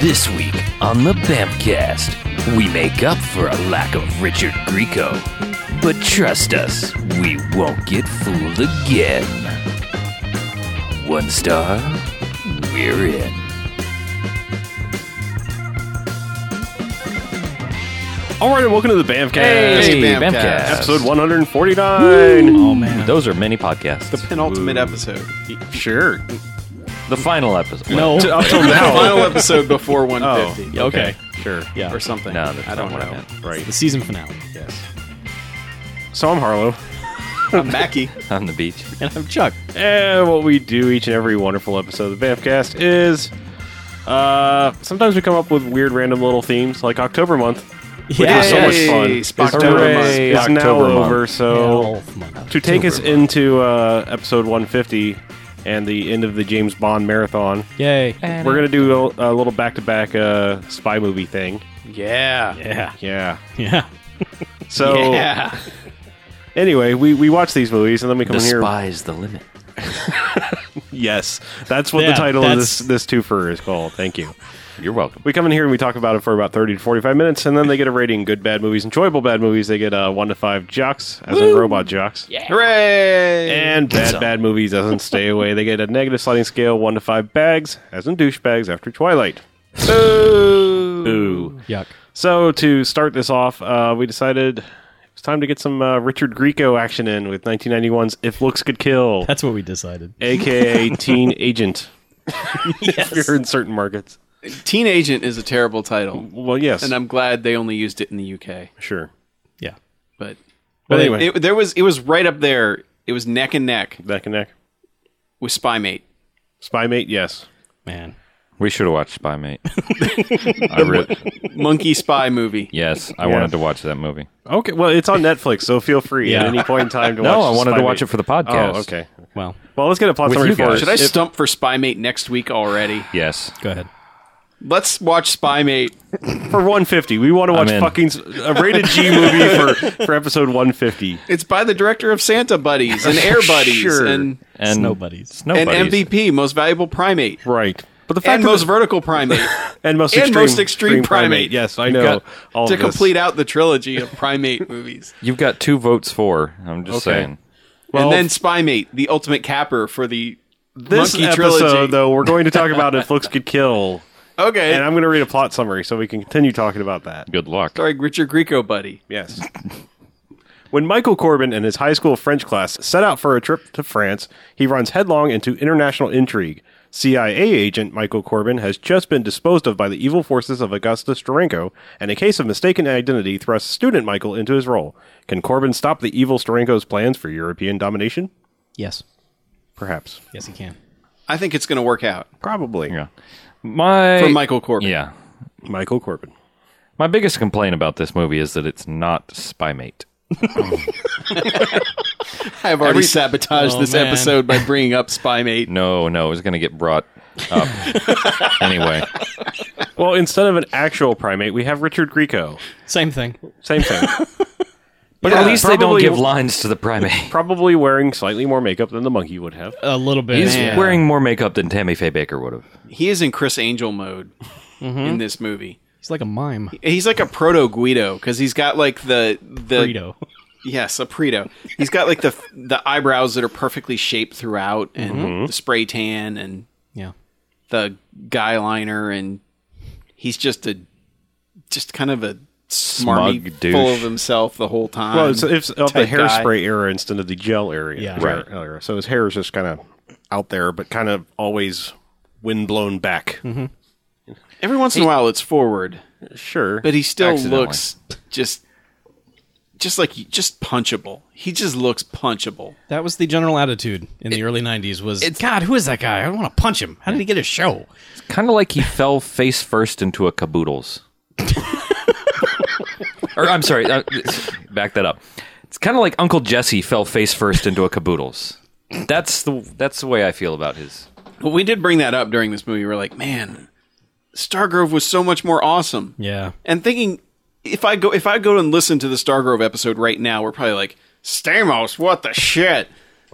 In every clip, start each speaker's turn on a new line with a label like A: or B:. A: This week on the Bamcast, we make up for a lack of Richard Grieco. But trust us, we won't get fooled again. One star, we're in.
B: All right, and welcome to the Bamcast.
A: Hey,
C: Bamcast.
A: Bamcast.
B: Episode 149.
C: Oh man,
D: Those are many podcasts.
C: the
D: The,
C: penultimate episode. Oh.
B: Sure.
D: final episode.
B: Up
D: Well,
B: to- up till now.
C: Final episode before 150
D: Yeah, okay.
B: Oh, Sure.
D: Yeah.
C: or something.
D: No, that's
C: I don't
D: not what I
C: know.
D: meant.
B: Right.
E: The season finale.
C: Yes.
B: So I'm Harlow.
C: I'm Mackie.
D: On the beach.
E: And I'm Chuck.
B: And what we do each and every wonderful episode of the Bamcast is uh, sometimes we come up with weird, random little themes, like October month.
E: Yeah,
B: It's so
C: Yay.
B: much fun.
C: It's October
B: Hooray.
C: month.
B: It's now
D: October month.
B: over. So to take us
D: October
B: into uh, episode 150 and the end of the James Bond marathon,
E: Yay.
B: we're gonna do a, a little back-to-back uh, spy movie thing.
C: Yeah.
E: Yeah.
B: Yeah. Oh.
E: Yeah.
B: So
C: Yeah.
B: anyway, we, we watch these movies and then we come
D: The
B: in here.
D: sky's the limit.
B: Yes, that's what
E: Yeah,
B: the title of this this
E: that's-
B: twofer is called. Thank you.
D: You're welcome.
B: We come in here and we talk about it for about thirty to forty five minutes, and then they get a rating: good, bad movies, enjoyable bad movies. They get uh, one to five jocks, as in robot jocks,
C: Hooray!
B: and bad
D: So-
B: bad movies, as in stay away. They get a negative sliding scale: one to five bags, as in douchebags after Twilight.
C: Boo!
B: Ooh.
E: Yuck.
B: So to start this off, uh, we decided it was time to get some uh, Richard Grieco action in with 1991's "If Looks Could Kill,"
E: That's what we decided.
B: aka Teen Agent. If
E: Yes.
B: you're in certain markets.
C: Teen Agent is a terrible title,
B: Well, yes.
C: and I'm glad they only used it in the UK.
B: Sure.
E: Yeah.
C: But,
B: But
C: but
B: anyway,
C: it, there was it was right up there. It was neck and neck
B: neck and neck.
C: with Spy Mate.
B: Spy Mate, yes.
E: Man.
D: We should have watched Spy Mate. I re-
C: Monkey Spy movie.
D: yes, I
B: Yeah.
D: wanted to watch that movie.
B: Okay, well, it's on Netflix, so feel free at
E: Yeah.
B: any point in time to watch.
D: No, I wanted
B: Spy
D: to watch
B: Mate.
D: it for the podcast.
B: Oh, okay.
E: Well,
B: Well, let's get a plot
D: With
B: summary
D: you
B: for
D: guys.
B: it.
C: Should I stump for Spy Mate next week already?
D: Yes.
E: go ahead.
C: Let's watch Spy Mate.
B: for 150. We want to watch
D: in.
B: fucking s- a rated G movie for, for episode 150.
C: It's by the director of Santa Buddies and Air Buddies
B: Sure.
C: and
D: And
E: Snow buddies.
D: Snow
C: and
D: buddies.
C: MVP, most valuable primate,
B: Right. But the fact
C: and
B: that
C: most
B: the-
C: vertical primate
B: and most
C: and
B: extreme,
C: most extreme primate.
B: Yes, I
D: You've
B: know.
D: got
B: all
C: to
B: of this.
C: complete out the trilogy of primate movies.
D: You've got two votes for. I'm just
B: Okay.
D: saying.
B: Well,
C: and then Spy Mate, the ultimate capper for the
B: this
C: monkey
B: episode,
C: trilogy.
B: though, we're going to talk about if looks could kill,
C: okay.
B: and I'm going to read a plot summary so we can continue talking about that.
D: Good luck.
C: Sorry, Richard Grieco, buddy.
B: Yes. when Michael Corbin and his high school French class set out for a trip to France, he runs headlong into international intrigue. CIA agent Michael Corbin has just been disposed of by the evil forces of Augustus Starenko, and a case of mistaken identity thrusts student Michael into his role. Can Corbin stop the evil Starenko's plans for European domination?
E: Yes.
B: Perhaps.
E: Yes, he can.
C: I think it's going to work out
B: Probably.
D: Yeah. My
C: for Michael Corbin.
D: Yeah.
B: Michael Corbin.
D: My biggest complaint about this movie is that it's not Spy Mate.
C: I've already sabotaged
E: Oh,
C: this
E: man.
C: episode by bringing up Spy Mate.
D: No, no, it was going to get brought up anyway.
B: Well, instead of an actual primate, we have Richard Grieco.
E: Same thing.
B: Same thing.
D: But
C: Yeah,
D: at least they don't
B: probably-
D: give lines to the primate.
B: Probably wearing slightly more makeup than the monkey would have.
E: A little bit.
D: He's
C: Man.
D: wearing more makeup than Tammy Faye Baker would have.
C: He is in Chris Angel mode
B: Mm-hmm.
C: in this movie.
E: He's like a mime.
C: He's like a proto Guido because he's got like the the
E: Burrito.
C: Yes, a Preto. He's got like the the eyebrows that are perfectly shaped throughout, and
D: Mm-hmm.
C: the spray tan, and
E: Yeah.
C: the guy liner, and he's just a just kind of a smarmy,
D: Smug douche.
C: full of himself the whole time.
B: Well, it's, it's of the
C: type guy.
B: hairspray era instead of the gel area.
E: Yeah.
B: Right. Era. So his hair is just kind of out there, but kind of always wind blown back.
C: Every once in a while, it's forward,
B: Sure.
C: but he still
D: Accidentally.
C: looks just just like just punchable. He just looks punchable.
E: That was the general attitude in the early 90s was, God, who is that guy? I want to punch him. How did he get his show?
D: It's kind of like he fell face first into a caboodles. or I'm sorry, uh, back that up. It's kind of like Uncle Jesse fell face first into a caboodles. That's the that's the way I feel about his.
C: Well, we did bring that up during this movie. We are like, man, Stargrove was so much more awesome.
E: Yeah.
C: and thinking if I go if I go and listen to the Stargrove episode right now, we're probably like Stamos, what the shit?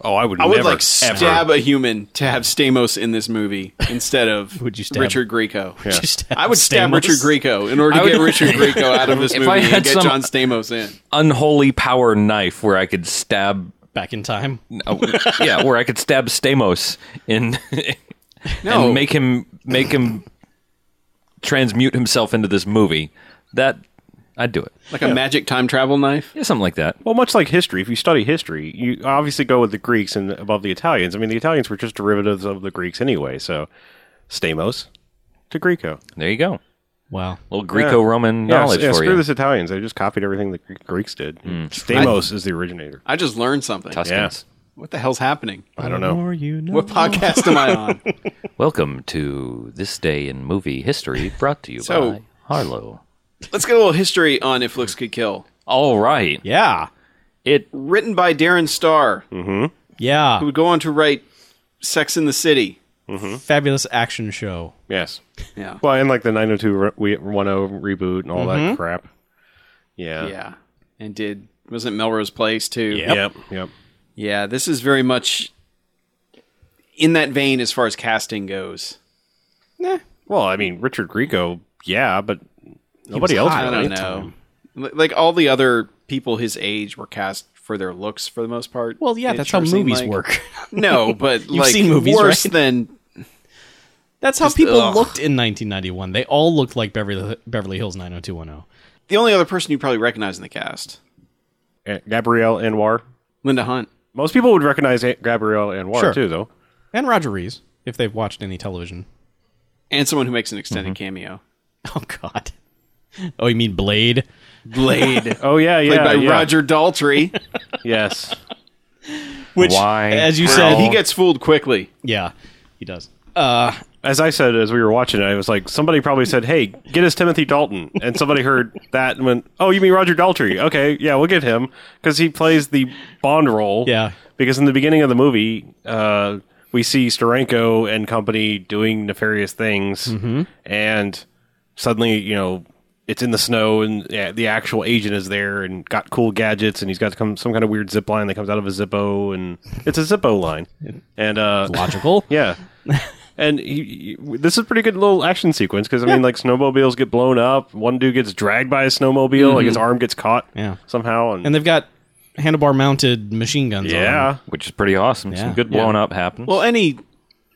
B: Oh, I would
C: I would
B: never,
C: like stab a human to have Stamos in this movie instead of
E: Would you stab-
C: Richard Grieco.
E: you stab
C: I would stab
E: Stamos?
C: Richard Grieco in order to
D: I
C: get
D: would-
C: Richard Grieco out of this
D: If
C: movie
D: I
C: and
D: had
C: get
D: some-
C: John Stamos in.
D: unholy power knife where I could stab.
E: Back in time.
D: uh, yeah, where I could stab Stamos in
C: No.
D: and make him make him transmute himself into this movie. That I'd do it.
C: Like a magic time travel knife.
D: Yeah, something like that.
B: Well, much like history, if you study history, you obviously go with the Greeks and above the Italians. I mean, the Italians were just derivatives of the Greeks anyway. So, Stamos to Greco.
D: There you go.
E: Wow.
D: Little Greco-Roman
B: Yeah,
D: knowledge
B: yeah,
D: for
B: screw
D: you.
B: this Italians. They just copied everything the Gre- Greeks did. Stamos is the originator.
C: I just learned something.
D: Tuscans.
C: What the hell's happening?
B: I don't know.
E: Or you know.
C: What podcast am I on?
D: Welcome to this day in movie history, brought to you
C: So-
D: by Harlow.
C: Let's get a little history on If Looks Could Kill.
D: All right.
E: Yeah.
D: It
C: Written by Darren Starr, who
E: Yeah.
C: would go on to write Sex in the City.
E: Fabulous action show.
B: Yes.
C: Yeah.
B: Well, and like the 90210 reboot and all that crap. Yeah.
C: Yeah. And did wasn't Melrose Place too?
B: Yep. Yep.
C: Yeah, this is very much in that vein as far as casting goes.
B: Well, I mean, Richard Grieco, yeah, but nobody else.
C: I
B: really.
C: don't know. Li- Like all the other people his age were cast for their looks for the most part.
E: Well, yeah,
C: It
E: that's
C: sure
E: how
C: seemed
E: movies
C: like-
E: work.
C: No, but like
E: seen movies,
C: worse
E: right?
C: than
E: That's how people
C: ugh.
E: looked in 1991. They all looked like Beverly, Beverly Hills 90210.
C: the only other person you probably recognize in the cast,
B: Eh, Gabrielle Anwar.
C: Linda Hunt.
B: Most people would recognize A- Gabrielle Anwar
E: Sure.
B: too, though.
E: And Roger Rees, if they've watched any television.
C: And someone who makes an extended
E: Mm-hmm.
C: cameo.
E: Oh, God. Oh, you mean Blade?
C: Blade.
B: Oh yeah, yeah,
C: Played by
B: yeah.
C: Roger Daltrey.
B: Yes.
E: Which,
D: Why?
E: as you
C: And
E: said,
C: he gets fooled quickly.
E: yeah, he does.
B: As I said as we were watching it, I was like, somebody probably said, "Hey, get us Timothy Dalton," and somebody heard that and went, "Oh, you mean Roger Daltrey? Okay, yeah, we'll get him because he plays the Bond role."
E: Yeah.
B: Because in the beginning of the movie, uh, we see Starenko and company doing nefarious things, and suddenly, you know, it's in the snow, and yeah, the actual agent is there and got cool gadgets, and he's got come, some kind of weird zip line that comes out of a Zippo, and it's a Zippo line, and uh,
E: Logical.
B: yeah. And he, he- this is a pretty good little action sequence because I mean, like snowmobiles get blown up. One dude gets dragged by a snowmobile, like his arm gets caught
E: Mm-hmm. Yeah.
B: somehow, and,
E: And they've got handlebar mounted machine guns on them.
B: yeah,
D: Um, which is pretty awesome.
E: Yeah.
D: Some good blowing up happens.
C: Well, any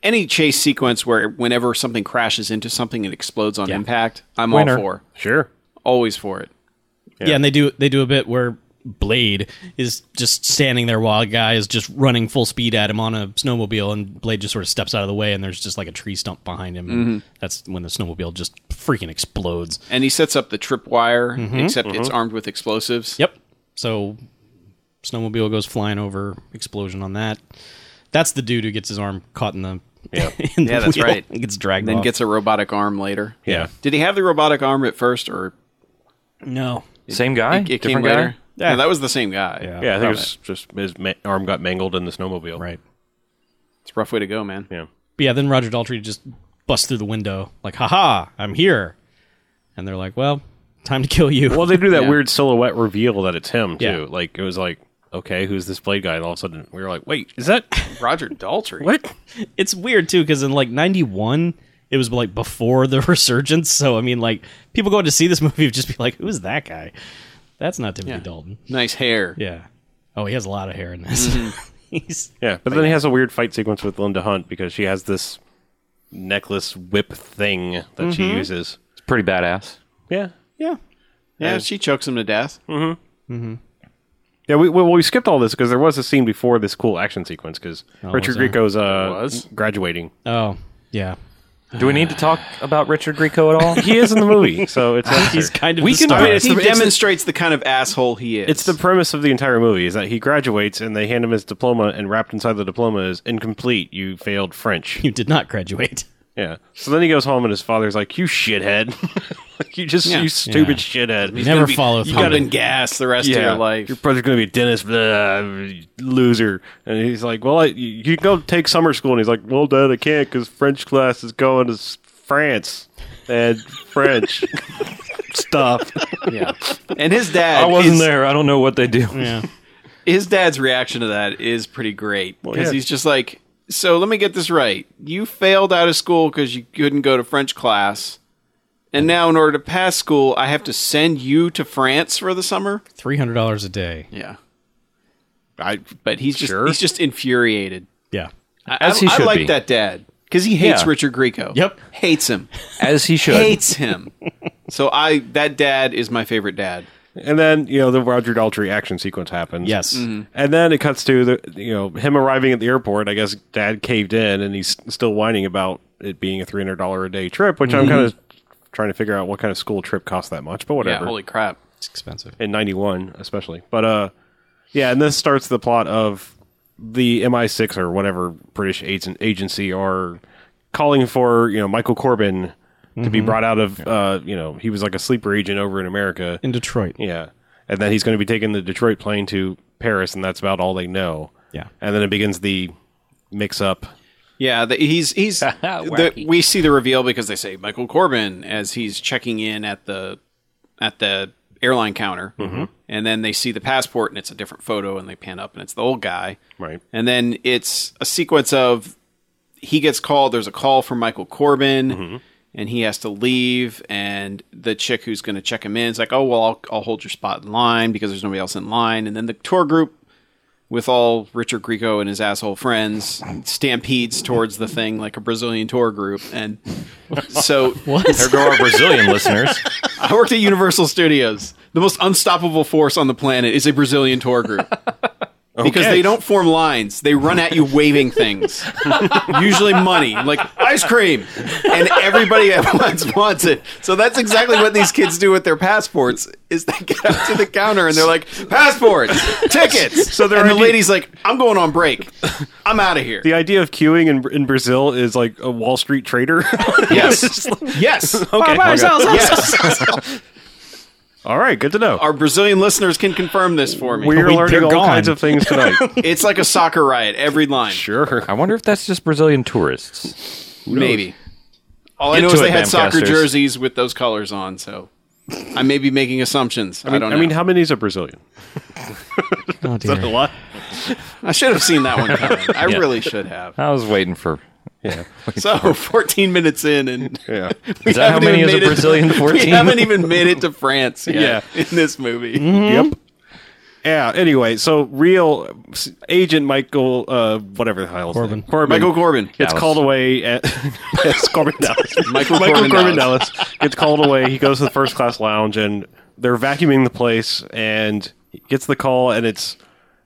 C: any chase sequence where whenever something crashes into something it explodes on impact, I'm
E: Winner.
C: all for.
B: sure,
C: Always for it.
E: Yeah. and they do they do a bit where Blade is just standing there while a guy is just running full speed at him on a snowmobile, and Blade just sort of steps out of the way, and there's just like a tree stump behind him. And that's when the snowmobile just freaking explodes.
C: And he sets up the tripwire, except it's armed with explosives.
E: Yep. So snowmobile goes flying over, explosion on that. That's the dude who gets his arm caught in the yeah, in the
C: Yeah, that's
E: wheel
C: right.
E: and gets dragged.
C: Then
E: off.
C: gets a robotic arm later.
B: yeah.
C: Did he have the robotic arm at first, or
E: no.
D: Same guy,
C: it came
D: different guy.
C: later?
E: Yeah.
C: No, that was the same guy.
E: Yeah.
B: Yeah, I think it was just his ma- arm got mangled in the snowmobile.
E: Right.
C: It's a rough way to go, man.
B: Yeah.
E: But yeah, then Roger Daltrey just busts through the window, like, haha, I'm here. And they're like, well, time to kill you.
B: Well, they do that
C: Yeah.
B: weird silhouette reveal that it's him too.
E: Yeah.
B: Like it was like, okay, who's this blade guy? And all of a sudden, we were like, wait, is that
C: Roger Daltrey.
B: what?
E: it's weird, too, because in like 91, it was like before the resurgence. So, I mean, like, people going to see this movie would just be like, who's that guy? That's not Timothy Dalton.
C: Nice hair.
E: Yeah. Oh, he has a lot of hair in this.
C: Mm-hmm.
E: He's
B: Yeah, but then he has a weird fight sequence with Linda Hunt because she has this necklace whip thing that she
E: Mm-hmm.
B: uses.
D: It's pretty badass.
B: Yeah,
E: yeah.
C: Yeah, she chokes him to death.
B: Yeah, we well, we skipped all this because there was a scene before this cool action sequence because Richard
E: was there?
B: Grieco's uh,
C: Was?
B: graduating.
E: Oh, yeah.
D: Do we need to talk about Richard Grieco at all?
B: He is in the movie, so it's up
E: He's
B: there.
E: kind of
D: We
E: the
D: can-
E: star.
B: I mean, it's
C: He
B: the- it's the-
C: demonstrates the kind of asshole he is.
B: It's the premise of the entire movie is that he graduates and they hand him his diploma, and wrapped inside the diploma is incomplete. You failed French.
E: you did not graduate.
B: Yeah. So then he goes home and his father's like, "You shithead, like you just
C: Yeah.
B: you stupid
E: You
B: shithead."
E: never
C: Gonna be
E: follow through.
C: Pumping gas the rest of your life.
B: Your brother's gonna be a dentist, blah, loser. And he's like, "Well, I, you you can go take summer school." And he's like, "Well, Dad, I can't because French class is going to s- France and French stuff."
C: Yeah. And his dad
D: I wasn't
C: is
E: Mm.
D: there. I don't know what they do.
E: yeah.
C: his dad's reaction to that is pretty great because
B: yeah.
C: he's just like, "So let me get this right. You failed out of school because you couldn't go to French class, and now in order to pass school, I have to send you to France for the summer."
E: Three hundred dollars a day.
C: Yeah,
B: I
C: but he's just
B: Sure.
C: he's just infuriated.
E: Yeah.
C: I,
D: As
C: I-
D: he
C: I
D: should
C: like
D: be.
C: that dad because he hates
D: Yeah.
C: Richard Grieco.
E: Yep.
C: hates him,
D: as he should.
C: hates him. so I that dad is my favorite dad.
B: and then you know the Roger Daltrey action sequence happens.
E: Yes.
B: And then it cuts to the you know him arriving at the airport. I guess Dad caved in, and he's still whining about it being a three hundred dollar a day trip, which
C: Mm-hmm.
B: I'm kind of trying to figure out what kind of school trip costs that much. But whatever.
C: Yeah, holy crap.
E: It's expensive.
B: in 91 especially but uh yeah and this starts the plot of the mi6 or whatever british agent agency are calling for you know michael corbin to
E: Mm-hmm.
B: be brought out of uh you know he was like a sleeper agent over in america
E: In Detroit.
B: yeah and then he's going to be taking the detroit plane to paris and that's about all they know
E: Yeah.
B: and then it begins the mix up
C: Yeah, the, he's he's the,
D: Wacky.
C: we see the reveal because they say Michael Corbin as he's checking in at the at the airline counter, and then they see the passport and it's a different photo, and they pan up and it's the old guy,
B: right
C: and then it's a sequence of he gets called. There's a call from Michael Corbin. And he has to leave, and the chick who's going to check him in is like, "Oh well, I'll, I'll hold your spot in line because there's nobody else in line." And then the tour group with all Richard Grieco and his asshole friends stampedes towards the thing like a Brazilian tour group. And so
D: There go our Brazilian listeners.
C: I worked at Universal Studios. The most unstoppable force on the planet is a Brazilian tour group. Because
B: Okay.
C: they don't form lines, they run at you waving things, usually money, like ice cream, and everybody at once wants it. So that's exactly what these kids do with their passports: is they get up to the counter and they're like, "Passports, tickets." So
B: So
C: they
B: they're
C: and the
B: already-
C: lady's like, "I'm going on break. I'm out of here."
B: the idea of queuing in, in brazil is like a wall street trader
C: Yes, yes,
B: okay
C: yes.
B: all right good to know
C: Our Brazilian listeners can confirm this for me.
B: we're
E: we-
B: learning
E: they're
B: all
E: gone.
B: kinds of things tonight
C: It's like a soccer riot. Every line.
B: sure
D: I wonder if that's just Brazilian tourists.
C: Maybe. All I
D: Get
C: know
D: to
C: is
D: it,
C: they had soccer
D: Bamcasters.
C: jerseys with those colors on, so I may be making assumptions. I,
B: I mean,
C: don't
B: I
C: know. I,
B: mean, how many is a Brazilian?
E: Oh
B: A
E: dear.
B: lot.
C: should have seen that one coming. I really should have.
D: I was waiting for.
C: So 14 minutes in, and
B: Yeah.
D: Is that how
C: haven't
D: many
C: even
D: is a
C: made it to-
D: Brazilian?
C: we
D: Fourteen.
C: haven't even made it to France yet in this movie.
B: Mm-hmm. Yep. Yeah. Anyway, so real s- agent Michael, uh, whatever the hell is
E: Corbin.
B: Corbin.
C: Michael Corbin.
B: Gets
D: Dallas.
B: called away at yes, Corbin Dallas.
C: Michael
B: Michael
C: Corbin
B: Corbin Dallas gets called away. He goes to the first class lounge and they're vacuuming the place and he gets the call and it's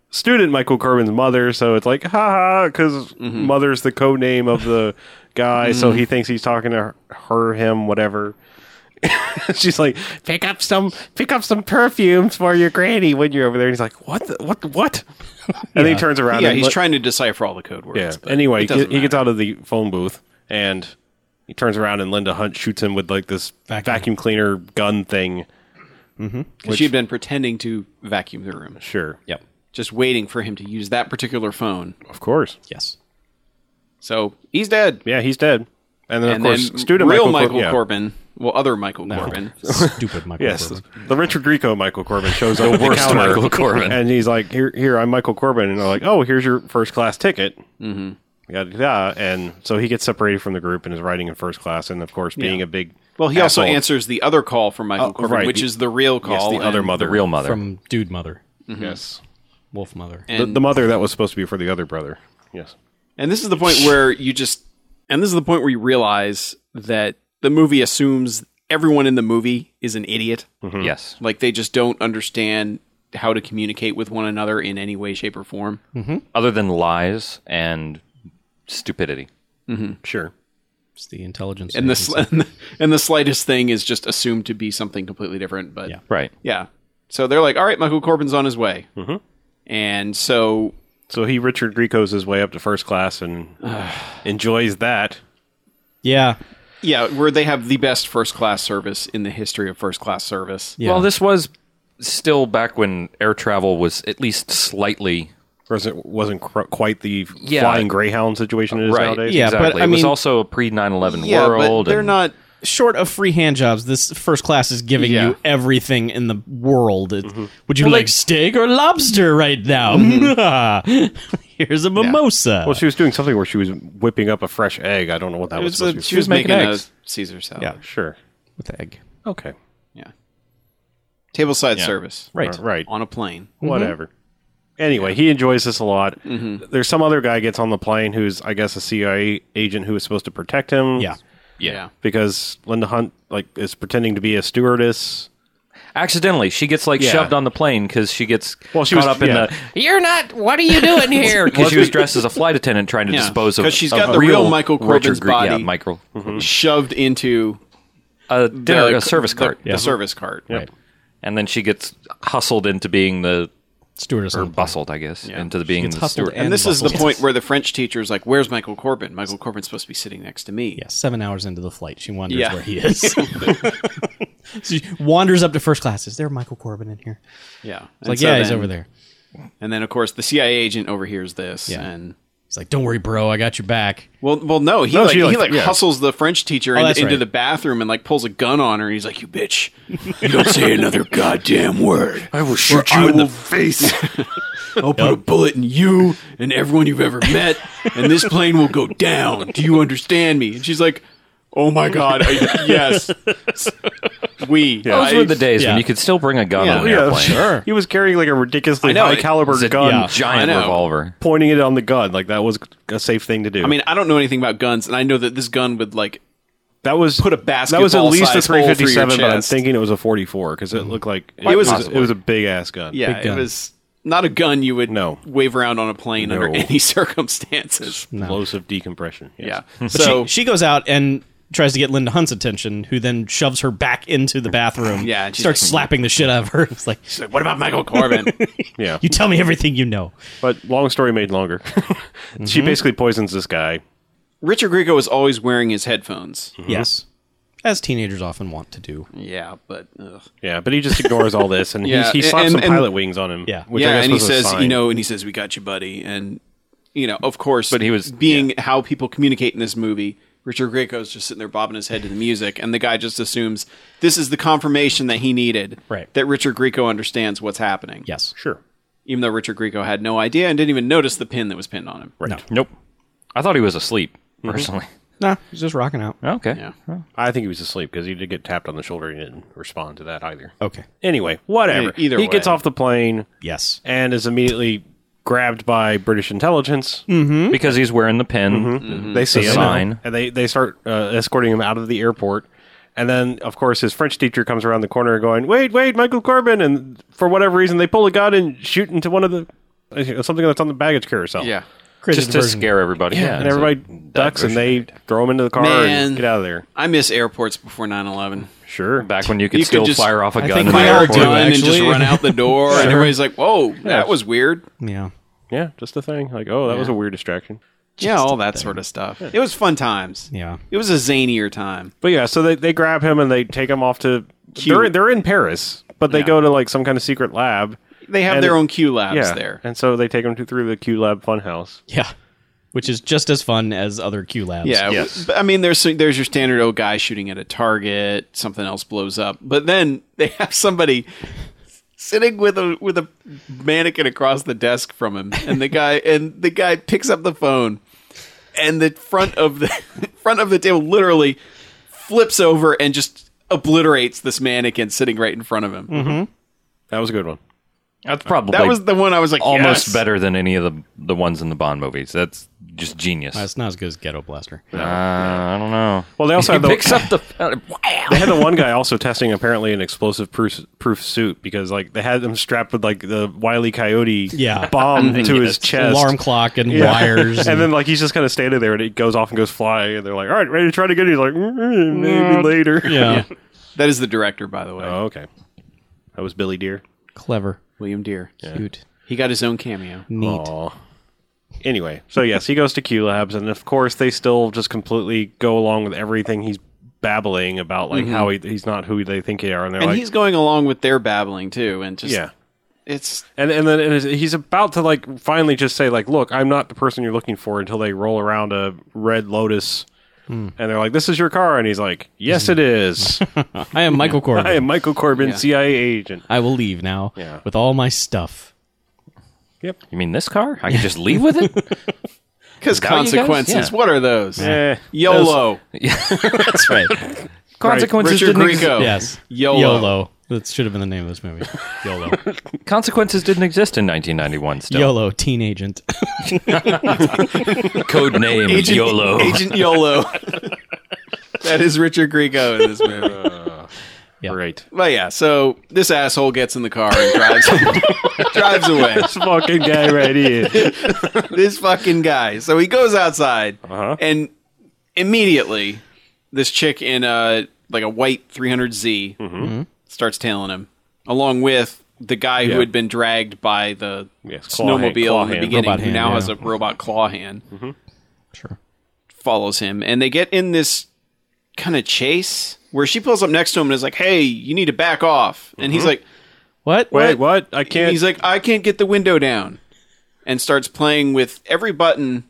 B: student Michael Corbin's mother. So it's like, haha, because
C: Mm-hmm.
B: mother's the code name of the guy. So he thinks he's talking to her- her, him, whatever. She's like, pick up some, pick up some perfumes for your granny when you're over there. And he's like, what, the, what, what? And then he turns around.
C: Yeah,
B: and
C: he's
B: look-
C: trying to decipher all the code words.
B: yeah.
C: but
B: Anyway,
C: it
B: he,
C: doesn't
B: he gets
C: matter.
B: out of the phone booth and he turns around and Linda Hunt shoots him with like this vacuum,
E: Vacuum.
B: cleaner gun thing.
C: She'd been pretending to vacuum the room,
B: Sure.
E: Yep.
C: just waiting for him to use that particular phone.
B: Of course.
E: Yes.
C: So he's dead.
B: Yeah, he's dead. And then
C: and
B: of course,
C: then
B: student
C: real Michael,
B: Michael, Cor- yeah.
C: Corbin, well, other Michael Corbin,
E: Stupid Michael
B: Yes,
E: Corbin.
B: the Richard Grieco Michael Corbin shows up. at the
D: worst
B: counter,
D: Michael Corbin.
B: and he's like, "Here, here, I'm Michael Corbin," and they're like, "Oh, here's your first class ticket." Mm-hmm. Yada, yada. And so he gets separated from the group and is riding in first class, and of course, being a big
C: Well, he also
B: asshole.
C: answers the other call from Michael Corbin,
B: Oh, right.
C: which is the real
B: Yes,
C: call.
B: the other
C: and-
B: mother,
D: The real mother.
E: From Dude Mother.
B: yes,
E: Wolf Mother.
B: the,
C: And,
B: the mother that was supposed to be for the other brother. Yes,
C: and this is the point where you just, and this is the point where you realize that the movie assumes everyone in the movie is an idiot.
B: Hmm.
D: yes.
C: Like they just don't understand how to communicate with one another in any way, shape, or form.
B: Hmm.
D: Other than lies and stupidity.
B: sure.
E: It's the intelligence.
C: And the,
E: agency.
C: sl- and the and the slightest thing is just assumed to be something completely different. But
E: Yeah.
D: Right.
C: yeah. so they're like, all right, Michael Corbin's on his way,
B: Mm-hmm.
C: and so
B: So he Richard Grieco's his way up to first class and enjoys that.
E: Yeah.
C: Yeah, where they have the best first class service in the history of first class service.
E: Yeah.
D: Well, this was still back when air travel was at least slightly
B: Whereas it wasn't cr- quite the
D: Yeah.
B: flying greyhound situation it is
D: right.
B: nowadays.
E: Yeah, but
D: exactly.
E: I
D: it was
E: mean-
D: also a pre 9 11
C: Yeah,
D: world.
C: but they're
D: and-
C: not
E: short of free hand jobs, this first class is giving
C: Yeah.
E: you everything in the world. It- Would you like, steak or lobster right now? Mm-hmm. Here's a mimosa.
B: Well, she was doing something where she was whipping up a fresh egg. I don't know what that
C: It
B: was,
C: was
B: supposed
C: a,
B: to be.
C: she was making
D: making
C: a
D: eggs.
C: Caesar salad.
E: Yeah.
B: Sure.
E: With egg.
B: Okay.
C: Yeah. Table side service.
E: Right.
B: Uh, right. Mm-hmm.
C: On a plane.
B: Whatever. Anyway, he enjoys this a lot. There's some other guy gets on the plane who's, I guess, a CIA agent who is supposed to protect him.
E: Yeah.
D: Yeah.
B: Because Linda Hunt like is pretending to be a stewardess.
D: Accidentally, she gets like
B: Yeah.
D: shoved on the plane because she gets
B: Well, she
D: caught
B: was-
D: up in
B: yeah.
D: the. You're not. What are you doing here? Because she was dressed as a flight attendant trying to
C: Yeah,
D: dispose of.
C: 'cause she's
D: of
C: got the real Michael Corbin's
D: Richard Gre-
C: body. Mm-hmm.
D: Yeah, Michael.
C: Shoved into
D: A dinner,
C: the-
D: a service
C: the-
D: cart,
C: The, service cart.
B: Yep.
D: and then she gets hustled into being the
E: Stewardess.
D: or bustled, I guess, into the being
E: gets
D: the
E: hustled
D: steward.
E: and-
C: And this is the
E: Bustled.
C: point where the French teacher is like, "Where's Michael Corbin? Michael Corbin's supposed to be sitting next to me."
E: Yeah, seven hours into the flight, she wonders
C: Yeah.
E: where he is. she wanders up to first class. Is there Michael Corbin in here?
C: yeah.
E: It's
C: And
E: like,
C: so
E: yeah, he's
C: then-
E: over there.
C: And then, of course, the CIA agent overhears this,
E: Yeah.
C: and
E: He's like, don't worry, bro. I got your back.
C: well, well, no, he
B: No,
C: like,
B: she, like,
C: he like
B: yeah.
C: hustles the French teacher
E: Oh,
C: in-
E: that's
C: into
E: right.
C: the bathroom and like pulls a gun on her, and he's like, "You bitch, you don't say another goddamn word. I will shoot you in the face. I'll put a bullet in you and everyone you've ever met, and this plane will go down. Do you understand me?" And she's like. Oh my God! I, yes, we.
D: Those
C: I-
D: were the days
E: yeah.
D: when you could still bring a gun
C: Yeah.
D: on an
B: Yeah,
D: airplane.
B: sure. He was carrying like a ridiculously
C: I know,
B: high
C: it
B: caliber
D: It's a
B: gun,
E: yeah.
D: giant
C: I know.
D: revolver.
B: pointing it on the gun. Like that was a safe thing to do.
C: I mean, I don't know anything about guns, and I know that this gun would like
B: that was
C: put a
B: That was at
C: basketball
B: least a
C: size hole through your
B: 357, but I'm
C: chest.
B: thinking it was a 44 because it looked like it,
C: was-
B: was it was a big ass gun.
C: Yeah,
E: Big
C: it
E: gun.
C: was not a gun you would
B: No.
C: wave around on a plane under
B: No.
C: any circumstances.
B: Explosive decompression. yes.
C: Yeah.
E: But
C: so
E: she, she goes out and tries to get Linda Hunt's attention, who then shoves her back into the bathroom.
C: Yeah, and she's
E: starts
C: like- "Hmm."
E: slapping the shit out of her. It's like,
C: she's like, what about Michael Corbin?
B: Yeah.
E: you tell me everything you know.
B: But long story made longer. She basically poisons this guy.
C: Richard Grieco is always wearing his headphones.
E: Hmm. Yes, as teenagers often want to do.
C: Yeah, but uh, ugh.
B: Yeah, but he just ignores all this and
C: Yeah,
B: he, he
C: and-
B: slaps some
C: and-
B: pilot wings on him.
E: Yeah.
B: which I
C: yeah,
B: guess
C: and he
B: was a
C: says, you
B: sign.
C: know, and he says, "We got you, buddy," and you know, of course, but
D: he was-
C: being how people communicate in this movie. Richard Grieco's just sitting there bobbing his head to the music, and the guy just assumes this is the confirmation that he needed.
E: Right.
C: That Richard Grieco understands what's happening.
E: Yes,
B: sure.
C: Even though Richard Grieco had no idea and didn't even notice the pin that was pinned on him. Right.
D: Nope. I thought he was asleep personally.
E: nah, he's just rocking out.
D: Okay.
C: Yeah.
B: I think he was asleep because he did get tapped on the shoulder and he didn't respond to that either.
E: Okay.
B: Anyway, whatever.
C: E- either
B: he gets
C: way.
B: off the plane
E: Yes,
B: and is immediately grabbed by British intelligence.
D: Because he's wearing the pin.
B: They see
D: The
B: him
D: sign.
B: and they they start uh, escorting him out of the airport. And then, of course, his French teacher comes around the corner, going, "Wait, wait, Michael Corbin!" And for whatever reason, they pull a gun and shoot into one of the uh, something that's on the baggage carousel.
C: Yeah.
D: Just to scare everybody. Yeah.
B: and everybody ducks and they throw him into the car
C: Man.
B: and get out of there.
C: I miss airports before 9 11.
B: Sure.
D: back when you could
C: You could
D: still
C: just-
D: fire off a gun.
E: think
D: in the
E: my
C: Fire a
E: airport,
D: airport.
C: gun and just
E: actually.
C: run out the door, and everybody's like, whoa, that was weird.
E: Yeah,
B: yeah, just a thing. Like, oh, that was a weird distraction.
C: yeah, all that sort of stuff. It was fun times.
E: yeah.
C: It was a zanier time.
B: But yeah, so they, they grab him and they take him off to.
C: Cute.
B: They're they're in Paris, but they
C: Yeah.
B: go to like some kind of secret lab.
C: They have
B: And-
C: their own Q labs
B: Yeah,
C: there.
B: and so they take him to, through the Q Lab Funhouse.
E: Yeah. Which is just as fun as other Q labs.
C: Yeah,
B: Yes.
C: but, I mean, there's there's your standard old guy shooting at a target, something else blows up, but then they have somebody sitting with a with a mannequin across the desk from him, and the guy and the guy picks up the phone, and the front of the front of the table literally flips over and just obliterates this mannequin sitting right in front of him.
B: That was a good one.
D: That's probably
C: That was the one I was like,
D: almost
C: yes.
D: better than any of the the ones in the Bond movies. That's just genius.
E: That's Uh, not as good as Ghetto Blaster.
D: Uh, I don't know.
B: Well, they also
D: he
B: have the-
D: picks up the. wow.
B: They had the one guy also testing apparently an explosive proof, proof suit because like they had him strapped with like the wily coyote
E: Yeah.
B: bomb to his chest.
E: Alarm clock and
B: Yeah.
E: wires.
B: and then like he's just kind of standing there and it goes off and goes fly and they're like, all right, ready to try it again. He's like, "Mm, maybe later.
E: yeah.
C: That is the director, by the way,
B: Oh, okay. That was Billy Deer.
E: Clever.
C: William Deere.
E: Cute.
C: He got his own cameo.
E: Neat.
B: Aw. Anyway, so yes, he goes to Q Labs, and of course they still just completely go along with everything he's babbling about, like how he, he's not who they think they are, and they're
C: And
B: like,
C: he's going along with their babbling too, and just
B: yeah.
C: it's
B: And and then it is, he's about to like finally just say like, look, I'm not the person you're looking for until they roll around a red lotus And they're like, "This is your car," and he's like, "Yes, it is.
E: I am Michael Corbin.
B: I am Michael Corbin, CIA agent."
E: I will leave now
B: Yeah.
E: with all my stuff.
D: You mean this car? I can just leave with it?
C: Because
D: that what you guys-
C: consequences,
D: yeah.
C: what are those?
B: Eh, those-
C: YOLO.
D: That's right. Consequences
C: Richard
D: didn't, exi-
C: Grieco. Oh.
E: Yes.
C: YOLO.
E: YOLO. That should have been the name of this movie. YOLO.
D: consequences didn't exist in 1991 still.
E: YOLO, teen agent.
D: Code name YOLO.
C: Agent YOLO. that is Richard Grieco in this movie.
B: Great.
C: But yeah, so this asshole gets in the car and drives drives away.
B: This fucking guy right here.
C: This fucking guy. So he goes outside and immediately this chick in a like a white 300Z
E: Mm-hmm.
C: starts tailing him along with the guy
B: Yeah.
C: who had been dragged by the
B: Yes, claw hand- claw
C: snowmobile in the
B: hand.
C: beginning
E: Robot
C: who
E: hand,
C: now
E: yeah.
C: has a robot claw hand.
E: Sure.
C: follows him and they get in this kind of chase where she pulls up next to him and is like, "Hey, you need to back off." And he's like,
E: What?
B: Wait, what? I can't.
C: he's like, "I can't get the window down." And starts playing with every button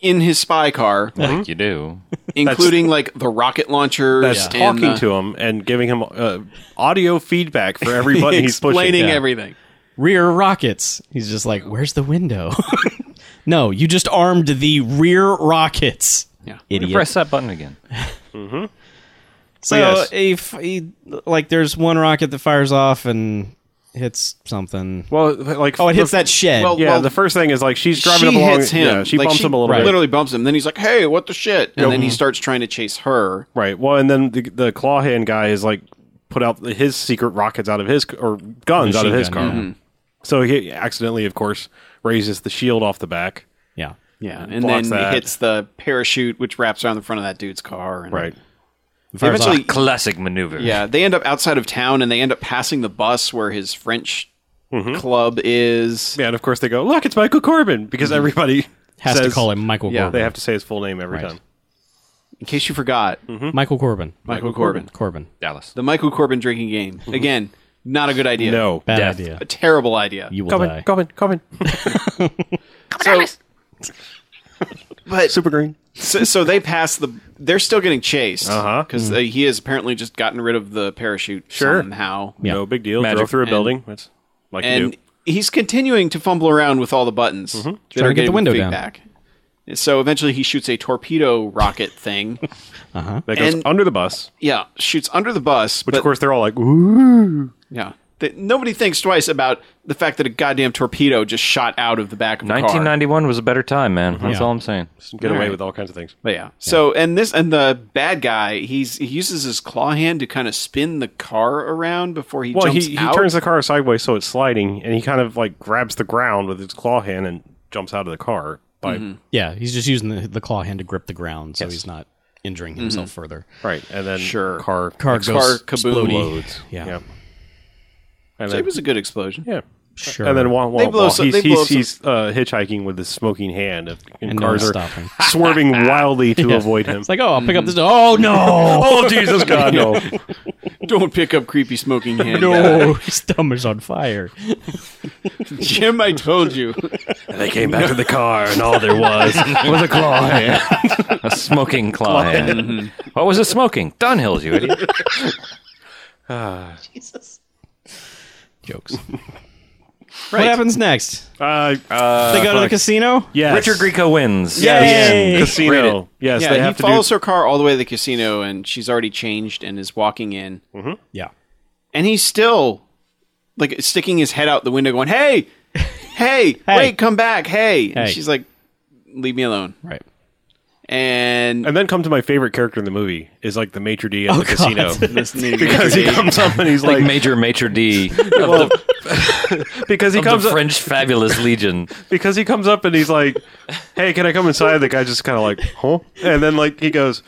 C: in his spy car,
D: Like you do.
C: including like the rocket launcher
B: that's talking
C: uh,
B: to him and giving him uh, audio feedback for every button he's pushing.
C: explaining
B: Yeah.
C: everything.
E: Rear rockets. He's just like, where's the window? no, you just armed the rear rockets.
C: Yeah.
E: Idiot.
D: Press that button again.
E: So
C: Yes.
E: if he, like there's one rocket that fires off and hits something.
B: Well, like
E: Oh, it hits
B: the-
E: that shed.
C: Well,
B: Yeah, the first thing is like she's driving
C: she
B: him along.
C: hits him.
B: Yeah, she
C: Like,
B: bumps him a little bit.
C: Literally bumps him. Then he's like, "Hey, what the shit?" And then he starts trying to chase her.
B: Right. Well, and then the, the claw hand guy is like put out his secret rockets out of his c- or guns out of
E: Machine
B: his
E: gun,
B: car. So he accidentally, of course, raises the shield off the back.
E: yeah.
C: Yeah, and
B: Blocks
C: then
B: that.
C: he hits the parachute, which wraps around the front of that dude's car. And
B: Right.
C: They eventually,
D: Classic maneuver.
C: Yeah, they end up outside of town and they end up passing the bus where his French club is.
B: Yeah, and of course they go, look, it's Michael Corbin because everybody
E: Has to
B: says-
E: call him Michael
C: Yeah,
B: They
E: Corbin.
B: have to say his full name every
E: Right.
B: time.
C: In case you forgot,
E: Michael Corbin.
C: Michael Corbin.
E: Corbin.
D: Dallas.
C: The Michael Corbin drinking game. Again, not a good idea.
B: No.
E: Bad
D: Death.
E: idea.
C: A terrible idea.
E: You will die.
B: Corbin, Corbin, Corbin.
C: so,
B: Super green.
C: so, so they pass the. They're still getting chased
B: Uh-huh.
C: because he has apparently just gotten rid of the parachute
B: Sure.
C: somehow.
E: Yeah.
B: No big deal.
D: Magic.
B: Drove through a
C: And-
B: building. That's like you
C: and
B: do.
C: he's continuing to fumble around with all the buttons that
E: Trying to
C: are
E: get the
C: giving
E: window down.
C: feedback. So eventually, he shoots a torpedo rocket thing.
B: That goes
C: and-
B: under the bus,
C: yeah, shoots under the bus.
B: which
C: but
B: of course they're all like, ooh.
C: Yeah. That nobody thinks twice about the fact that a goddamn torpedo just shot out of the back of a car.
D: 1991 was a better time, man. That's all I'm saying.
B: Get away
C: right.
B: with all kinds of things.
C: But yeah. So and this and the bad guy, he's he uses his claw hand to kind of spin the car around before he
B: Well,
C: jumps
B: he, he
C: out.
B: turns the car sideways so it's sliding, and he kind of like grabs the ground with his claw hand and jumps out of the car. By
E: Yeah, he's just using the, the claw hand to grip the ground, so he's not injuring
C: Mm-hmm.
E: himself further.
B: right, and then
C: Sure.
B: car
E: Car
B: ex-
E: goes
C: car kaboom.
E: explodey.
B: explodes.
E: Yeah.
B: and
C: so
B: then
C: it was a good explosion.
B: yeah,
E: Sure.
B: and then wah, wah,
C: They blow
B: wah.
C: some-
B: he's
C: they blow
B: he's,
C: some-
B: he's uh, hitchhiking with his smoking hand, and, and
E: And no
B: cars
E: one's
B: are
E: stopping.
B: swerving wildly to avoid him.
E: it's like, oh, I'll pick up this. Oh no!
B: oh Jesus God, no!
C: Don't pick up creepy smoking hand. guy.
E: no, his stomach's on fire.
C: Jim, I told you.
B: and they came back to the car, and all there was was a
D: Oh,
B: claw hand.
D: A smoking claw hand. What was it smoking? Dunhills, you idiot.
E: Jokes. What happens next?
B: Uh,
E: they go to the casino.
B: yes.
D: Richard Grieco wins.
E: Yeah.
B: Yes.
E: Yay.
C: Rate
B: Casino.
C: it.
B: Yes,
C: yeah,
B: they
C: he
B: have to do
C: follows her car all the way to the casino, and she's already changed and is walking in,
E: Yeah.
C: and he's still like sticking his head out the window, going, "Hey, hey, wait, come back, hey!" And
E: Hey.
C: she's like, "Leave me alone."
E: Right.
C: And
B: And then come to my favorite character in the movie is like the maitre d' of the
E: God.
B: casino
C: this new
B: because he comes up and he's
D: Like
B: like,
D: Major Major D of
B: well, because he
D: the
B: comes up,
D: French Fabulous Legion.
B: because he comes up and he's like, hey, can I come inside? The guy just kind of like, huh? And then like he goes,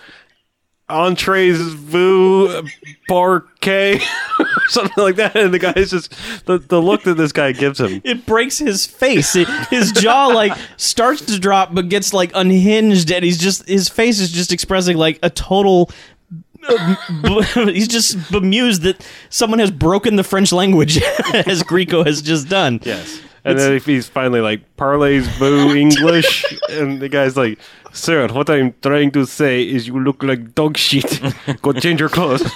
B: entrees vous parquet, something like that. And the guy's just the the look that this guy gives him.
E: It breaks his face. It- his jaw like starts to drop, but gets like unhinged, and he's just his face is just expressing like a total. uh, he's just bemused that someone has broken the French language, as Greco has just done.
B: Yes. And then if he's finally like parlays boo English, and the guy's like, "Sir, what I'm trying to say is you look like dog shit. Go change your clothes."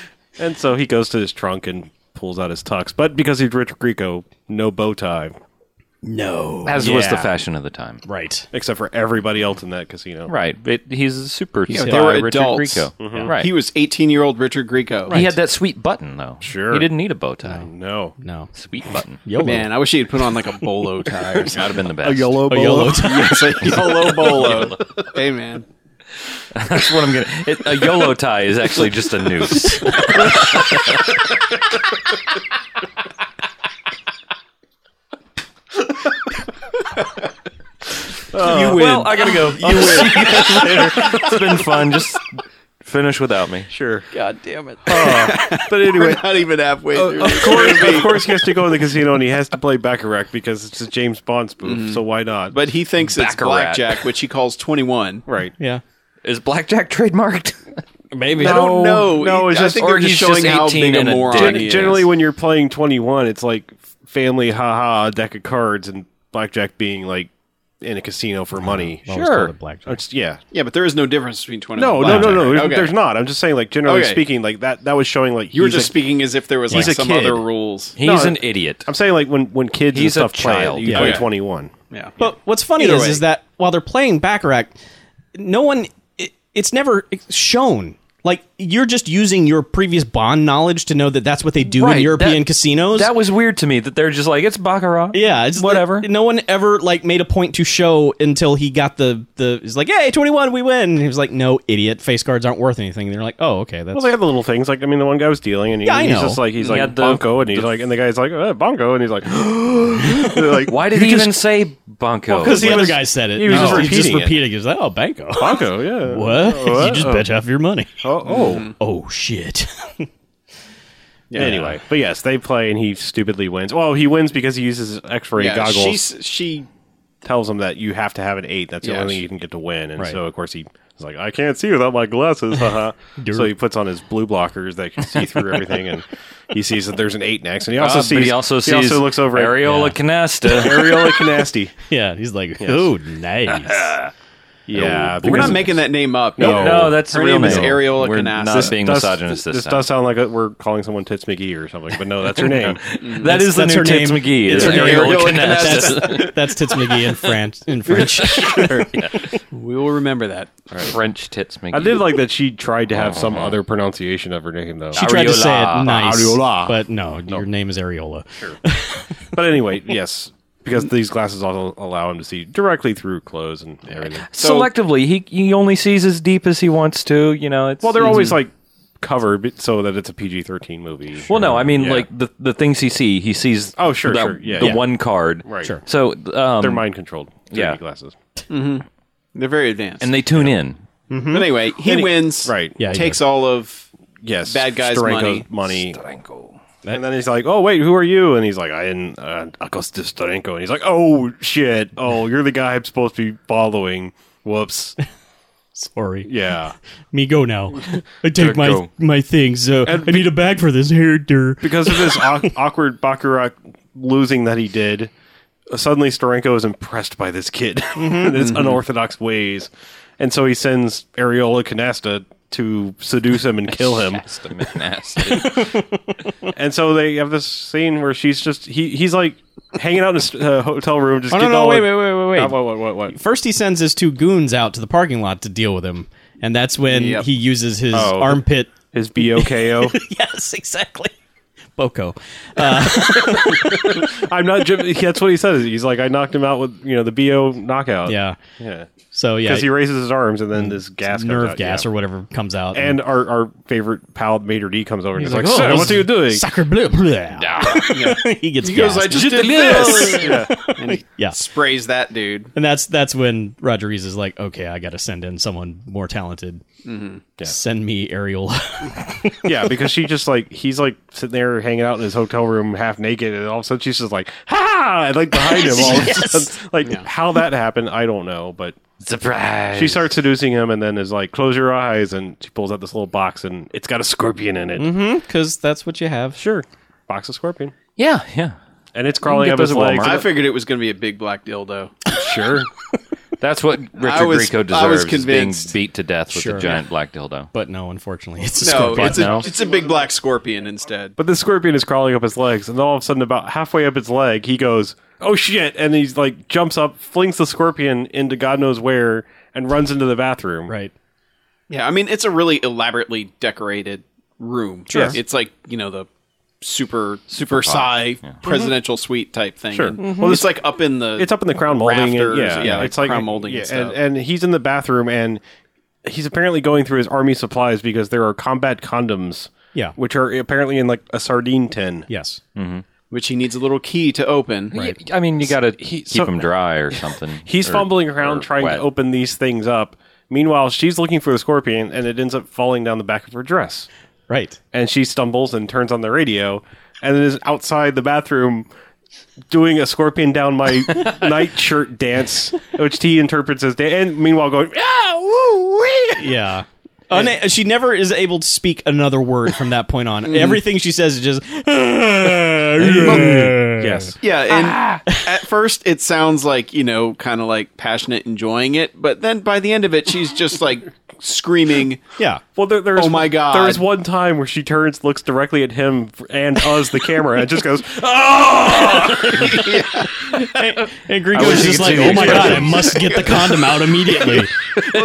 B: and so he goes to his trunk and pulls out his tux, but because he's Rich Grieco, no bow tie,
E: No.
D: as was the
B: Yeah.
D: fashion of the time.
E: Right.
B: except for everybody else in that casino.
D: Right, but he's a super.
C: Yeah,
D: star,
C: they were
D: Richard
C: adults.
D: Grieco. Right,
C: He was 18 year old Richard Grieco.
D: He had that sweet button though.
B: Sure.
D: he didn't need a bow tie.
B: No,
E: No.
D: Sweet button.
E: YOLO.
C: Man, I wish he had put on like a bolo tie or
D: That'd
C: something.
D: have been the best.
E: A YOLO time.
C: Yes, a yellow bolo. hey, man.
D: That's what I'm gonna. It, a YOLO tie is actually just a noose.
C: you win.
D: well, I gotta go. You win. it's been fun. Just finish without me.
B: sure.
C: God damn it.
B: But anyway,
C: Not even halfway
D: Oh,
C: through.
B: of course, of course, he has to go to the casino and he has to play Baccarat because it's a James Bond spoof. So why not?
C: But he thinks it's
D: Baccarat.
C: blackjack, which he calls 21.
B: right.
E: Yeah.
D: Is blackjack trademarked?
E: Maybe.
C: I don't know.
B: no, it's
C: I
B: just-
C: think
D: or
C: they're just
D: he's just
C: showing how
D: 18
C: big a
D: and a
C: moron
D: dick.
C: he is.
B: Generally, when you're playing 21, it's like family, haha, a deck of cards, and blackjack being like in a casino for money.
E: Well, it's called
D: Sure.
E: a blackjack.
B: It's, yeah.
C: yeah, but there is no difference between 21
B: No,
C: and
B: no, no,
C: blackjack.
B: no. There's,
C: Okay.
B: there's not. I'm just saying, like generally
C: Okay.
B: speaking, like that. That was showing like
C: You were
B: he's
C: just
B: a-
C: speaking as if there was like
B: He's a
C: some
B: kid.
C: other rules.
D: He's
B: No,
D: an idiot.
B: I'm saying like when when kids
D: He's
B: and
D: a
B: stuff play,
D: child.
B: it, you
E: Yeah.
B: play
C: Okay.
B: 21.
C: Yeah.
E: But what's funny
C: Either
E: is,
C: way.
E: is that while they're playing Baccarat, no one, it, it's never shown. Like, you're just using your previous Bond knowledge to know that that's what they do
D: Right,
E: in European
D: that-
E: casinos.
D: That was weird to me that they're just like it's baccarat.
E: yeah, it's
D: whatever.
E: no one ever like made a point to show until he got the the. He's like, "Hey, twenty one, we win." And he was like, "No, idiot, face cards aren't worth anything." And they're like, "Oh, okay, that's
B: Well, they have the little things. Like I mean, the one guy was dealing, and he,
E: Yeah, I
B: he's
E: know.
B: just like he's
D: He
B: like
D: had the-
B: Bonko, and he's like, and the guy's like uh, Bonko, and he's like, They're like,
D: Why did
B: "You
D: he
B: just-
D: even say bonko?
E: because the
B: he
E: other
B: was-
E: guy said it."
B: he was
E: No.
B: just
E: He's
B: repeating it.
E: repeating. He's like, "Oh, Banco,
B: Bonko? Yeah.
E: what?
B: What?
E: you just bet half your money."
B: Oh, oh.
E: Oh shit!
B: Anyway, but yes, they play, and he stupidly wins. Well, he wins because he uses his X-ray
C: yeah,
B: goggles.
C: she's, she
B: tells him that you have to have an eight. That's the
C: Yeah,
B: only
C: she-
B: thing you can get to win. And
E: Right.
B: so, of course, he is like, I can't see without my glasses. haha." so he puts on his blue blockers that can see through everything, and he sees that there's an eight next. And he also
D: Ah,
B: sees.
D: but he also sees
B: looks over at
D: areola canasta.
B: Ariola Canasti.
E: Yeah, he's like, "Oh, nice."
B: Yeah,
C: We're
B: because
C: not making that name up.
B: No.
D: no, that's
C: Her
D: the real
C: name is Ariola
D: We're
C: Canasta.
D: not
C: This
D: being
B: does-
D: misogynist this,
B: this
D: time.
B: does sound like a, we're calling someone Tits McGee or something, but no, that's her name.
D: That is the
E: that's
D: new
E: her
D: Tits
E: name.
D: McGee.
E: It's her
D: is
E: name.
D: Ariola
C: Ariola
D: Canasta.
E: that's, that's Tits McGee in French. In French,
C: we will remember that.
D: French Tits McGee.
B: I did like that she tried to have some other pronunciation of her name, though.
E: she tried to say it
D: Ariola.
E: nice,
B: Ariola.
E: but no, your name is Areola.
B: But anyway, yes, because these glasses also allow him to see directly through clothes and everything.
C: So-
D: selectively. He he only sees as deep as he wants to. You know, it's
B: Well, they're always like covered but- so that it's a PG thirteen movie.
D: Well, no, I mean
B: Yeah.
D: like the the things he see. He sees.
B: Oh, sure,
D: the,
B: sure, yeah,
D: the
B: yeah.
D: one card.
B: Right. Sure.
D: So um,
B: they're mind controlled.
D: Yeah.
B: glasses.
C: They're very advanced.
D: and they tune in.
C: but anyway, he wins.
B: Right.
E: Yeah, he
C: Takes
E: does.
C: all of.
B: Yes.
C: Bad guy's
B: Steranko's money. And then he's like, "Oh wait, who are you?" And he's like, "I am uh, Augustus Starenko." And he's like, "Oh shit! Oh, you're the guy I'm supposed to be following." Whoops.
E: Sorry,
B: Yeah.
E: me go now. I take my
D: go.
E: my things. Uh, I need a bag for this hair. der.
B: because of this au- awkward Baccarat losing that he did, uh, suddenly Storenko is impressed by this kid
E: Mm-hmm.
B: and his unorthodox ways. And so he sends Ariola Canasta to seduce him and kill him.
D: Just a bit nasty.
B: and so they have this scene where she's just, he he's like hanging out in his uh, hotel room. Just
E: Oh no,
B: getting
E: no,
B: all
E: wait,
B: like-
E: wait, wait, wait, wait.
B: Uh, what, what, what, what?
E: First, he sends his two goons out to the parking lot to deal with him, and that's when
C: Yep.
E: he uses his
B: Oh.
E: armpit.
B: His BOKO.
E: yes, exactly. Boko.
B: I'm not, Jim, that's what he says. He's like, I knocked him out with, you know, the BO knockout.
E: Yeah.
B: Yeah.
E: So yeah, Mm.
B: Because he raises his arms and then this gas comes
E: nerve
B: out,
E: gas
B: yeah.
E: or whatever comes out,
B: And our, our favorite pal, Mater D, comes over and he's like,
E: "Oh,
B: "Sir,
E: this
B: what are
E: is
B: you doing?
E: Sacre bleu. bleu." he gets
C: He goes,
E: gassed.
C: I just did this. And he
E: Yeah.
C: sprays that dude.
E: And that's that's when Rodriguez is like, okay, I got to send in someone more talented.
B: Mm-hmm.
E: Send me Ariola.
B: yeah, because she just like, he's like sitting there hanging out in his hotel room half naked, and all of a sudden she's just like, ha! And like behind him, all of a sudden. Like, how that happened, I don't know, but
D: Surprise.
B: she starts seducing him and then is like, close your eyes, and she pulls out this little box, and it's got a scorpion in it.
E: Because that's what you have.
B: Sure. Box of scorpion.
D: Yeah, yeah.
B: and it's crawling
D: get
B: up his
D: those at
B: legs.
D: Walmart.
C: I figured it was going to be a big black dildo.
B: sure.
D: That's what Richard
C: was-
D: Grieco deserves.
C: I was
D: is being
C: convinced.
D: beat to death with
E: Sure.
D: a giant black dildo.
E: But no, unfortunately, it's a
C: No,
E: scorpion.
C: it's a,
D: No.
C: it's a big black scorpion instead.
B: But the scorpion is crawling up his legs, and all of a sudden, about halfway up its leg, he goes, "Oh shit!" and he's like jumps up, flings the scorpion into God knows where, and runs into the bathroom.
E: right.
C: Yeah, I mean it's a really elaborately decorated room.
B: Sure.
C: It's like, you know, the super super Versailles presidential suite type thing.
B: Sure.
C: And
B: Well,
C: it's like up in the
B: It's up in the crown molding. and-
C: rafters,
B: yeah,
C: yeah, like
B: it's like
C: crown molding and
B: yeah,
C: stuff.
B: and he's in the bathroom, and he's apparently going through his army supplies because there are combat condoms.
E: Yeah.
B: which are apparently in like a sardine tin.
E: Yes.
C: which he needs a little key to open.
D: Right. I mean, you got to keep
B: so-
D: him dry or something.
B: He's
D: Or-
B: fumbling around
D: or
B: trying
D: wet.
B: to open these things up. Meanwhile, she's looking for the scorpion, and it ends up falling down the back of her dress.
E: Right.
B: and she stumbles and turns on the radio and is outside the bathroom doing a scorpion down my nightshirt dance, which T interprets as dan- and meanwhile going ah woo wee.
E: Yeah. Una- she never is able to speak another word from that point on. Everything she says is just
C: Uh.
B: Yes,
C: Yeah, and at first it sounds like, you know, kind of like passionate enjoying it, but then by the end of it she's just like screaming
E: yeah.
B: well there, there's
C: Oh my God.
B: there's one time where she turns, looks directly at him and us, the camera, and just goes "Ah."
E: And Greg
D: I wish
E: was
D: you
E: just
D: could
E: like,
D: see the
E: "Oh my god, I
D: expressions."
E: must get the condom out immediately."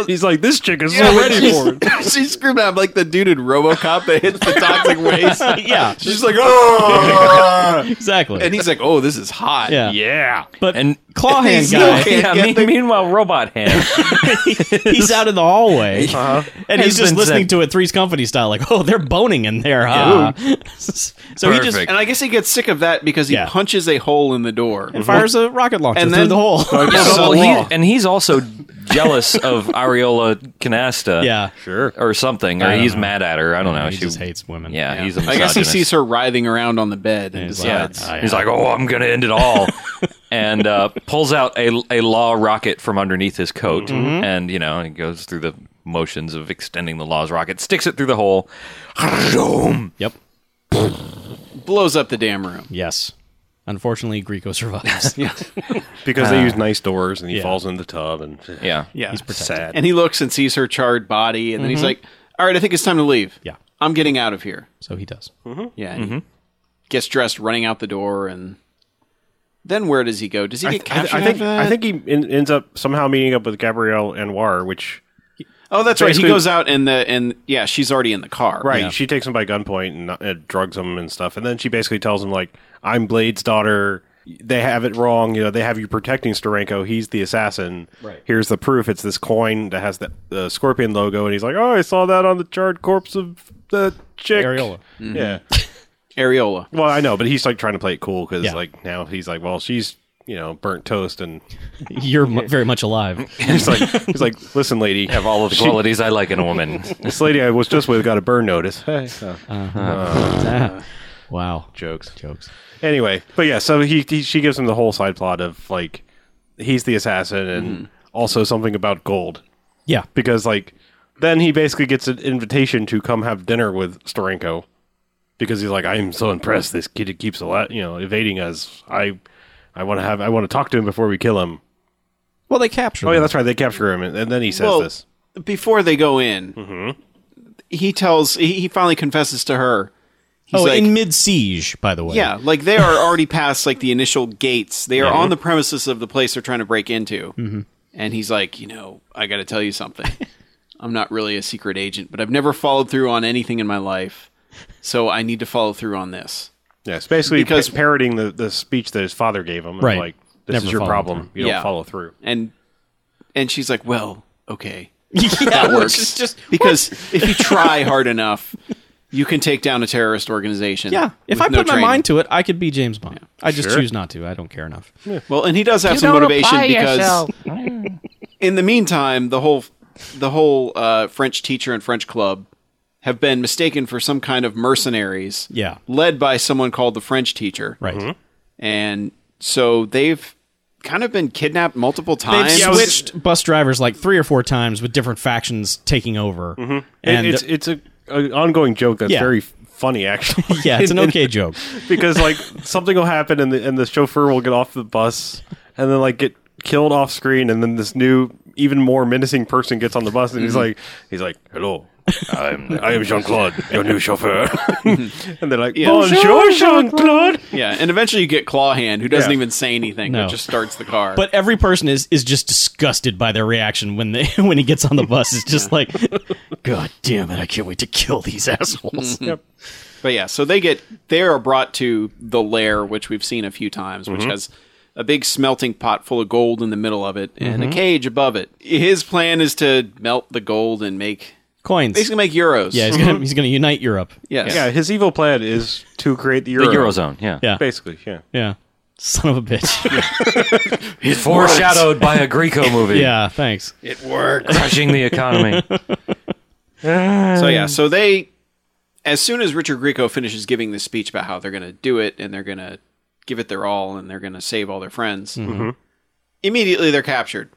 B: he's like this chick is
C: Yeah,
B: so
C: but
B: ready
C: she's-
B: for it.
C: She's screaming out like the dude in RoboCop that hits the toxic waste.
E: yeah,
C: She's like, oh,
E: exactly.
C: and he's like, oh, this is hot.
E: yeah.
B: Yeah,
E: But
D: And
E: claw hand
C: He's
E: guy,
C: okay.
D: yeah,
C: get
D: me-
C: the-
D: meanwhile, robot hand.
E: he's out in the hallway, and he's
D: Has
E: just
D: been
E: listening
D: sent.
E: to it Three's Company style, like, "Oh, they're boning in there, huh?" so he just
D: Perfect.
C: And I guess he gets sick of that because he
E: Yeah.
C: punches a hole in the door.
E: fires a rocket launcher
C: And
E: through
C: then- Oh,
E: the hole.
D: Yeah,
C: It's
D: well,
C: a
D: he-
C: law.
D: and he's also jealous of Ariola Canasta.
E: yeah,
B: sure.
D: Or something. Or
E: I don't
D: he's
E: know.
D: mad at her. I don't know.
E: he
D: she
E: just hates women.
D: Yeah, he's a
C: I guess he
D: misogynist.
C: sees her writhing around on the bed and
E: he's
D: Yeah.
C: decides.
E: Ah, yeah.
D: He's like, oh, I'm going to end it all. and uh, pulls out a, a law rocket from underneath his coat.
E: Mm-hmm.
D: And, you know, he goes through the motions of extending the law's rocket, sticks it through the hole.
E: Yep.
C: blows up the damn room.
E: Yes. Unfortunately, Greco survives.
B: Because
C: Uh.
B: they use nice doors, and he
E: yeah.
B: falls in the tub, and
D: Yeah.
C: Yeah.
B: he's sad.
C: And he looks and sees her charred body, and then he's like, all right, I think it's time to leave.
E: Yeah.
C: I'm getting out of here.
E: So he does.
C: Yeah. and
B: Mm-hmm.
C: he Gets dressed, running out the door, and then where does he go? Does he get
B: I,
C: captured?
B: I think
C: after that?
B: I think he in, ends up somehow meeting up with Gabrielle Anwar, which
C: Oh, that's right. He
B: basically-
C: goes out and the and yeah, she's already in the car.
B: Right. She takes him by gunpoint and uh, drugs him and stuff. And then she basically tells him, like, I'm Blade's daughter. They have it wrong. You know, they have you protecting Starenko. He's the assassin. Right. Here's the proof. It's this coin that has the, the scorpion logo. And he's like, oh, I saw that on the charred corpse of the chick.
E: Ariola.
D: Mm-hmm.
B: Yeah.
C: Areola.
B: Well, I know, but he's like trying to play it cool because,
E: Yeah.
B: like, now he's like, well, she's, you know, burnt toast. And
E: You're mu- very much alive.
B: he's like, he's like, listen, lady.
D: Have all of the qualities I like in a woman.
B: This lady I was just with got a burn notice.
E: Wow.
B: Jokes.
E: Jokes.
B: Anyway, but yeah, so he, he she gives him the whole side plot of like he's the assassin and also something about gold
E: Yeah.
B: because like then he basically gets an invitation to come have dinner with Storenko because he's like I am so impressed this kid keeps a lot you know evading us I I want to have I want to talk to him before we kill him
E: Well, they capture.
B: oh yeah that's right they capture him and, and then he says
C: Well,
B: this Mm-hmm.
C: before they go in, he tells he, he finally confesses to her. He's
E: Oh,
C: like,
E: in mid siege, by the way.
C: yeah, like they are already past like the initial gates. They are
E: Mm-hmm.
C: on the premises of the place they're trying to break into. And he's like, you know, I got to tell you something. I'm not really a secret agent, but I've never followed through on anything in my life, so I need to follow through on this.
B: yes basically
C: because-
B: because parroting the, the speech that his father gave him of,
E: Right.
B: like this
E: Never
B: is your
E: follow
B: problem
E: through.
B: you don't
C: Yeah.
B: follow through
C: And and she's like, well, okay.
E: that
C: works. because if you try hard enough, you can take down a terrorist organization.
E: yeah. If
C: with
E: I
C: no
E: put my
C: training.
E: mind to it, I could be James Bond. I just
B: Sure.
E: choose not to. I don't care enough.
C: well, and he does have some motivation because in the meantime, the whole the whole uh, French teacher and French club have been mistaken for some kind of mercenaries.
E: Yeah.
C: led by someone called the French teacher,
E: Right.
C: And so they've kind of been kidnapped multiple times.
E: They've switched bus drivers like three or four
C: Mm-hmm.
E: times with different factions taking over.
B: And
E: And uh,
B: it's it's a, a ongoing joke that's
E: Yeah.
B: very f- funny actually.
E: Yeah, it's an okay joke.
B: because like something will happen and the and the chauffeur will get off the bus and then like get killed off screen and then this new even more menacing person gets on the bus and he's like he's like hello I'm I am Jean Claude your new chauffeur and they're like bonjour Jean Claude
C: Yeah, and eventually you get Clawhand, who doesn't
B: Yeah.
C: even say anything,
E: No.
C: but just starts the car.
E: But every person is is just disgusted by their reaction when they when he gets on the bus. It's just like, God damn it! I can't wait to kill these assholes.
C: But yeah, so they get they are brought to the lair, which we've seen a few times, which has a big smelting pot full of gold in the middle of it and
E: Mm-hmm.
C: a cage above it. His plan is to melt the gold and make
E: Coins.
C: basically make euros.
E: yeah, he's gonna he's gonna unite Europe.
C: yes.
B: yeah his evil plan is to create the,
D: The
B: Euro,
D: Eurozone, yeah.
E: Yeah.
B: basically yeah
E: Yeah. Son of a bitch.
D: It's foreshadowed by a Greco movie.
E: yeah. Thanks.
C: It worked.
D: Crushing the economy.
C: so yeah, so they as soon as Richard Grieco finishes giving this speech about how they're going to do it and they're going to give it their all and they're going to save all their friends,
E: Mm-hmm.
C: immediately they're captured.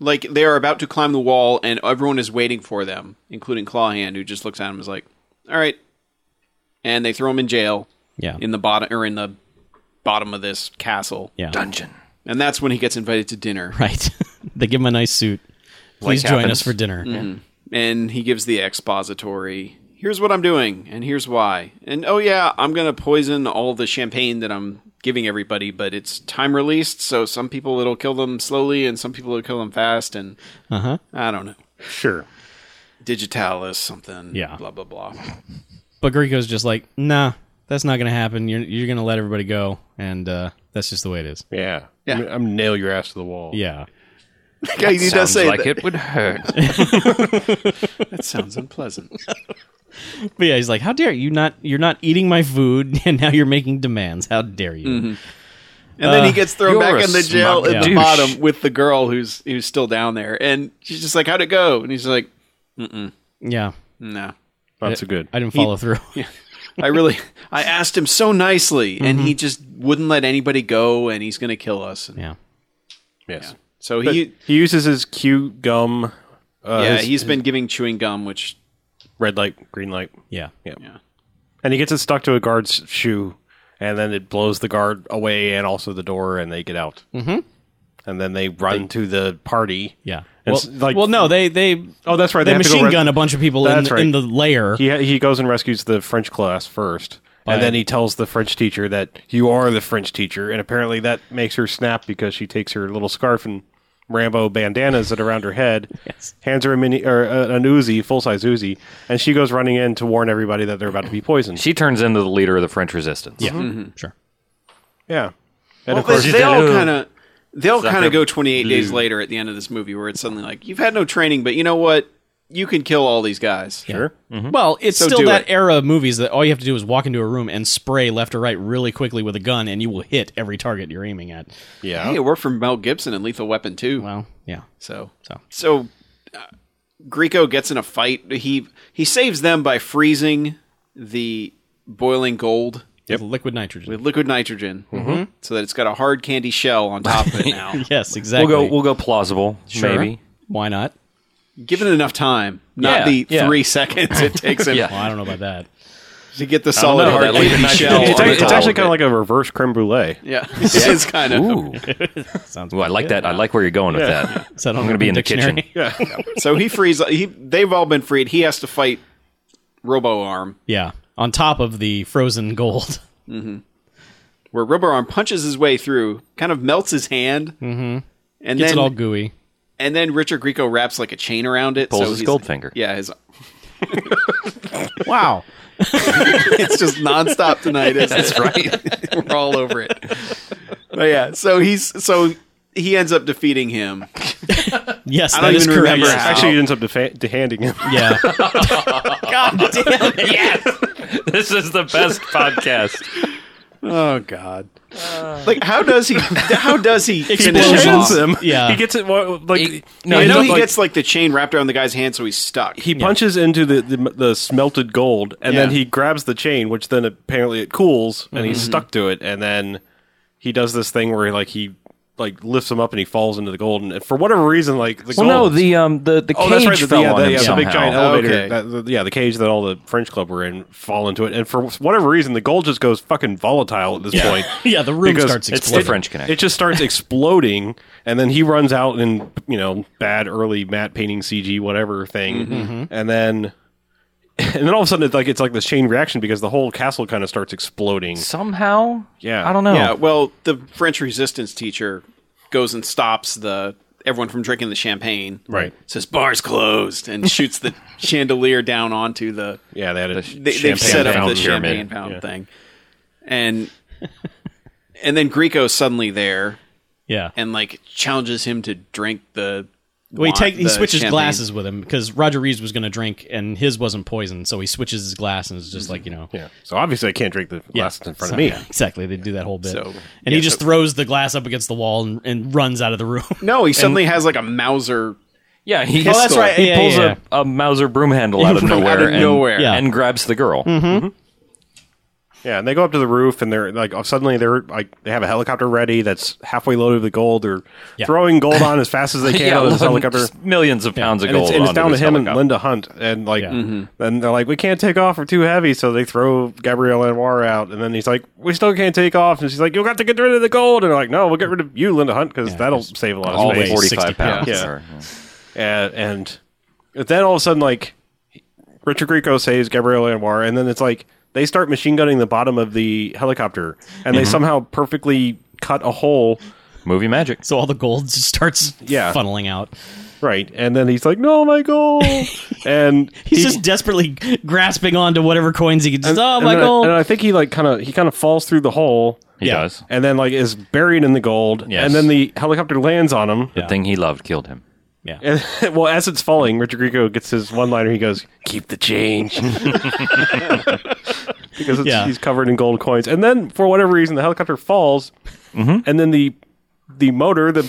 C: Like they are about to climb the wall and everyone is waiting for them, including Clawhand, who just looks at him and is like, "All right," and they throw him in jail
E: Yeah.
C: in the bottom or in the bottom of this castle.
E: yeah.
D: Dungeon.
C: and that's when he gets invited to dinner,
E: Right. they give him a nice suit. Please join
D: happens.
E: us for dinner.
C: and he gives the expository. Here's what I'm doing, and here's why. And oh yeah, I'm gonna poison all the champagne that I'm giving everybody, but it's time released, so some people it'll kill them slowly, and some people it'll kill them fast, and
E: Uh-huh.
C: I don't know,
B: sure
C: digitalis something,
E: Yeah.
C: blah blah blah.
E: But Grieco's just like, nah, that's not gonna happen. You're you're gonna let everybody go, and uh, that's just the way it is.
B: yeah
C: Yeah.
B: I'm, I'm nail your ass to the wall
E: Yeah.
C: yeah, he does
D: Sounds
C: say
D: like
C: that.
D: it would hurt.
C: that sounds unpleasant.
E: But yeah, he's like, "How dare you not? You're not eating my food, and now you're making demands. How dare you?"
C: And then he gets thrown
D: Uh, you're
C: back
D: a
C: in the jail
D: smug
C: at the
D: douche.
C: bottom with the girl who's who's still down there, and she's just like, "How'd it go?" And he's like,
E: Yeah,
C: "No."
B: not so good
E: I didn't follow through.
C: I really, I asked him so nicely, and
B: Mm-hmm.
C: he just wouldn't let anybody go, and he's gonna kill us. And
E: yeah,
B: yes
C: So
B: But
C: he,
B: he uses his Q gum uh,
C: yeah,
B: his
C: he's been giving chewing gum, which
B: red light green light
E: yeah,
C: yeah,
B: and he gets it stuck to a guard's shoe, and then it blows the guard away and also the door, and they get out. Mm-hmm. And then they run to the party.
E: yeah.
B: And
E: Well,
B: s- like-
E: well, no, they they
B: Oh, that's right.
E: they
B: have to go
E: machine
B: res-
E: gun a bunch of people in,
B: That's
E: the
B: right.
E: in the lair.
B: He he goes and rescues the French class first,
E: By-
B: and then he tells the French teacher that you are the French teacher, and apparently that makes her snap because she takes her little scarf and Rambo bandanas that are around her head,
E: Yes.
B: hands her a mini or uh, an Uzi, full size Uzi, and she goes running in to warn everybody that they're about to be poisoned.
D: She turns into the leader of the French resistance. Yeah.
E: Sure.
B: yeah. And of
C: Well,
B: course,
C: they, they all
D: Hello.
C: kind of, they all kind
D: Sucker.
C: of go 28 days later at the end of this movie, where it's suddenly like, you've had no training, but you know what? You can kill all these guys.
B: sure.
E: Well, it's
C: So
E: still
C: do
E: that
C: it.
E: era of movies that all you have to do is walk into a room and spray left or right really quickly with a gun, and you will hit every target you're aiming at.
B: Yeah.
C: Hey, it worked for Mel Gibson in Lethal Weapon too.
E: Well, yeah,
C: So
E: So.
C: so so, uh, Greco gets in a fight. He he saves them by freezing the boiling gold
E: with liquid nitrogen.
C: with liquid nitrogen,
D: Mm-hmm.
C: so that it's got a hard candy shell on top of it now.
E: yes,
D: We'll
E: exactly.
D: go we'll go plausible,
E: Sure.
D: maybe.
E: Why not?
C: Given enough time, not
D: Yeah,
C: the
D: yeah.
C: three seconds it takes him
E: Well,
D: Yeah.
E: I don't know about that.
C: to get the solid
D: know,
C: hard
D: that liquid
C: candy
D: nitrogen
C: shell.
D: is
B: It's,
C: on
D: on
B: ac-
C: the
B: it's
C: top
B: actually
C: of
B: kind
C: it.
B: of like a reverse creme brulee.
C: yeah, this is kind of
D: Ooh.
E: Sounds.
D: Ooh, I like that. I like where you're going with that.
E: Is that on
D: I'm gonna be in the
E: dictionary?
D: kitchen.
C: so he frees. He they've all been freed. He has to fight Robo Arm,
E: Yeah, on top of the frozen gold.
C: where Robo Arm punches his way through, kind of melts his hand, mm-hmm. and
E: Gets
C: then
E: it all gooey.
C: And then Richard Grieco wraps like a chain around it.
D: Pulls
C: so
D: his
C: he's-
D: gold finger.
C: Yeah, his,
E: Wow.
C: it's just nonstop tonight. Isn't That's right. We're all over it. But yeah, so he's so he ends up defeating him.
E: Yes,
C: I
E: that
C: don't
E: is
C: even
E: correct.
C: remember
E: Yes.
C: how.
B: Actually, he ends up defa- handing him.
E: Yeah.
D: This is the best podcast.
C: Oh God! like how does he? How does he finish him?
E: Explosions.
C: Off?
B: Hands him.
E: Yeah.
B: He gets it. wa- Like
D: He-
B: no,
D: no,
C: I
B: he,
C: know
B: does,
C: he
B: like,
C: gets like the chain wrapped around the guy's hand, so he's stuck.
B: he punches into the, the the smelted gold, and then
C: Yeah.
B: he grabs the chain, which
D: Mm-hmm.
B: then apparently it cools, and he's stuck to it, and then he does this thing where like he like lifts him up and he falls into the gold. And for whatever reason, like the
D: Well,
B: gold.
D: no, the um, the the
B: Oh,
D: cage
B: that's right. The,
D: fell
B: yeah,
D: on
B: the,
D: him
B: yeah, the big
D: somehow.
B: giant elevator.
C: Okay.
B: that- the- yeah, the cage that all the French club were in fall into it, and for whatever reason, the gold just goes fucking volatile at this point.
E: Yeah, the room
B: Because
E: starts
B: it's
D: It's the
E: exploding.
D: French Connection.
B: It just starts exploding, and then he runs out in you know bad early matte painting CG whatever thing, and then and then all of a sudden it's like it's like this chain reaction because the whole castle kind of starts exploding.
D: somehow.
B: Yeah.
D: I don't know.
C: Yeah, well, the French Resistance teacher goes and stops the everyone from drinking the champagne.
B: Right.
C: Says bars closed and shoots the chandelier down onto the.
B: Yeah, they had a
C: They,
B: champagne
C: they've set up the
B: fountain.
D: pyramid.
C: champagne fountain thing, and and then Greco's suddenly there
E: Yeah.
C: and like challenges him to drink the.
E: Well, he,
C: wi-
E: take, he
C: the
E: switches
C: champagne.
E: glasses with him because Roger Reeves was going to drink and his wasn't poisoned, so he switches his glass and is just like you know,
B: Yeah. So obviously I can't drink the
E: Yeah.
B: glasses in front
E: So,
B: of me.
E: yeah, exactly, they do that whole bit,
C: So,
E: and he just throws the glass up against the wall and, and runs out of the room.
C: No, he suddenly has like a Mauser.
D: Yeah, he,
C: that's Pistol. right.
D: He
E: Yeah,
D: pulls
E: yeah, yeah.
D: A, a Mauser broom handle out of
C: From out of
D: nowhere, Mm-hmm. and,
C: nowhere.
E: Yeah.
D: and grabs the girl.
B: Yeah, and they go up to the roof, and they're like, oh, suddenly they're like, they have a helicopter ready that's halfway loaded with gold. They're
E: Yeah.
B: throwing gold on as fast as they can on this
D: look,
B: helicopter.
D: just millions of pounds of
B: and
D: gold.
B: it's, and it's
D: onto
B: down to
D: this
B: him and
D: helicopter.
B: Linda Hunt, and like,
E: Yeah.
B: then they're like, we can't take off, we're too heavy. So they throw Gabrielle Anwar out, and then he's like, we still can't take off, and she's like, you'll have to get rid of the gold, and they're like, no, we'll get rid of you, Linda Hunt, because that'll save a lot
D: All
B: of space.
E: 60
D: forty-five
E: pounds.
D: pounds.
B: Yeah.
D: or-
B: and, and then all of a sudden, like Richard Grieco saves Gabrielle Anwar, and then it's like they start machine gunning the bottom of the helicopter, and
D: Mm-hmm.
B: they somehow perfectly cut a hole,
D: Movie magic.
E: So all the gold just starts
B: Yeah.
E: funneling out.
B: right? And then he's like, "No, my gold!" and
E: He's
B: he-
E: just desperately grasping onto whatever coins he can. Just oh
B: and
E: my
B: then I-
E: gold!
B: and I think he like kind of he kind of falls through the hole.
D: He
E: Yeah.
D: does.
B: And then like is buried in the gold,
D: Yes.
B: and then the helicopter lands on him.
D: The thing he loved killed him.
E: yeah,
B: And, well, as it's falling, Richard Grieco gets his one liner. He goes, "Keep the change," because it's,
E: Yeah.
B: he's covered in gold coins. And then, for whatever reason, the helicopter falls, and then the the motor, the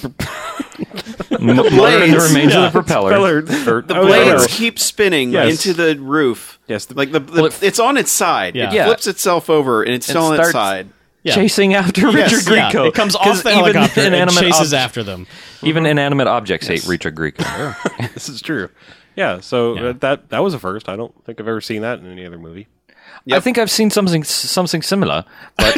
D: M- murdering the
C: blades.
D: remains
E: Yeah.
D: of the propeller.
B: Propeller.
D: Or-
B: The
D: oh,
B: blades.
D: whatever.
C: Blades keep spinning
B: Yes.
C: into the roof.
B: Yes, the-
C: like the, the
D: Well, it-
C: it's on its side.
E: Yeah.
C: It
D: Yeah.
C: flips itself over and it's
D: It
C: still on its
D: starts-
C: side.
E: Yeah.
D: Chasing after Richard
E: Yeah,
D: Grieco.
E: it comes off
D: 'Cause
E: the
D: even
E: helicopter and
D: inanimate
E: chases
D: ob-
E: after them.
D: Even inanimate objects hate Richard Grieco.
B: this is true. Yeah, so
E: Yeah.
B: uh that that was a first. I don't think I've ever seen that in any other movie.
D: I think I've seen something something similar, but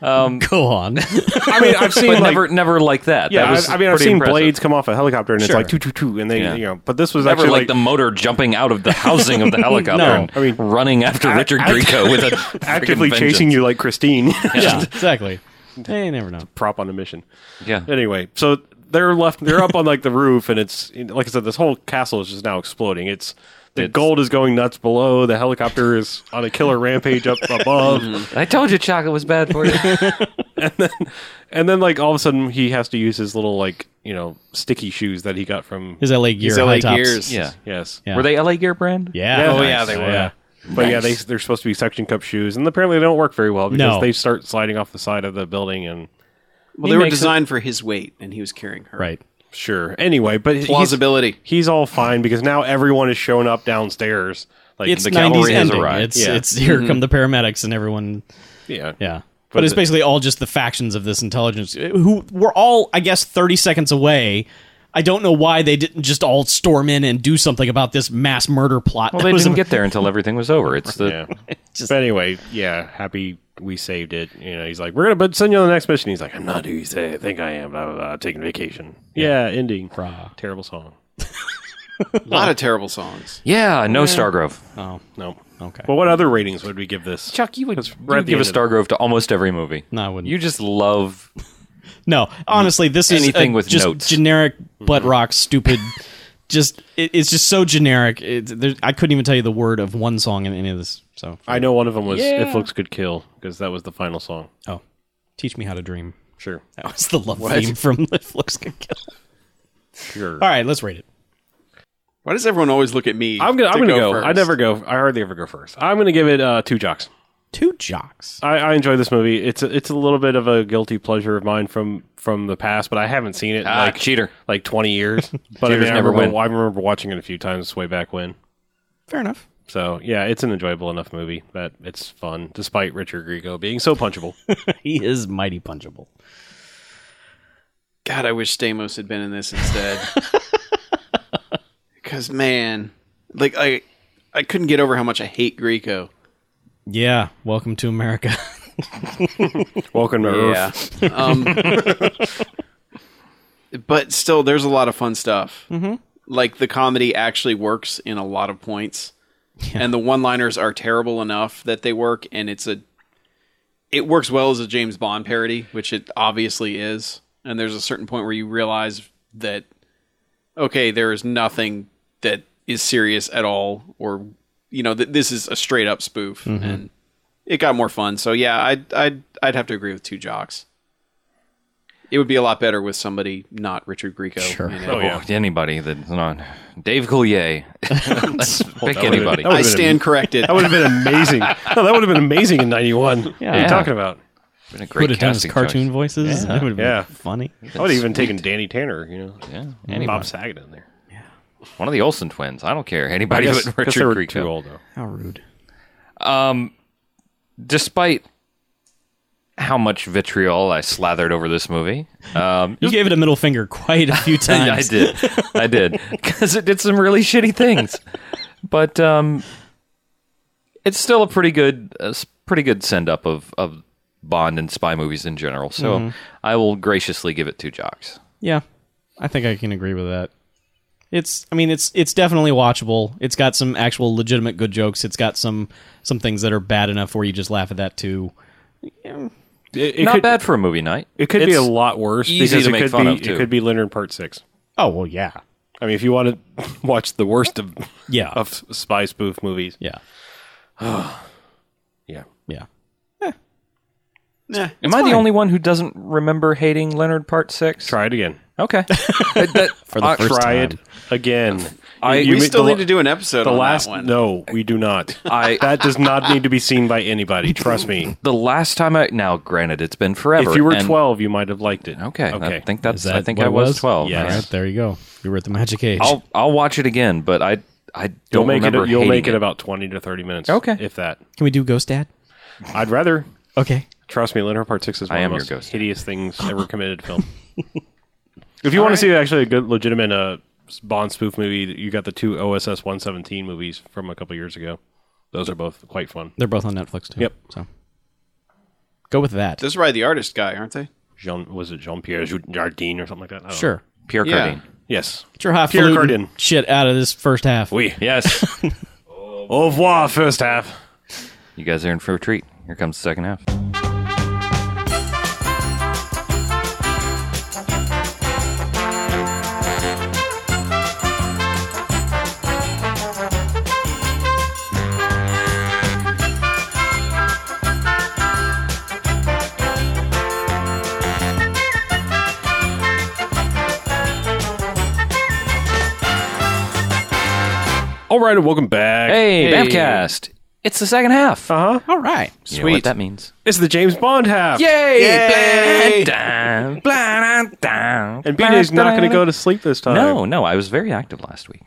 E: Go on.
B: I mean, I've seen
D: but
B: like,
D: never never like that.
B: yeah,
D: That was
B: I, I mean, I've
D: pretty
B: seen
D: impressive.
B: blades come off a helicopter, and it's
E: Sure.
B: like two, two, two, and they
D: Yeah.
B: you know. But this was
D: Never
B: actually
D: like, the motor jumping out of the housing of the helicopter
E: No.
D: and
B: I mean,
D: running after Richard Grieco with a freaking
B: actively
D: vengeance.
B: chasing you like Christine.
E: yeah, exactly. Hey, you never know.
B: prop on a mission.
D: Yeah.
B: Anyway, so they're left. They're up on like the roof, and it's like I said, this whole castle is just now exploding. It's the gold is going nuts below. The helicopter is on a killer rampage up above,
D: I told you chocolate was bad for you.
B: and then like all of a sudden he has to use his little like you know sticky shoes that he got from
E: His LA gear,
C: These
E: high
C: LA
E: tops.
C: gears.
D: yeah.
B: yes.
E: Yeah.
D: Were they LA Gear brand?
E: Yeah.
B: Yeah. Oh,
C: yeah, they were.
B: But yeah, they, they're supposed to be suction cup shoes, and apparently they don't work very well because
E: No.
B: they start sliding off the side of the building. And
C: Well,
D: He
C: they were
D: makes it-
C: designed for his weight, and he was carrying her.
E: Right.
B: sure, anyway, but he's-
C: Plausibility.
B: He's all fine because now everyone is showing up downstairs. Like
E: It's
B: the
E: nineties
D: cavalry has
E: ending.
D: arrived.
E: It's
B: Yeah.
E: it's here come the paramedics and everyone.
B: Yeah.
E: Yeah. But,
B: But
E: it's
B: the-
E: basically all just the factions of this intelligence eh, who were all, I guess, thirty seconds away. I don't know why they didn't just all storm in and do something about this mass murder plot.
D: Well,
E: that
D: they
E: was
D: didn't get there until everything was over. It's the
B: Yeah. but anyway, yeah, happy we saved it. You know, he's like, we're going to send you on the next mission. He's like, I'm not who you say I think I am. Blah, blah, blah, taking vacation. Yeah, ending.
E: Rah.
B: Terrible song.
C: A lot of terrible songs.
D: yeah, no Stargrove.
E: Oh,
B: No.
E: okay.
B: Well, what other ratings would we give this?
D: Chuck, you would, you
B: at
D: would
B: the
D: give a
B: end of the-
D: Stargrove to almost every movie.
E: No, I wouldn't.
D: You just love.
E: No, honestly, this is
D: Anything
E: a-
D: with
E: just
D: notes.
E: generic butt rock, stupid. just it, it's just so generic. It, there, I couldn't even tell you the word of one song in any of this. So,
B: I know one of them was If Looks Could Kill because that was the final song.
E: oh, teach me how to dream.
B: Sure.
E: That was the love theme from "If Looks Could Kill."
B: Sure.
E: All right, let's rate it.
C: Why does everyone always look at me?
B: I'm gonna. I'm
C: to
B: gonna go.
C: first?
B: I never go. I hardly ever go first. I'm gonna give it uh, two jocks.
E: Two jocks.
B: I, I enjoy this movie. It's a, it's a little bit of a guilty pleasure of mine from from the past, but I haven't seen it in
D: Ah,
B: like
D: cheater.
B: like twenty years. But I,
D: Cheaters
B: mean, I
D: never
B: remember,
D: win.
B: I remember watching it a few times way back when.
E: Fair enough.
B: So yeah, it's an enjoyable enough movie that it's fun, despite Richard Grieco being so punchable.
E: He is mighty punchable.
C: God, I wish Stamos had been in this instead. Because man, like I, I couldn't get over how much I hate Greco.
E: Yeah, welcome to America.
B: Welcome to Earth.
C: Yeah. um, but still, there's a lot of fun stuff. Mm-hmm. Like the comedy actually works in a lot of points, and the one-liners are terrible enough that they work, and it's a it works well as a James Bond parody, which it obviously is. And there's a certain point where you realize that okay, there is nothing that is serious at all, or you know, th- this is a straight up spoof, and it got more fun. So yeah, I'd I'd I'd have to agree with two jocks. It would be a lot better with somebody not Richard Grieco.
E: Sure.
C: in it.
B: Oh, yeah.
D: anybody that's not Dave Coulier. Let's pick
B: would've-
D: anybody.
B: that
C: I
B: would've been-
C: stand corrected.
B: That would have been amazing. no, that would have been amazing in '91. What are you
D: Yeah.
B: talking about?
D: Been a great
E: Would have done his
D: casting
E: cartoon
D: choice.
E: voices. That would have been
B: Yeah.
E: funny.
B: I would have even taken Danny Tanner, you know,
D: Yeah,
B: Bob
D: anybody.
B: Saget in there.
D: One of the Olsen twins. I don't care.
B: I
D: Anybody
B: guess,
D: but
B: guess they
D: Richard
B: were
D: Grieco.
B: too old though.
E: How rude.
D: Despite how much vitriol I slathered over this movie, um,
E: You gave it a middle finger quite a few times.
D: I did. I did. Because it did some really shitty things. But um, it's still a pretty good, a s- pretty good send up of, of Bond and spy movies in general. So
B: Mm-hmm.
D: I will graciously give it two jocks.
E: Yeah, I think I can agree with that. It's, I mean, it's it's definitely watchable. It's got some actual legitimate good jokes. It's got some some things that are bad enough where you just laugh at that too.
B: It, it
D: Not
B: could,
D: bad for a movie night.
B: It could be
D: It's-
B: a lot worse
D: easy
B: because
D: to
B: it
D: make
B: could
D: fun
B: be
D: of, too.
B: it could be Leonard Part Six.
E: Oh well, yeah,
B: I mean, if you want to watch the worst of
E: yeah,
B: of spy spoof movies,
E: yeah,
B: yeah.
E: yeah.
C: Nah.
D: Am I the only one who doesn't remember hating Leonard Part Six?
B: Try it again.
D: Okay. That- that- I-
E: first
B: Try
E: time.
B: it again.
D: I-
B: You
D: we
C: we
B: mean
C: still
B: the-
C: need to do an episode
B: the
C: on
B: last.
C: that one.
B: No, we do not.
D: I-
B: that does not need to be seen by anybody. Trust me.
D: the last time I now, granted, it's been forever.
B: If you were
D: and-
B: 12, you might have liked it.
D: okay,
B: Okay.
D: I think that's.
E: Is that
D: I think
E: what
D: I
E: it
D: was,
E: was?
D: twelve.
B: Yes.
E: All right, there you go. You were at the magic age.
D: I'll I'll watch it again, but I I don't
B: You'll make it.
D: remember
B: You'll
D: hating
B: make it about 20 to 30 minutes.
D: Okay.
B: if that.
E: Can we do Ghost Dad?
B: I'd rather.
E: Okay.
B: Trust me, Leonard Part Six is one
D: I
B: of
D: am
B: the
D: your
B: most
D: ghost.
B: hideous things ever committed to film. if you want to see actually a good, legitimate uh, Bond spoof movie, you got the two OSS 117 movies from a couple years ago. Those are both quite fun.
E: They're both on Netflix too.
B: Yep.
E: So go with that.
C: This is probably the artist guy, aren't they?
B: Jean was it Jean Pierre Jardine or something like that? I don't know.
E: sure.
D: Pierre
C: Yeah.
D: Cardin.
B: Yes.
E: Get your
B: Pierre
E: highfalutin
B: Cardin.
E: shit out of this first half.
B: Oui.
D: Yes,
B: Au revoir. First half.
D: you guys are in for a treat. Here comes the second half.
B: All right, and welcome back.
D: Hey,
C: Hey.
D: Bamcast! It's the second half.
B: Uh huh.
E: All right.
D: You know what
C: Sweet.
D: that means?
B: It's the James Bond half.
D: Yay!
C: Yay!
D: Blah, blah, blah,
B: And BJ's not going to go Uh-huh. to sleep this time.
D: No, no, I was very active last week.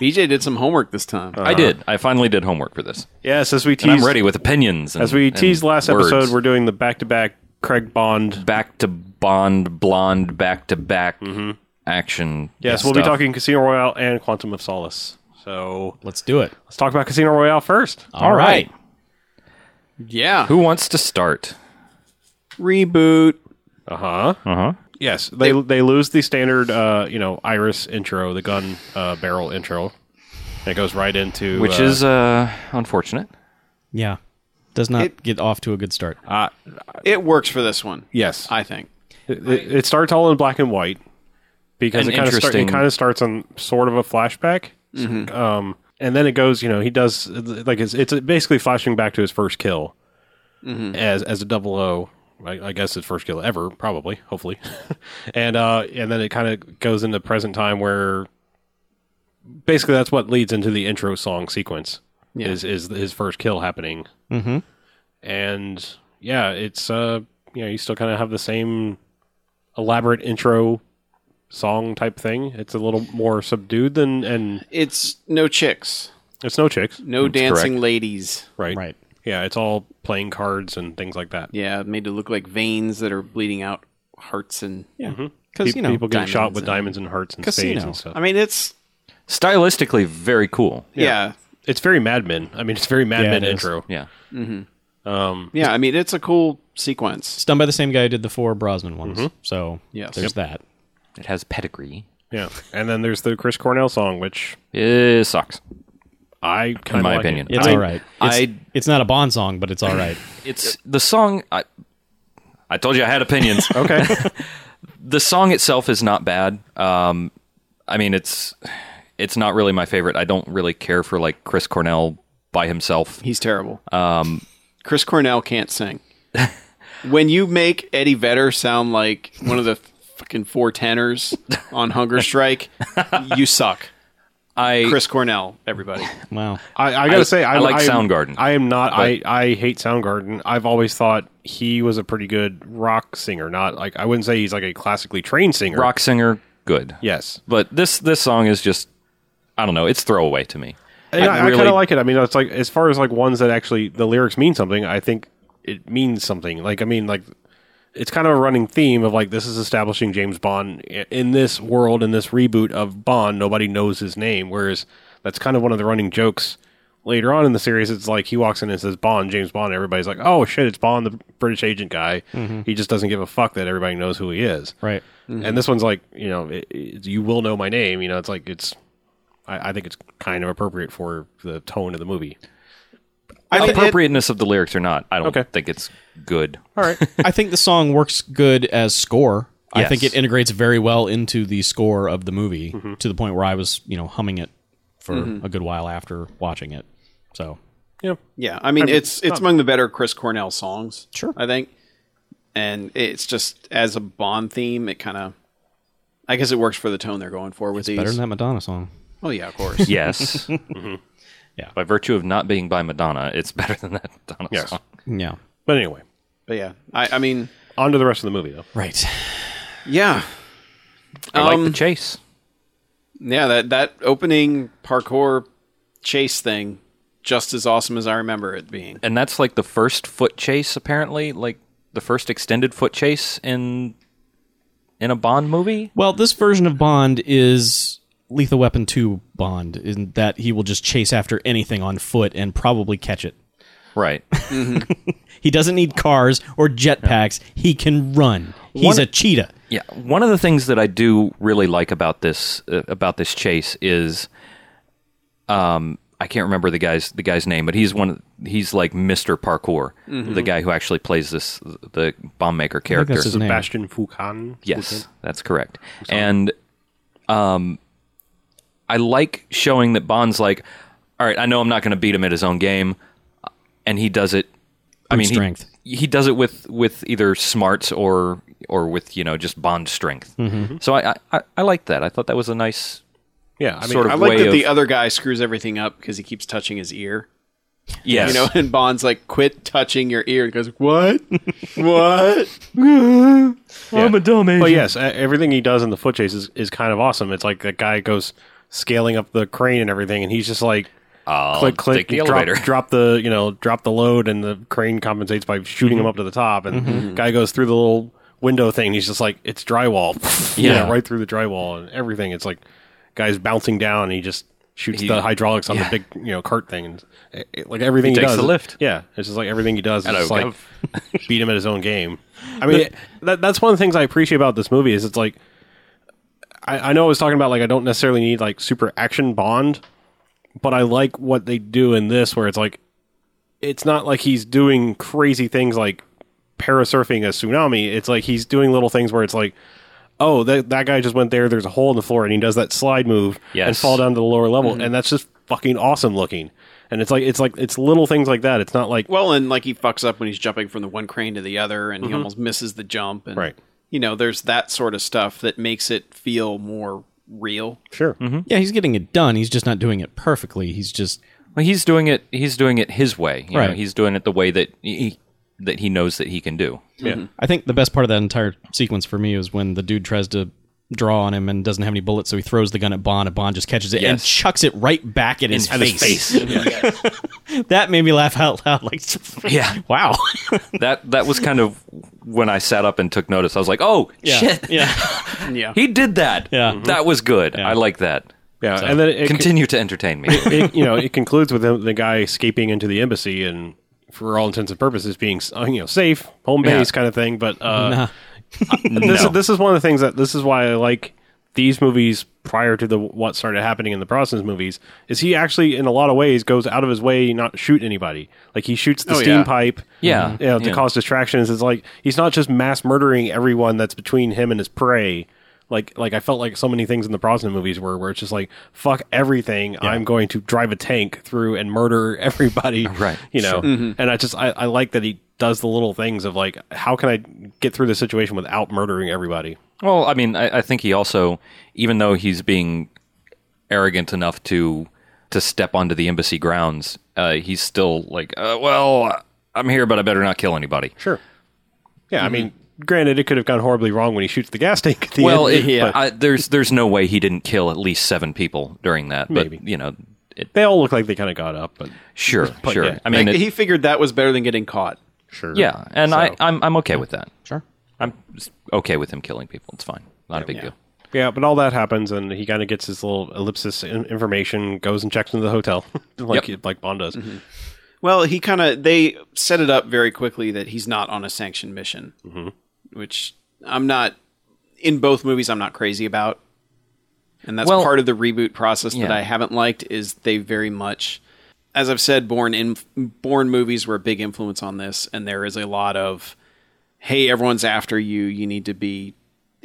C: BJ did some homework this time.
B: Uh,
D: I did. I finally did homework for this.
B: Yes, as we
D: And
B: teased,
D: I'm ready with opinions. And,
B: as we
D: and
B: teased last
D: words.
B: episode, we're doing the back-to-back Craig Bond
D: back to Bond, blonde, back to back action.
B: Mm-hmm. Yes, we'll be
D: stuff.
B: talking Casino Royale and Quantum of Solace. So
E: Let's do it.
B: let's talk about Casino Royale first.
E: All right.
C: Yeah.
D: Who wants to start?
C: Reboot.
B: Uh huh. Uh huh. Yes, they they lose the standard, uh, you know, Iris intro, the gun uh, barrel intro. It goes right into
D: Which
B: uh,
D: is uh, unfortunate.
E: Yeah. Does not
C: It-
E: get off to a good start.
C: It works for this one.
B: yes,
C: I think.
B: it, it- it starts all in black and white because
D: An
B: it kind of start, it
D: interesting-
B: kind of starts on sort of a flashback. Um, and then it goes, you know, he does like it's it's basically flashing back to his first kill as as a double O. I, I guess his first kill ever, probably, hopefully, and uh, and then it kind of goes into present time where basically that's what leads into the intro song sequence is is his first kill happening, mm-hmm. and yeah, it's uh, you know, you still kind of have the same elaborate intro song type thing. It's a little more subdued than and
C: It's no chicks,
B: it's no chicks,
C: no dancing ladies.
B: right?
E: Right.
B: Yeah, it's all playing cards and things like that.
C: Yeah, made to look like veins that are bleeding out hearts and
E: Yeah.
C: because
B: Pe-
C: you know
B: people getting shot
C: diamonds
B: with
C: and
B: diamonds and hearts and spades
C: Casino.
B: and stuff.
C: I mean, it's
D: Stylistically, very cool.
C: yeah.
B: it's very Mad Men. I mean, it's very Mad
E: Yeah,
B: Men
E: it is.
B: intro.
D: Yeah.
C: Yeah, I mean, it's a cool sequence.
E: It's done by the same guy who did the four Brosnan ones. So
C: Yes.
E: there's that.
D: It has pedigree.
B: Yeah, and then there's the Chris Cornell song, which
D: It sucks.
B: I kind of
D: my
B: like it.
D: opinion.
E: It's
D: I-
E: all right. It's,
D: I-
E: it's not a Bond song, but it's all right.
D: It's the song. I, I told you I had opinions.
B: Okay,
D: the song itself is not bad. Um, I mean, it's it's not really my favorite. I don't really care for like Chris Cornell by himself.
C: He's terrible. Um, Chris Cornell can't sing. when you make Eddie Vedder sound like one of the fucking four tenors on Hunger Strike, you suck.
D: I
C: Chris Cornell, everybody.
E: wow.
B: I, I gotta
D: I-
B: say, I,
D: I like
B: am-
D: Soundgarden,
B: I am not. I I hate Soundgarden. I've always thought he was a pretty good rock singer. Not like I wouldn't say he's like a classically trained singer.
D: rock singer good.
B: yes.
D: but this this song is just I don't know. It's throwaway to me.
B: Yeah, I,
D: really-
B: kind of like it. I mean, it's like as far as like ones that actually the lyrics mean something. I think it means something. Like I mean, like it's kind of a running theme of like this is establishing James Bond i- in this world in this reboot of Bond. Nobody knows his name, whereas that's kind of one of the running jokes later on in the series. It's like he walks in and says Bond, James Bond. Everybody's like, oh shit, it's Bond, the British agent guy. He just doesn't give a fuck that everybody knows who he is.
E: Right.
B: And this one's like, you know, it, it, you will know my name. You know, it's like it's. I, I think it's kind of appropriate for the tone of the movie.
C: I think it-
D: Appropriateness of the lyrics or not, I don't
B: Okay.
D: think it's good.
E: All right. I think the song works good as score. I
D: Yes. Mm-hmm.
E: think it integrates very well into the score of the movie to the point where I was, you know, humming it for a good while after watching it. So
B: Yeah,
C: yeah, I mean, it's it's among the better Chris Cornell songs.
E: Sure.
C: I think, and it's just as a Bond theme, it kind of. I guess it works for the tone they're going for with these.
E: better than that Madonna song.
C: Oh yeah, of course.
D: Yes.
C: Mm-hmm.
E: Yeah.
D: By virtue of not being by Madonna, it's better than that Madonna
B: Yes.
D: song.
E: Yeah.
B: but anyway,
C: But yeah, I, I mean,
B: on to the rest of the movie though.
E: Right.
C: yeah,
D: I like
C: Um,
D: the chase.
C: yeah. That that opening parkour chase thing, just as awesome as I remember it being.
D: And that's like the first foot chase, apparently, like the first extended foot chase in in a Bond movie.
E: Well, this version of Bond is Lethal Weapon 2 Bond, in that he will just chase after anything on foot and probably catch it.
D: Right.
E: He doesn't need cars or jetpacks. He can run. He's
D: One-
E: a cheetah.
D: Yeah, one of the things that I do really like about this uh, about this chase is, um, I can't remember the guy's the guy's name, but he's one. He's like Mister Parkour, the guy who actually plays this the bomb maker character.
E: that's his name.
B: Sebastian Foucan.
D: Yes, that's correct. And um, I like showing that Bond's like, all right, I know I'm not going to beat him at his own game, uh, and he does it. I
E: Brute
D: mean, he-
E: strength.
D: He, does it with with either smarts or or with you know just Bond strength. So I, I- I I like that. I thought that was a nice.
B: Yeah, I mean,
D: Sort of
B: I
C: I
B: like
C: like
D: way
C: that the
D: of-
C: other guy screws everything up because he keeps touching his ear.
D: Yes,
C: You know, and Bond's like, "Quit touching your ear." And goes, "What? what?"
B: I'm a
D: dumb
B: Well, yes, e- everything he does in the foot chase is, is kind of awesome. It's like that guy goes scaling up the crane and everything, and he's just like click, click,
D: take the
B: drop,
D: elevator.
B: drop the you know drop the load, and the crane compensates by shooting him up to the top, and
D: Mm-hmm.
B: guy goes through the little window thing. And he's just like it's drywall, yeah,
D: Yeah.
B: right through the drywall and everything. It's like guys bouncing down, and he just shoots the hydraulics on the big you know cart thing, and it- it- like everything he,
D: takes
B: does,
D: the lift.
B: Yeah, it's just like everything he does is
D: Hello,
B: just like beat him at his own game. I mean, that, that's one of the things I appreciate about this movie is it's like I, I know I was talking about like I don't necessarily need like super action Bond, but I like what they do in this where it's like it's not like he's doing crazy things like parasurfing a tsunami. It's like he's doing little things where it's like, oh, that that guy just went there. There's a hole in the floor, and he does that slide move and
D: Yes.
B: fall down to the lower level,
D: Mm-hmm.
B: and that's just fucking awesome looking. And it's like it's like it's little things like that. It's not like
C: Well, and like he fucks up when he's jumping from the one crane to the other, and he
D: Mm-hmm.
C: almost misses the jump. And
B: Right.
C: you know, there's that sort of stuff that makes it feel more real.
B: sure,
D: Hmm?
E: Yeah, he's getting it done. He's just not doing it perfectly. He's just
D: Well, he's doing it. He's doing it his way. You know,
E: Right.
D: he's doing it the way that he, that he knows that he can do.
B: yeah,
E: I think the best part of that entire sequence for me is when the dude tries to draw on him and doesn't have any bullets, so he throws the gun at Bond, and Bond just catches it and
D: Yes.
E: chucks it right back at his,
D: In
E: face.
D: face.
E: That made me laugh out loud. Like,
D: Yeah. Oh,
E: wow.
D: That that was kind of when I sat up and took notice. I was like, "Oh
E: yeah,
B: Mm-hmm.
D: shit,
E: yeah,
C: Yeah.
D: he did that.
E: Yeah.
D: That was good.
E: Yeah.
D: I like that.
B: Yeah, and then it,
D: Continue to entertain me.
B: it, you know, it concludes with the, the guy escaping into the embassy and, for all intents and purposes, being uh, you know safe, home
D: Yeah.
B: base kind of thing. But uh, this is this is one of the things that this is why I like these movies prior to the what started happening in the Brosnan's movies is he actually in a lot of ways goes out of his way not to shoot anybody like he shoots the
C: Oh,
B: steam
C: yeah.
B: pipe
D: Yeah.
B: you know, to
D: Yeah.
B: cause distractions it's like he's not just mass murdering everyone that's between him and his prey like like I felt like so many things in the Brosnan movies were where it's just like fuck everything I'm going to drive a tank through and murder everybody
D: Right.
B: you know and I just I, I like that he does the little things of like how can I get through this situation without murdering everybody
D: Well, I mean, I, I think he also, even though he's being arrogant enough to to step onto the embassy grounds, uh, he's still like, uh, "Well, I'm here, but I better not kill anybody."
B: Sure. Yeah, I mean, granted, it could have gone horribly wrong when he shoots the gas tank at the
D: Well,
B: end.
D: it-
B: but
D: I, there's there's no way he didn't kill at least seven people during that.
B: Maybe.
D: but, you know, it,
B: they all look like they kind of got up, but
D: sure, sure.
B: yeah.
D: I mean,
C: Like,
D: it-
C: he figured that was better than getting caught.
B: sure.
D: yeah, and I I'm I'm okay with that.
E: sure.
D: I'm s- okay with him killing people. It's fine. Not a big deal.
B: yeah, but all that happens, and he kind of gets his little ellipsis in- information, goes and checks into the hotel, like
D: Yep. Mm-hmm.
B: like Bond does.
C: Well, he kind of they set it up very quickly that he's not on a sanctioned mission, which I'm not. In both movies, I'm not crazy about, and that's
D: Well-
C: part of the reboot process that
D: Yeah.
C: I haven't liked. Is they very much, as I've said, born in born movies were a big influence on this, and there is a lot of, hey, everyone's after you. You need to be,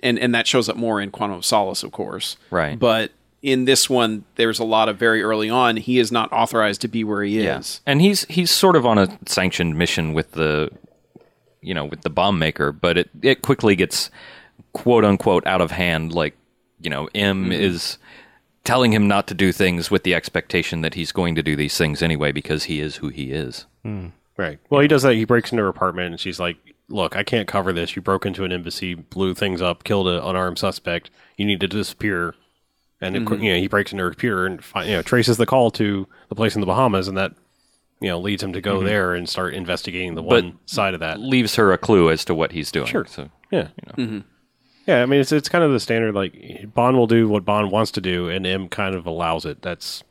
C: and and that shows up more in Quantum of Solace, of course,
D: Right.
C: But in this one, there's a lot of very early on. He is not authorized to be where he is.
D: And he's he's sort of on a sanctioned mission with the you know, with the bomb maker, but it, it quickly gets quote unquote out of hand, like, you know, M
B: Mm-hmm.
D: is telling him not to do things with the expectation that he's going to do these things anyway because he is who he is.
B: Right. Well, he does that. He breaks into her apartment, and she's like, "Look, I can't cover this. You broke into an embassy, blew things up, killed an unarmed suspect. You need to disappear." And of cour-
D: Mm-hmm.
B: you know, he breaks into her computer and fi- you know traces the call to the place in the Bahamas, and that you know leads him to go there and start investigating the
D: Mm-hmm. But-
B: one side of that.
D: Leaves her a clue as to what he's doing.
B: Sure.
D: So
B: Yeah. Yeah, I mean it's it's kind of the standard like Bond will do what Bond wants to do and M kind of allows it. That's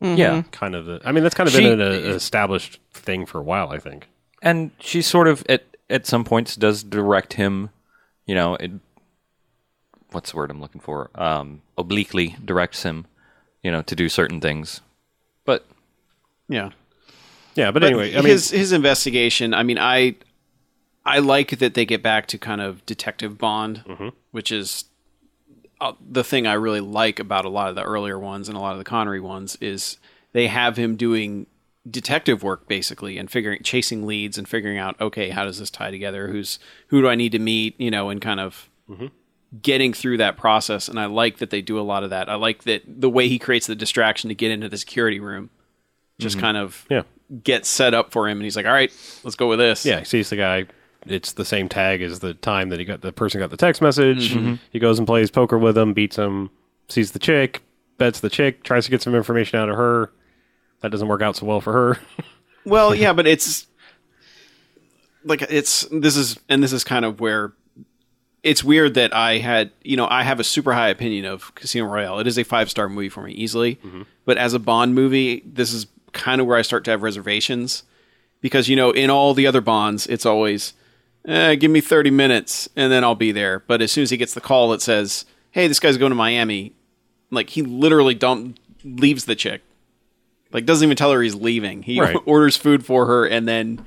D: yeah.
B: kind of the I mean that's kind of
D: She-
B: been an, uh, established thing for a while, I think.
D: And she sort of at at some points does direct him, you know, it, what's the word I'm looking for? Um, obliquely directs him, you know, to do certain things. But
C: Yeah.
B: Yeah, but, anyway, I mean
C: his his investigation. I mean, I I like that they get back to kind of detective Bond, which is uh, the thing I really like about a lot of the earlier ones and a lot of the Connery ones is they have him doing detective work basically and figuring chasing leads and figuring out okay how does this tie together who's who do I need to meet you know and kind of getting through that process and I like that they do a lot of that I like that the way he creates the distraction to get into the security room just kind of
B: Yeah.
C: get set up for him and he's like all right let's go with this
B: Yeah, he sees the guy. It's the same tag as the time that he got the person got the text message. He goes and plays poker with him, beats him, sees the chick, bets the chick, tries to get some information out of her. That doesn't work out so well for her.
C: Well, yeah, but it's like it's this is and this is kind of where it's weird that I had you know I have a super high opinion of Casino Royale. It is a five star movie for me easily, but as a Bond movie, this is kind of where I start to have reservations because you know in all the other Bonds, it's always eh, give me thirty minutes and then I'll be there. But as soon as he gets the call that says, "Hey, this guy's going to Miami," like he literally dump leaves the chick like doesn't even tell her he's leaving. He
B: Right.
C: orders food for her and then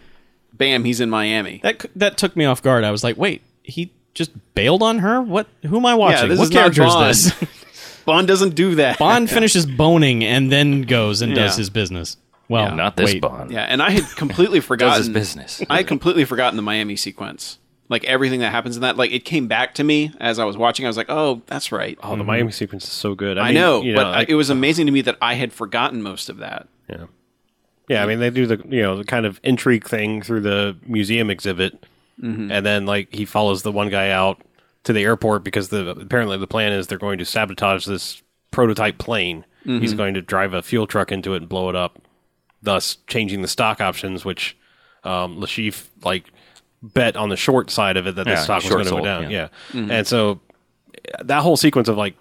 C: bam, he's in Miami.
E: That c- that took me off guard. I was like, wait, he just bailed on her? What? Who am I watching?
C: this
E: what
C: is not
E: character
C: Bond.
E: is this?
C: Bond doesn't do that.
E: Bond finishes boning and then goes and does
C: Yeah.
E: his business.
B: Oh,
E: Well,
D: not this
E: wait.
D: Bond.
C: Yeah, and I had completely
D: Does his
C: forgotten
D: business.
C: I had completely forgotten the Miami sequence. Like everything that happens in that, like it came back to me as I was watching. I was like, "Oh, that's right."
B: Oh, the Miami sequence is so good. I,
C: I
B: mean,
C: know,
B: you
C: but uh, I-
B: like-
C: it was amazing to me that I had forgotten most of that.
B: Yeah. Yeah, I mean they do the you know the kind of
D: Mm-hmm.
B: intrigue thing through the museum exhibit, and then like he follows the one guy out to the airport because the apparently the plan is they're going to sabotage this prototype plane.
D: Mm-hmm.
B: He's going to drive a fuel truck into it and blow it up, thus changing the stock options, which um, Lashif like bet on the short side of it that the
D: Yeah,
B: stock was
D: short
B: going to go
D: sold,
B: down. Yeah,
D: yeah. Mm-hmm.
B: and so that whole sequence of like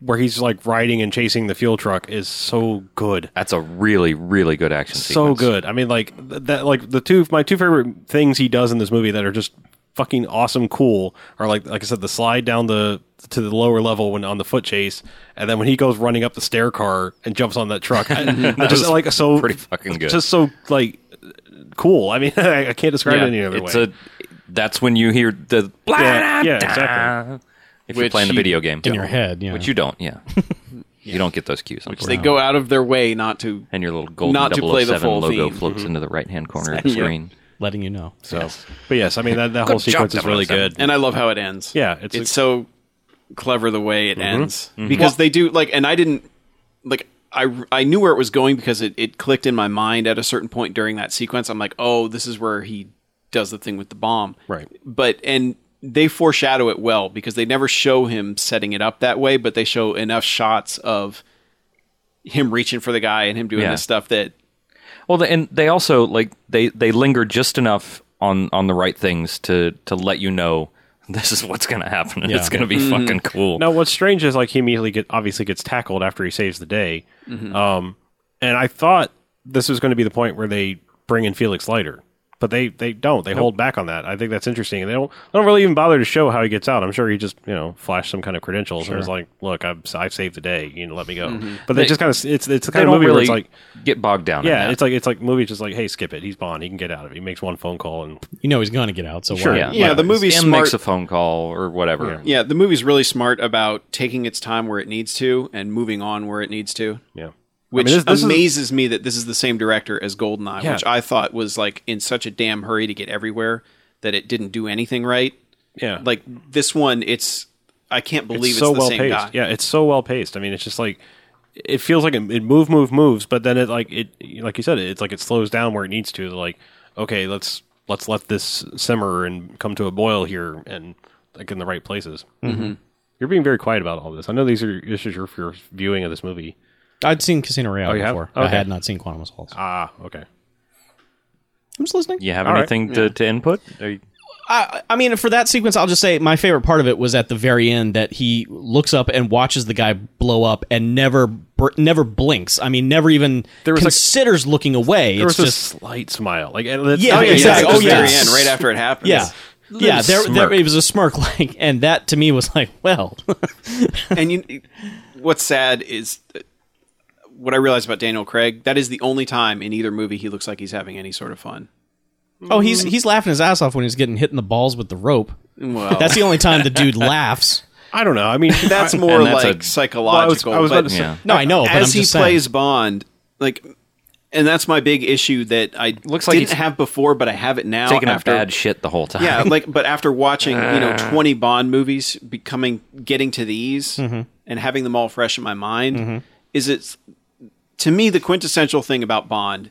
B: where he's like riding and chasing the fuel truck is so good
D: That's a really, really good action
B: so
D: sequence.
B: good. I mean, like th- that, like the two my two favorite things he does in this movie that are just fucking awesome, cool are like like I said, the slide down the to the lower level when on the foot chase, and then when he goes running up the stair car and jumps on that truck, I, I just like so
D: pretty fucking good.
B: just so like cool. I mean, I, I can't describe it any other
D: it's
B: way.
D: a. That's when you hear the blah,
B: yeah, yeah, exactly.
D: if you're
C: Which
D: playing the
C: you
D: video game
E: in your head. Yeah,
D: which you don't. Yeah, you don't get those cues.
C: So they go out of their way not to.
D: and your little golden
C: Not to play the
D: 007
C: full
D: logo
C: theme.
B: Mm-hmm.
D: floats into the right hand corner of the screen.
E: letting you know. So
B: But yes, I mean that, that whole
D: job,
B: sequence is really
D: 007.
B: good.
C: And I love how it ends.
B: Yeah,
C: it's,
B: it's a- Mm-hmm.
C: so clever the way it ends because they do like, and I didn't like. I, I knew where it was going because it, it clicked in my mind at a certain point during that sequence. I'm like, oh, this is where he does the thing with the bomb.
B: Right.
C: But, and they foreshadow it well because they never show him setting it up that way, but they show enough shots of him reaching for the guy and him doing
D: Yeah.
C: this stuff that
D: Well, the- and they also like they they linger just enough on on the right things to to let you know this is what's going to happen and it's going to be
C: Mm-hmm.
D: fucking cool.
B: Now, what's strange is like he immediately get obviously gets tackled after he saves the day, um, and I thought this was going to be the point where they bring in Felix Leiter, but they they don't. They hold back on that. I think that's interesting, and they don't they don't really even bother to show how he gets out. I'm sure he just you know flashed some kind of credentials and was like, "Look, I've I've saved the day. You know, let me go." But they,
D: They-
B: just kind of it's it's the
D: they
B: kind of
D: don't
B: movie where
D: really
B: it's like.
D: get bogged down.
B: Yeah,
D: in
B: it's like it's like movies just like, hey, skip it. He's Bond. He can get out of it. He makes one phone call and
E: you know he's going to get out. So
B: Sure,
E: why?
D: yeah,
C: Yeah, the movie's
D: M
C: smart-
D: makes a phone call or whatever.
C: Yeah, the movie's really smart about taking its time where it needs to and moving on where it needs to.
B: yeah. I
C: Which
B: mean, this- this is-
C: amazes me that this is the same director as Goldeneye,
B: Yeah.
C: which I thought was like in such a damn hurry to get everywhere that it didn't do anything right.
B: yeah.
C: Like this one, it's I can't believe it's, the same
B: paced.
C: guy.
B: Yeah, it's so well paced. I mean, it's just like it feels like it, it move move moves, but then it like it like you said, it's like it slows down where it needs to. Like okay, let's let's let this simmer and come to a boil here, and like in the right places. Mm-hmm. You're being very quiet about all this. I know these are this is your, your viewing of this movie.
E: I'd seen Casino Royale
B: Oh, you have?
E: before. I
B: Okay.
E: had not seen Quantum of Solace.
B: Ah, okay.
E: I'm just listening.
D: You have
B: All right,
D: anything to, to input? Are you-
E: I, I mean, for that sequence, I'll just say my favorite part of it was at the very end that he looks up and watches the guy blow up and never br- never blinks. I mean, never even
B: There was, like-
E: considers looking away.
B: There
E: It's
B: was
E: just
B: a slight smile, like and that's-
E: Yeah,
C: Oh yeah,
E: exactly.
C: yeah.
E: Oh,
C: Oh yeah,
E: yeah.
C: end, right after it happens.
E: yeah. Yeah, there, there
D: smirk.
E: it was a smirk like, and that to me was like, well,
C: and you, what's sad is uh, what I realized about Daniel Craig. That is the only time in either movie he looks like he's having any sort of fun.
E: oh, he's he's laughing his ass off when he's getting hit in the balls with the rope.
C: Well,
E: That's the only time the dude laughs.
B: I don't know. I mean,
C: that's more
D: that's a-
C: like psychological.
B: Well, I was- I was about
C: but-
B: to say-
D: yeah,
E: No, I know, but
C: as
E: I'm
C: he
E: just saying.
C: plays Bond, like, and that's my big issue that I
D: Looks like
C: didn't
D: he's
C: have before, but I have it now.
D: taking
C: after,
D: a bad shit the whole time. Uh.
C: yeah, like, but after watching you know twenty Bond movies, becoming getting to these
D: Mm-hmm.
C: and having them all fresh in my mind, is it's to me the quintessential thing about Bond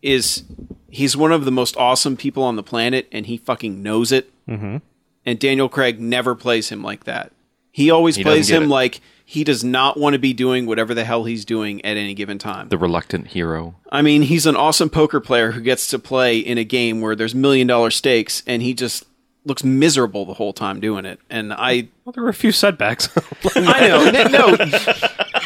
C: is he's one of the most awesome people on the planet, and he fucking knows it.
D: Mm-hmm.
C: And Daniel Craig never plays him like that. He always
D: He doesn't
C: plays
D: get
C: him
D: it.
C: like he does not want to be doing whatever the hell he's doing at any given time.
D: the reluctant hero.
C: I mean, he's an awesome poker player who gets to play in a game where there's million dollar stakes, and he just looks miserable the whole time doing it. And I,
B: well, there were a few setbacks.
C: I know, no,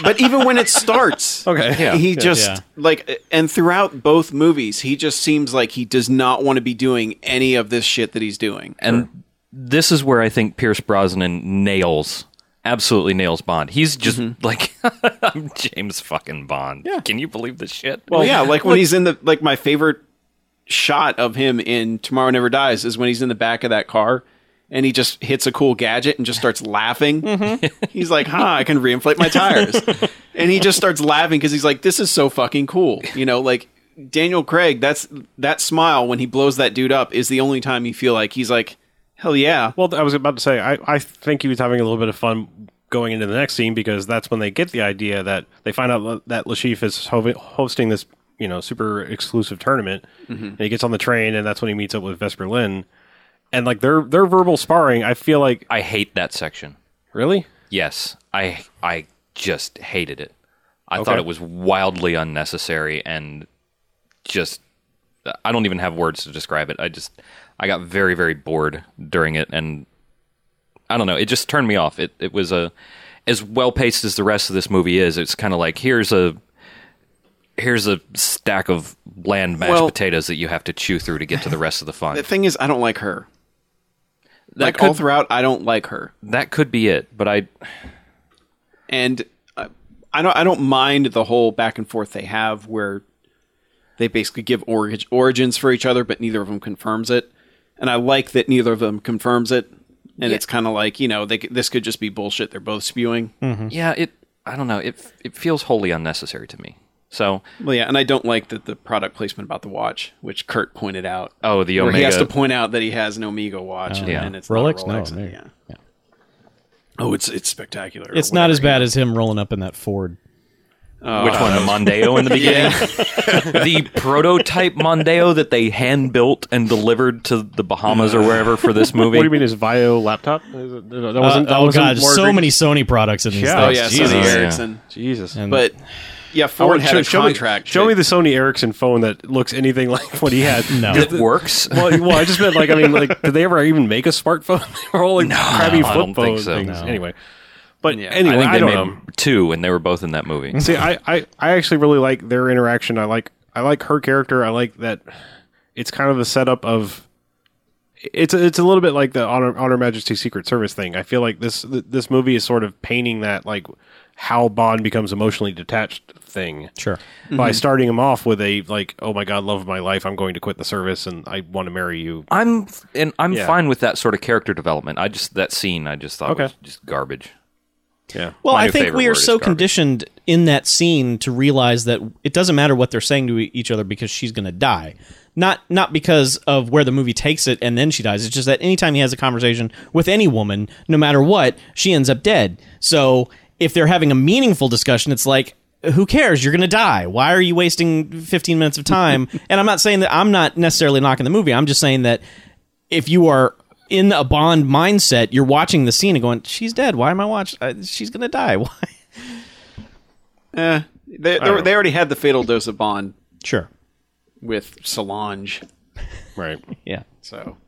C: but even when it starts,
B: okay, yeah.
C: he just
E: Yeah.
C: like, and throughout both movies, he just seems like he does not want to be doing any of this shit that he's doing.
D: And this is where I think Pierce Brosnan nails, absolutely nails Bond. He's just
C: Mm-hmm.
D: like, I'm James fucking Bond. Yeah. Can you believe this shit?
C: Well, yeah, like when he's in the like my favorite shot of him in Tomorrow Never Dies is when he's in the back of that car and he just hits a cool gadget and just starts laughing.
D: Mm-hmm.
C: he's like, "Huh, I can reinflate my tires," and he just starts laughing because he's like, "This is so fucking cool," you know, like. Daniel Craig, that's that smile when he blows that dude up is the only time you feel like he's like, hell yeah.
B: Well, I was about to say, I, I think he was having a little bit of fun going into the next scene because that's when they get the idea that they find out that Lashif is ho- hosting this,
E: Mm-hmm.
B: you know, super exclusive tournament. And he gets on the train, and that's when he meets up with Vesper Lynn. and like their their verbal sparring, I feel like
D: I hate that section.
B: really
D: Yes, I I just hated it. I thought
B: Okay.
D: it was wildly unnecessary and just I don't even have words to describe it. I just I got very very bored during it and I don't know, it just turned me off. It it was a as well-paced as the rest of this movie is, it's kind of like here's a here's a stack of bland mashed
C: Well-
D: potatoes that you have to chew through to get to the rest of the fun.
C: The thing is, I don't like her.
D: That
C: like
D: could-
C: all throughout, I don't like her,
D: that could be it, but I
C: and uh, I don't. I don't mind the whole back and forth they have, where they basically give orig- origins for each other, but neither of them confirms it. And I like that neither of them confirms it. And it's kind of like you know, they, c- this could just be bullshit. They're both spewing.
D: yeah, it I don't know. It it feels wholly unnecessary to me. So,
C: Well, yeah, and I don't like that the product placement about the watch, which Kurt pointed out.
D: oh, the
C: where
D: Omega. Oh,
C: he has to point out that he has an Omega watch, and,
D: Yeah.
C: and it's not a
E: Rolex? No,
C: Rolex.
E: Omega.
C: yeah. Oh, it's it's spectacular. or
E: It's not as
C: whatever,
E: bad as him rolling up in that Ford.
B: Oh,
D: which one? The Mondeo in the beginning? the prototype Mondeo that they hand built and delivered to the Bahamas or wherever for this movie.
B: What do you mean his Vio laptop? Is it- That wasn't. that
E: Uh, oh
B: wasn't
E: god,
B: more
E: so
B: egregious?
E: many Sony products in these
B: Yeah. Oh,
E: things.
C: yeah,
E: Jesus.
C: Sony
D: yeah.
C: Ericsson.
B: Jesus.
E: And-
C: But yeah,
B: I
C: Ford
B: want-
C: had a contract.
B: Me, show me the Sony Ericsson phone that looks anything like what he had.
E: No.
D: It works.
B: well, well, I just meant like I mean, like, did they ever even make a smartphone? they were all like crabby
D: I
B: flip
D: don't
B: phone
D: think so.
B: things.
D: No.
B: Anyway, but
C: Yeah.
B: anyway,
D: I
B: I,
D: think they
B: don't
D: made
B: know.
D: two, and they were both in that movie.
B: See, I, I, I actually really like their interaction. I like I like her character. I like that it's kind of a setup of it's a, it's a little bit like the honor honor majesty secret service thing. I feel like this th- this movie is sort of painting that like how Bond becomes emotionally detached thing
E: Sure.
B: by
D: Mm-hmm.
B: starting him off with a like oh my god love of my life I'm going to quit the service and I want to marry you.
D: I'm and I'm
B: Yeah.
D: fine with that sort of character development. I just that scene I just thought
B: Okay.
D: was just garbage.
B: Yeah.
E: Well, I
D: My new
E: think
D: favorite
E: we are
D: word is
E: so
D: garbage.
E: conditioned in that scene to realize that it doesn't matter what they're saying to e-, each other because she's going to die. Not not because of where the movie takes it and then she dies. It's just that anytime he has a conversation with any woman, no matter what, she ends up dead. So if they're having a meaningful discussion, it's like who cares? You're going to die. Why are you wasting 15 minutes of time? and I'm not saying that I'm not necessarily knocking the movie. I'm just saying that if you are in a Bond mindset, you're watching the scene and going, "She's dead. Why am I watching? Uh, she's gonna die. Why?"
C: Eh, they, they, they already had the fatal dose of Bond
E: Sure.
C: with Solange,
B: Right.
E: Yeah.
C: so.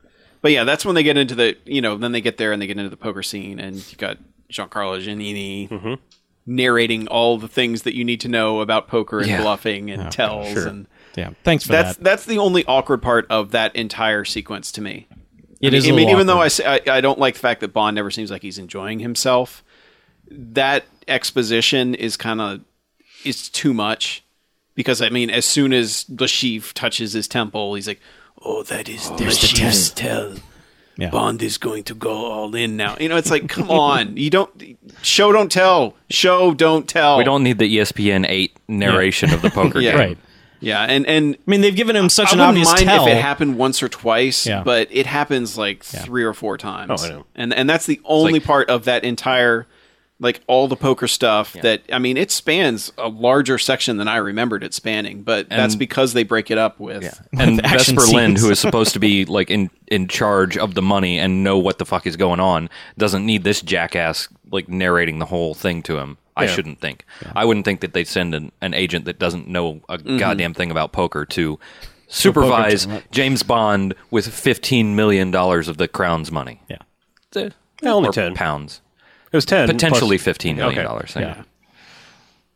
C: But yeah, that's when they get into the you know then they get there and they get into the poker scene and you got Giancarlo Giannini narrating all the things that you need to know about poker and
D: Yeah.
C: bluffing and tells and
E: Yeah. Thanks for
C: that's
E: that.
C: that's the only awkward part of that entire sequence to me.
E: It is.
C: I
E: a
C: mean,
E: little
C: even though
E: awkward.
C: I, say, I I don't like the fact that Bond never seems like he's enjoying himself, that exposition is kind of it's too much because I mean, as soon as the chief touches his temple, he's like, "Oh, that is the chief's tell."
E: Yeah.
C: Bond is going to go all in now. You know, it's like, come on, you don't show, don't tell, show, don't tell.
D: We don't need the E ESPN eight narration of the poker
C: Yeah.
D: game.
E: right.
C: Yeah, and and
E: I mean, they've given him such
C: I
E: an
C: wouldn't
E: obvious
C: mind
E: tell.
C: if it happened once or twice,
E: Yeah.
C: but it happens like three or four times.
B: Oh, I know.
C: And and that's the only
D: like-
C: part of that entire like all the poker stuff that I mean it spans a larger section than I remembered it spanning, but that's because they break it up with
D: and
E: With action
D: Vesper Lynn,
E: scenes.
D: who is supposed to be like in in charge of the money and know what the fuck is going on, doesn't need this jackass like narrating the whole thing to him. I shouldn't think. I wouldn't think that they'd send an, an agent that doesn't know a
B: Mm-hmm.
D: goddamn thing about poker to supervise James Bond with fifteen million dollars of the crown's money.
E: Yeah.
B: Yeah, only
D: Or
B: ten.
D: pounds,
B: It was ten. plus-
D: potentially fifteen million
B: Okay.
D: dollars.
E: Yeah.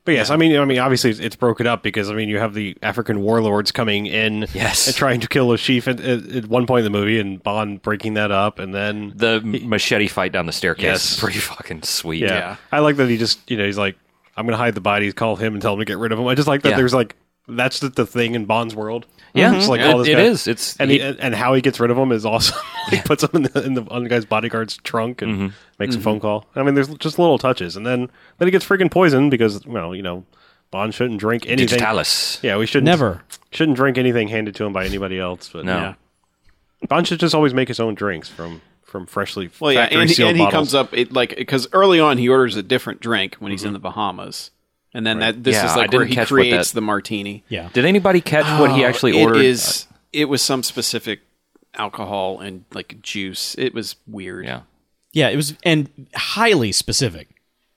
B: But yes, I mean, I mean, obviously it's- it's broken up because I mean, you have the African warlords coming in,
D: Yes.
B: and trying to kill a chief at, at, at one point in the movie, and Bond breaking that up, and then
D: The machete fight down the staircase
B: Yes.
D: is pretty fucking sweet.
B: yeah. I like that he just you know he's like, I'm gonna hide the bodies, call him, and tell him to get rid of him. I just like that
D: Yeah.
B: there's like that's the, the thing in Bond's world.
D: Yeah.
B: It's like
D: Mhm.
B: all this
D: It- it
B: guy-
D: is. It's-
B: and
D: he-
B: he, and how he gets rid of him is awesome. he puts him in the, in the on the guy's bodyguard's trunk and
D: Mm-hmm.
B: makes a phone call. I mean, there's just little touches, and then then he gets freaking poisoned because well, you know, Bond shouldn't drink anything.
D: Digitalis.
B: Yeah, we shouldn't
E: Never.
B: shouldn't drink anything handed to him by anybody else. But
D: No.
B: yeah. Bond should just always make his own drinks from from freshly
C: Well, yeah,
B: factory
C: and,
B: sealed
C: and he
B: bottles.
C: comes up it, like because early on he orders a different drink when he's in the Bahamas, and then that this
D: Mm-hmm. Yeah,
C: is
D: I
C: like where
D: didn't
C: he
D: catch what
C: creates
D: that-
C: the martini. Uh,
E: Yeah.
D: Did anybody catch what he actually
C: Oh,
D: uh,
C: it
D: ordered?
C: is- it was some specific. alcohol and like juice. It was weird.
D: Yeah.
E: Yeah, it was and highly specific,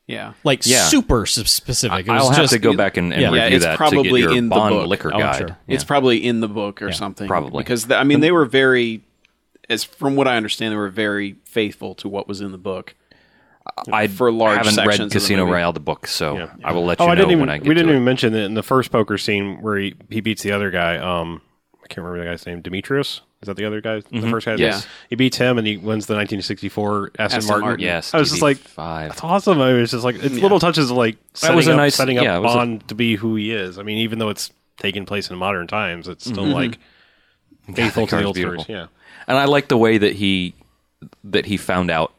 C: Yeah.
E: like
D: Yeah.
E: super s- specific. It was
D: I'll have
E: just-
D: to go back and, and
E: yeah.
D: review
E: Yeah,
C: it's
D: that to get
C: probably
D: your
C: in the
D: Bond
C: book.
D: liquor
E: Oh,
D: guide.
E: sure.
C: It's probably in the book or something.
D: probably.
C: because the, I mean they were very, as from what I understand, they were very faithful to what was in the book.
D: I
C: for large
D: haven't
C: sections
D: read
C: of the
D: Casino
C: movie.
D: Royale the book, so I will let you
B: Oh,
D: know
B: I didn't even.
D: when I get
B: we didn't
D: to
B: even mention that in the first poker scene where he, he beats the other guy. Um, I can't remember the guy's name. Demetrius is that the other guy?
D: Mm-hmm.
B: The first guy.
C: Yeah.
B: He beats him and he wins the 1964 Aston,
C: Aston
B: Martin.
C: Martin.
D: it. Yes,
B: I was just like,
D: five.
B: that's awesome. I was just like, it's little touches of like setting
D: was a
B: up,
D: nice-
B: setting up
D: yeah, it was a-
B: Bond to be who he is. I mean, even though it's taking place in modern times, it's still like faithful to the
D: card's
B: old stories.
D: Mm-hmm. beautiful.
B: Yeah.
D: And I like the way that he that he found out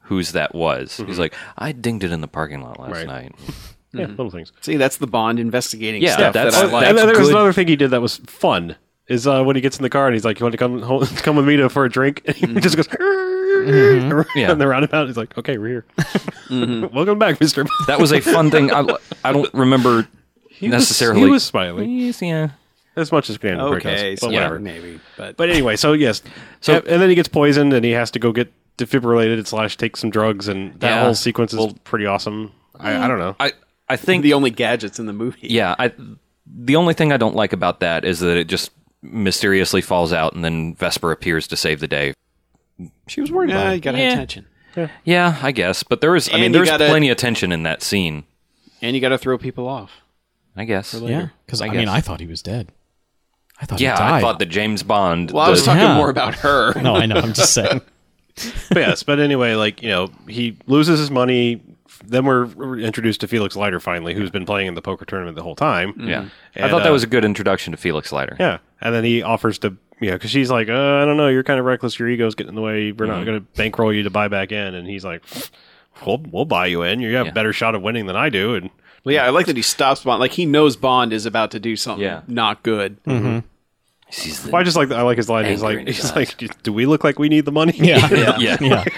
D: whose that was. He's like, I dinged it in the parking lot last
B: Mm-hmm. Right.
D: night. Hmm.
B: Yeah, little things.
C: See, that's the Bond investigating
D: Yeah,
C: stuff
D: that's-
C: that I
D: that's-
C: like.
B: and then there was
D: good.
B: another thing he did that was fun. Is uh, when he gets in the car and he's like, "You want to come home, come with me to, for a drink?" And he just goes,
D: Mm-hmm. Yeah. Mm-hmm.
B: and the roundabout. He's like, "Okay, we're here. Welcome back, Mister."
D: That was a fun thing. I I don't remember necessarily.
B: he was smiling
D: Yes, yeah.
B: as much as Grand
C: okay,
B: does,
C: so
B: but
D: yeah.
B: whatever.
C: maybe, but
B: But anyway, so yes, so and, and then he gets poisoned and he has to go get defibrillated slash take some drugs, and that
D: Yeah.
B: whole sequence is
D: Well- mm,
B: pretty awesome. I, I don't know.
D: I I think
C: the only gadgets in the movie.
D: yeah. I the only thing I don't like about that is that it just mysteriously falls out and then Vesper appears to save the day.
C: she was worried about. Yeah, you gotta
D: Yeah.
C: pay attention,
D: Yeah, I guess. But there is I
C: And
D: mean
C: you
D: there's
C: gotta-
D: plenty of tension in that scene.
C: and you gotta throw people off.
D: I guess.
E: yeah, because I, mean,
D: guess.
E: I thought he was dead. I thought he
D: Yeah,
E: died.
D: I thought that James Bond.
C: Well, I was
D: the-
C: talking
E: Yeah.
C: more about her.
E: no, I know. I'm just saying.
B: But yes, but anyway, like you know, he loses his money. Then we're we're introduced to Felix Leiter finally, who's been playing in the poker tournament the whole time.
D: Mm-hmm.
C: Mm.
D: Yeah, I
B: And,
D: thought that
B: uh,
D: was a good introduction to Felix Leiter.
B: yeah. And then he offers to you know because she's like, uh, I don't know, you're kind of reckless. Your ego's getting in the way. We're
D: Mm-hmm.
B: not going to bankroll you to buy back in. And he's like, We'll we'll buy you in. You have a better shot of winning than I do. And
C: Well, yeah, I like that he stops Bond. Like he knows Bond is about to do something
D: Yeah.
C: not good.
D: She's the-
B: well, I just like I like his line. He's like
D: Anger in his
B: he's like, do we look like we need the money?
E: Yeah,
D: yeah. yeah.
E: yeah.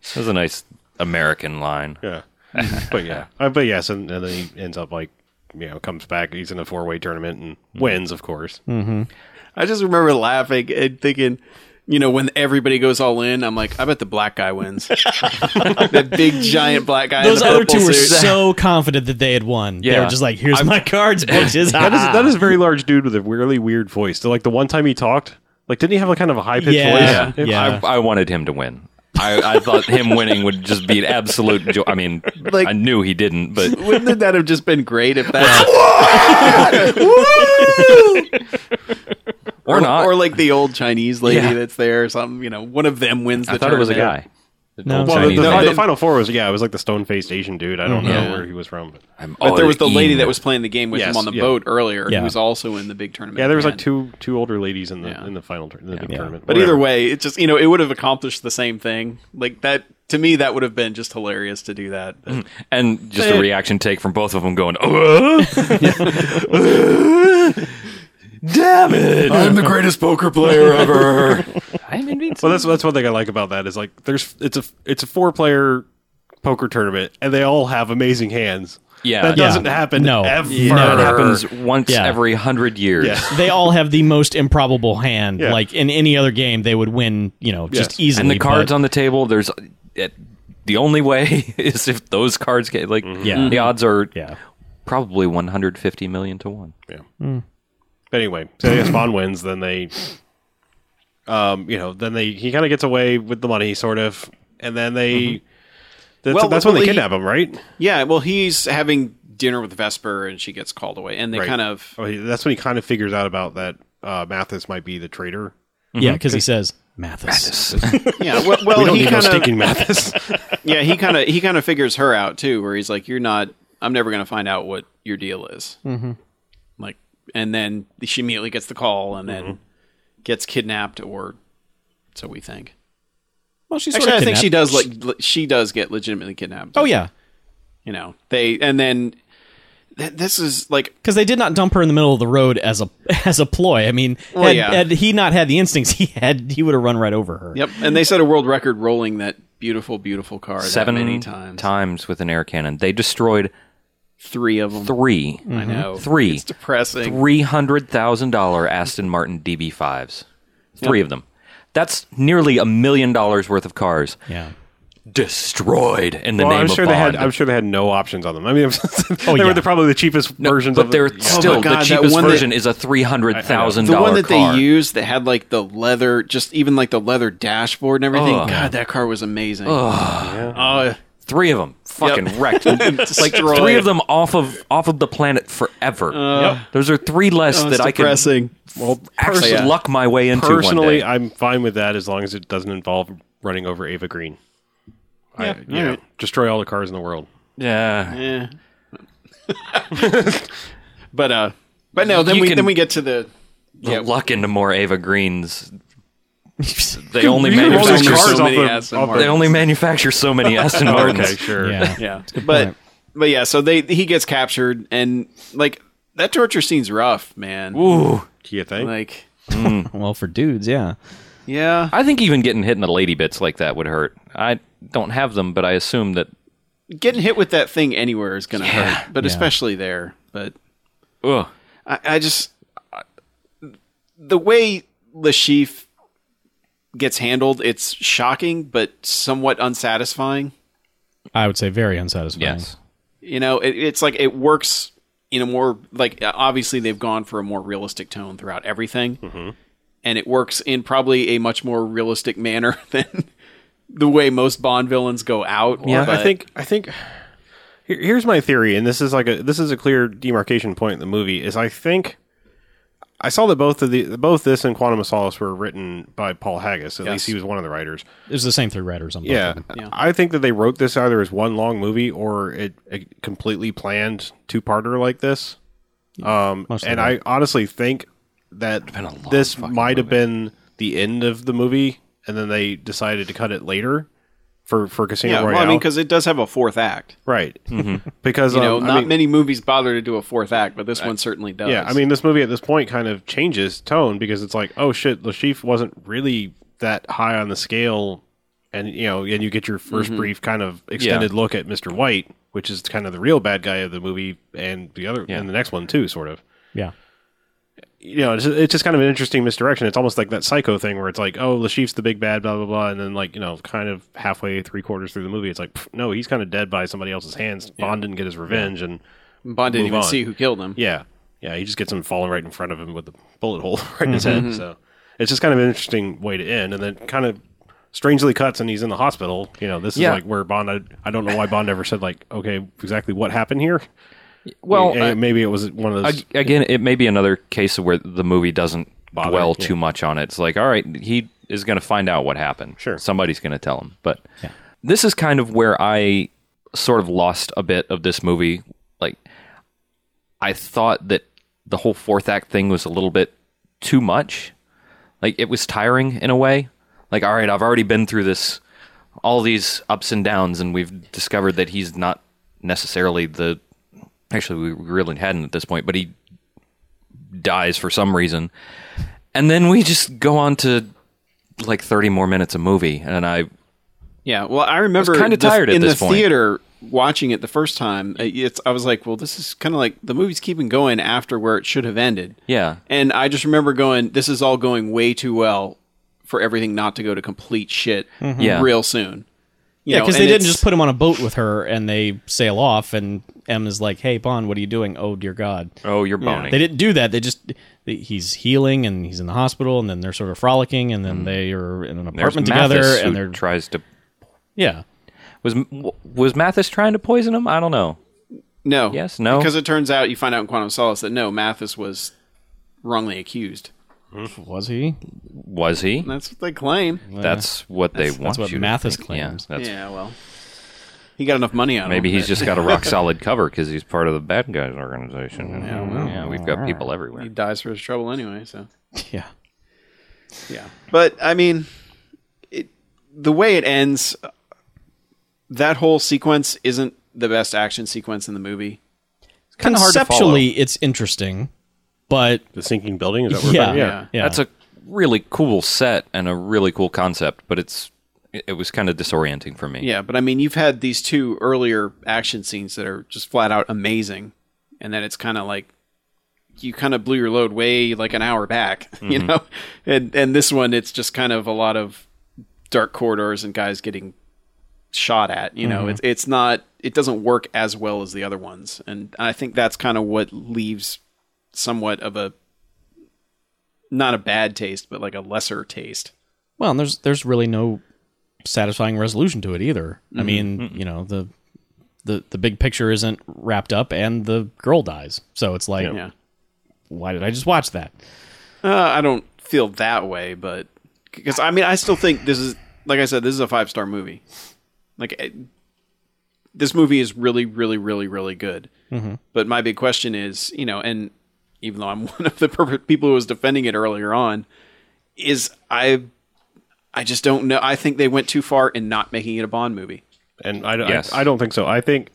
D: That was a nice American line.
B: Yeah. but yeah. Uh, but yes, and, and then he ends up like, you know, comes back. He's in a four way tournament and
D: Mm-hmm.
B: wins, of course.
C: I just remember laughing and thinking, you know, when everybody goes all in, I'm like, I bet the black guy wins. that big giant black guy. in
E: Those
C: the
E: other
C: purple
E: two were
C: suit.
E: so confident that they had won. They
D: Yeah.
E: were just like, "Here's my cards, bitches."
B: That is that is a very large dude with a really weird voice. So, like the one time he talked, like didn't he have a kind of a high pitched
E: yeah,
B: voice?
E: yeah.
D: I, I wanted him to win. I, I thought him winning would just be an absolute joy. I mean,
C: Like-
D: I knew he didn't, but
C: Wouldn't that have just been great if that
D: or not.
C: or like the old Chinese lady
D: Yeah.
C: that's there or something? You know, one of them wins. The
D: I thought it was a
C: tournament.
D: guy.
E: No.
D: Well,
B: Well, the, the,
D: Chinese.
B: fi-
C: No,
B: the final four was yeah, it was like the stone faced Asian dude. I don't know
D: Yeah.
B: where he was from. But.
D: I'm
C: But there was the
D: all
C: lady
D: in.
C: that was playing the game with
B: Yes,
C: him on the
B: yeah.
C: boat earlier,
E: Yeah.
C: who was also in the big tournament.
B: Yeah, there was
C: at
B: like
C: the end.
B: two two older ladies in the
C: Yeah.
B: in the final tur- in the big tournament.
C: But either
B: Whatever.
C: way, it just you know it would have accomplished the same thing. Like that to me, that would have been just hilarious to do that.
B: Hmm.
D: and just a reaction take from both of them going, "Uh, damn it!
C: I'm the greatest poker player ever.
D: I'm invincible."
B: Well, that's that's one thing I like about that is like there's it's a it's a four player poker tournament and they all have amazing hands.
D: Yeah.
B: that
D: Yeah.
B: doesn't happen
E: No.
B: ever.
E: Yeah. No,
D: It happens once
E: Yeah.
D: every hundred years.
B: Yeah.
E: they all have the most improbable hand.
B: Yeah.
E: Like in any other game, they would win. You know, just
B: Yes.
E: easily.
D: and the cards
E: but-
D: on the table there's it, the only way is if those cards get like
C: Mm-hmm.
E: Yeah.
D: the odds are
E: Yeah.
D: Mm-hmm. probably 150 million to 1
B: But anyway, so yes, Bond wins. Then they, um, you know, then they he kind of gets away with the money, sort of, and then they. That's,
C: Well,
B: that's when they
C: well, he-
B: kidnap him, right?
C: yeah, well, he's having dinner with Vesper, and she gets called away, and they
B: Right.
C: kind of
B: Oh, he- that's when he kind of figures out about that uh, Mathis might be the traitor.
E: Yeah, because he says Mathis.
C: yeah. Well, well
B: We don't
C: he
B: need no
C: kind of
B: stinking Mathis.
C: yeah he kind of he kind of figures her out too, where he's like, "You're not. I'm never going to find out what your deal is." Mm-hmm. Like, and then she immediately gets the call, and then
B: Mm-hmm.
C: gets kidnapped, or so we think.
E: Well, she's
C: Actually, I think she does. Like, le- she does get legitimately kidnapped.
E: Oh yeah,
C: you know they and then th- this is like
E: because they did not dump her in the middle of the road as a as a ploy. I mean,
C: Well,
E: had,
C: yeah.
E: had he not had the instincts he had, he would have run right over her.
C: yep and they set a world record rolling that beautiful beautiful car
D: seven
C: that many times
D: times with an air cannon they destroyed
C: three of them
D: three
C: i know
D: Three.
C: it's depressing
D: $300000 aston martin db5s three of them That's nearly a million dollars worth of cars
E: Yeah.
D: destroyed in the
B: Well,
D: name
B: I'm sure
D: of
B: they
D: Bond.
B: had. I'm sure they had no options on them. I mean, they
E: yeah.
B: were the, probably the cheapest
D: No,
B: versions
D: but
B: of
D: they're
B: it. Oh
D: still
C: God,
D: the
C: that
D: cheapest
C: one that-
D: version is a three hundred thousand
C: The one
D: dollar
C: that
D: car.
C: they used that had like the leather, just even like the leather dashboard and everything.
D: Ugh.
C: God, that car was amazing. Oh,
B: Uh,
D: three of them fucking wrecked. like
C: Destroyed.
D: three of them off of off of the planet forever. Those are three less
C: Oh, it's
D: that I can
C: depressing.
B: well,
D: actually
B: pers-
C: yeah.
D: luck my way into. one
B: personally, uh,
D: day.
B: I'm fine with that as long as it doesn't involve running over Ava Green. I, you know, destroy all the cars in the world.
D: yeah.
C: Yeah. but uh but no, then
D: You
C: we
D: can-
C: then we get to the
D: the
C: Yeah.
D: luck into more Ava Greens. They only
B: can roll
D: manufacture
B: these
D: so,
B: cars off
C: many
B: the-
C: Aston
B: off the-
D: they only manufacture so many Aston Martins.
B: Okay, sure.
E: Yeah.
C: Yeah. But but yeah, so they he gets captured and like that torture scene's rough, man.
D: Ooh,
B: Do you think?
C: Like
E: Well, for dudes, yeah.
C: yeah.
D: I think even getting hit in the lady bits like that would hurt. I don't have them, but I assume that.
C: Getting hit with that thing anywhere is gonna hurt. But especially there. But
D: Ugh.
C: I, I just I- the way Lashif gets handled, it's shocking but somewhat unsatisfying.
E: I would say very unsatisfying.
D: Yes.
C: you know it, it's like it works in a more like obviously they've gone for a more realistic tone throughout everything
B: Mm-hmm.
C: and it works in probably a much more realistic manner than the way most bond villains go out
B: Well,
C: but-
B: I think I think here- here's my theory, and this is like a this is a clear demarcation point in the movie. Is I think I saw that both of the both this and Quantum of Solace were written by Paul Haggis. At least he was one of the writers.
E: It was the same three writers on both
B: Yeah,
E: of them.
B: I think that they wrote this either as one long movie or it a completely planned two parter like this. Um,
E: mostly
B: and I honestly think that this might have been the end of the movie, and then they decided to cut it later for for Casino
C: yeah, well,
B: Royale.
C: I mean, because it does have a fourth act.
B: Right. because
C: You know,
B: um, I
C: not
B: mean-
C: many movies bother to do a fourth act, but this one certainly does.
B: Yeah, I mean, this movie at this point kind of changes tone because it's like, oh shit, Lashif wasn't really that high on the scale, and you know, and you get your 1st brief kind of extended look at Mister White, which is kind of the real bad guy of the movie, and the other and the next one too, sort of.
E: Yeah.
B: You know, it's, it's just kind of an interesting misdirection. It's almost like that psycho thing where it's like, oh, Lashif's the big bad, blah blah blah, and then like you know, kind of halfway, three quarters through the movie, it's like, pff, no, he's kind of dead by somebody else's hands. Bond didn't get his revenge, and
C: Bond didn't
B: move
C: even
B: on.
C: see who killed him.
B: yeah. Yeah, he just gets him falling right in front of him with a bullet hole right in his
D: Mm-hmm.
B: head. So it's just kind of an interesting way to end. And then kind of strangely cuts and he's in the hospital. You know, this
D: Yeah.
B: is like where Bond, I, I don't know why Bond ever said, like, okay, exactly what happened here.
D: Well,
B: Eh,
D: I-
B: maybe it was one of those.
D: Ag- again, it may be another case where the movie doesn't
B: Bother,
D: dwell
B: yeah.
D: too much on it. It's like, all right, he is going to find out what happened.
B: Sure.
D: somebody's going to tell him. But this is kind of where I sort of lost a bit of this movie. Like, I thought that the whole fourth act thing was a little bit too much. Like, it was tiring in a way. Like, all right, I've already been through this, all these ups and downs, and we've discovered that he's not necessarily the actually we really hadn't at this point, but he dies for some reason. And then we just go on to like 30 more minutes of movie and I
C: Yeah, well, I remember
D: kinda
C: the-
D: tired at
C: in
D: this
C: the
D: point.
C: theater watching it the first time. uh, It's I was like, well, this is kind of like the movie's keeping going after where it should have ended.
D: Yeah.
C: and I just remember going, this is all going way too well for everything not to go to complete shit
D: Yeah.
C: real soon. You
E: Yeah,
C: know,
E: because
C: and
E: they didn't
C: it's-
E: just put him on a boat with her and they sail off, and M is like, hey, Bond, what are you doing? Oh, dear God.
D: oh you're boning.
E: They didn't do that. They just, they- he's healing and he's in the hospital, and then they're sort of frolicking, and then they are in an
D: There's
E: apartment
D: Mathis
E: together,
D: who
E: and they're,
D: tries to
E: yeah.
D: was was Mathis trying to poison him? I don't know.
C: no,
D: Yes, no.
C: because it turns out you find out in Quantum of Solace that no, Mathis was wrongly accused.
E: Was he?
D: Was he?
C: And that's what they claim.
D: That's what they want
E: That's what
D: you to
E: Mathis
D: think.
E: claims.
D: Yeah, that's,
C: yeah, well, he got enough money on him.
D: Maybe he's
C: that-
D: just got a rock solid cover because he's part of the bad guys organization. Yeah, we've got people everywhere.
C: he dies for his trouble anyway. So
E: Yeah.
C: Yeah. But I mean, it, the way it ends, uh, that whole sequence isn't the best action sequence in the movie.
D: kinda hard to
E: Conceptually, it's interesting, but
B: the sinking building. Is that what we're
E: yeah,
B: talking-
E: yeah, yeah.
D: That's a really cool set and a really cool concept, but it's it it was kind of disorienting for me.
C: Yeah, but I mean, you've had these two earlier action scenes that are just flat out amazing, and then it's kind of like you kind of blew your load way like an hour back, you know. And and this one, it's just kind of a lot of dark corridors and guys getting shot at. You know, it's it's not it doesn't work as well as the other ones, and I think that's kind of what leaves somewhat of a not a bad taste, but like a lesser taste.
E: Well, and there's there's really no satisfying resolution to it either. I mean, you know, the the the big picture isn't wrapped up and the girl dies. So it's like
C: Yeah,
E: why did I just watch that?
C: uh, I don't feel that way, but because I mean, I still think this is like I said, this is a five star movie. Like it, this movie is really, really, really, really good.
D: Mm-hmm.
C: But my big question is, you know, and even though I'm one of the perfect people who was defending it earlier on, is I, I just don't know. I think they went too far in not making it a Bond movie.
B: and I, I-
D: Yes.
B: I, don't think so. I think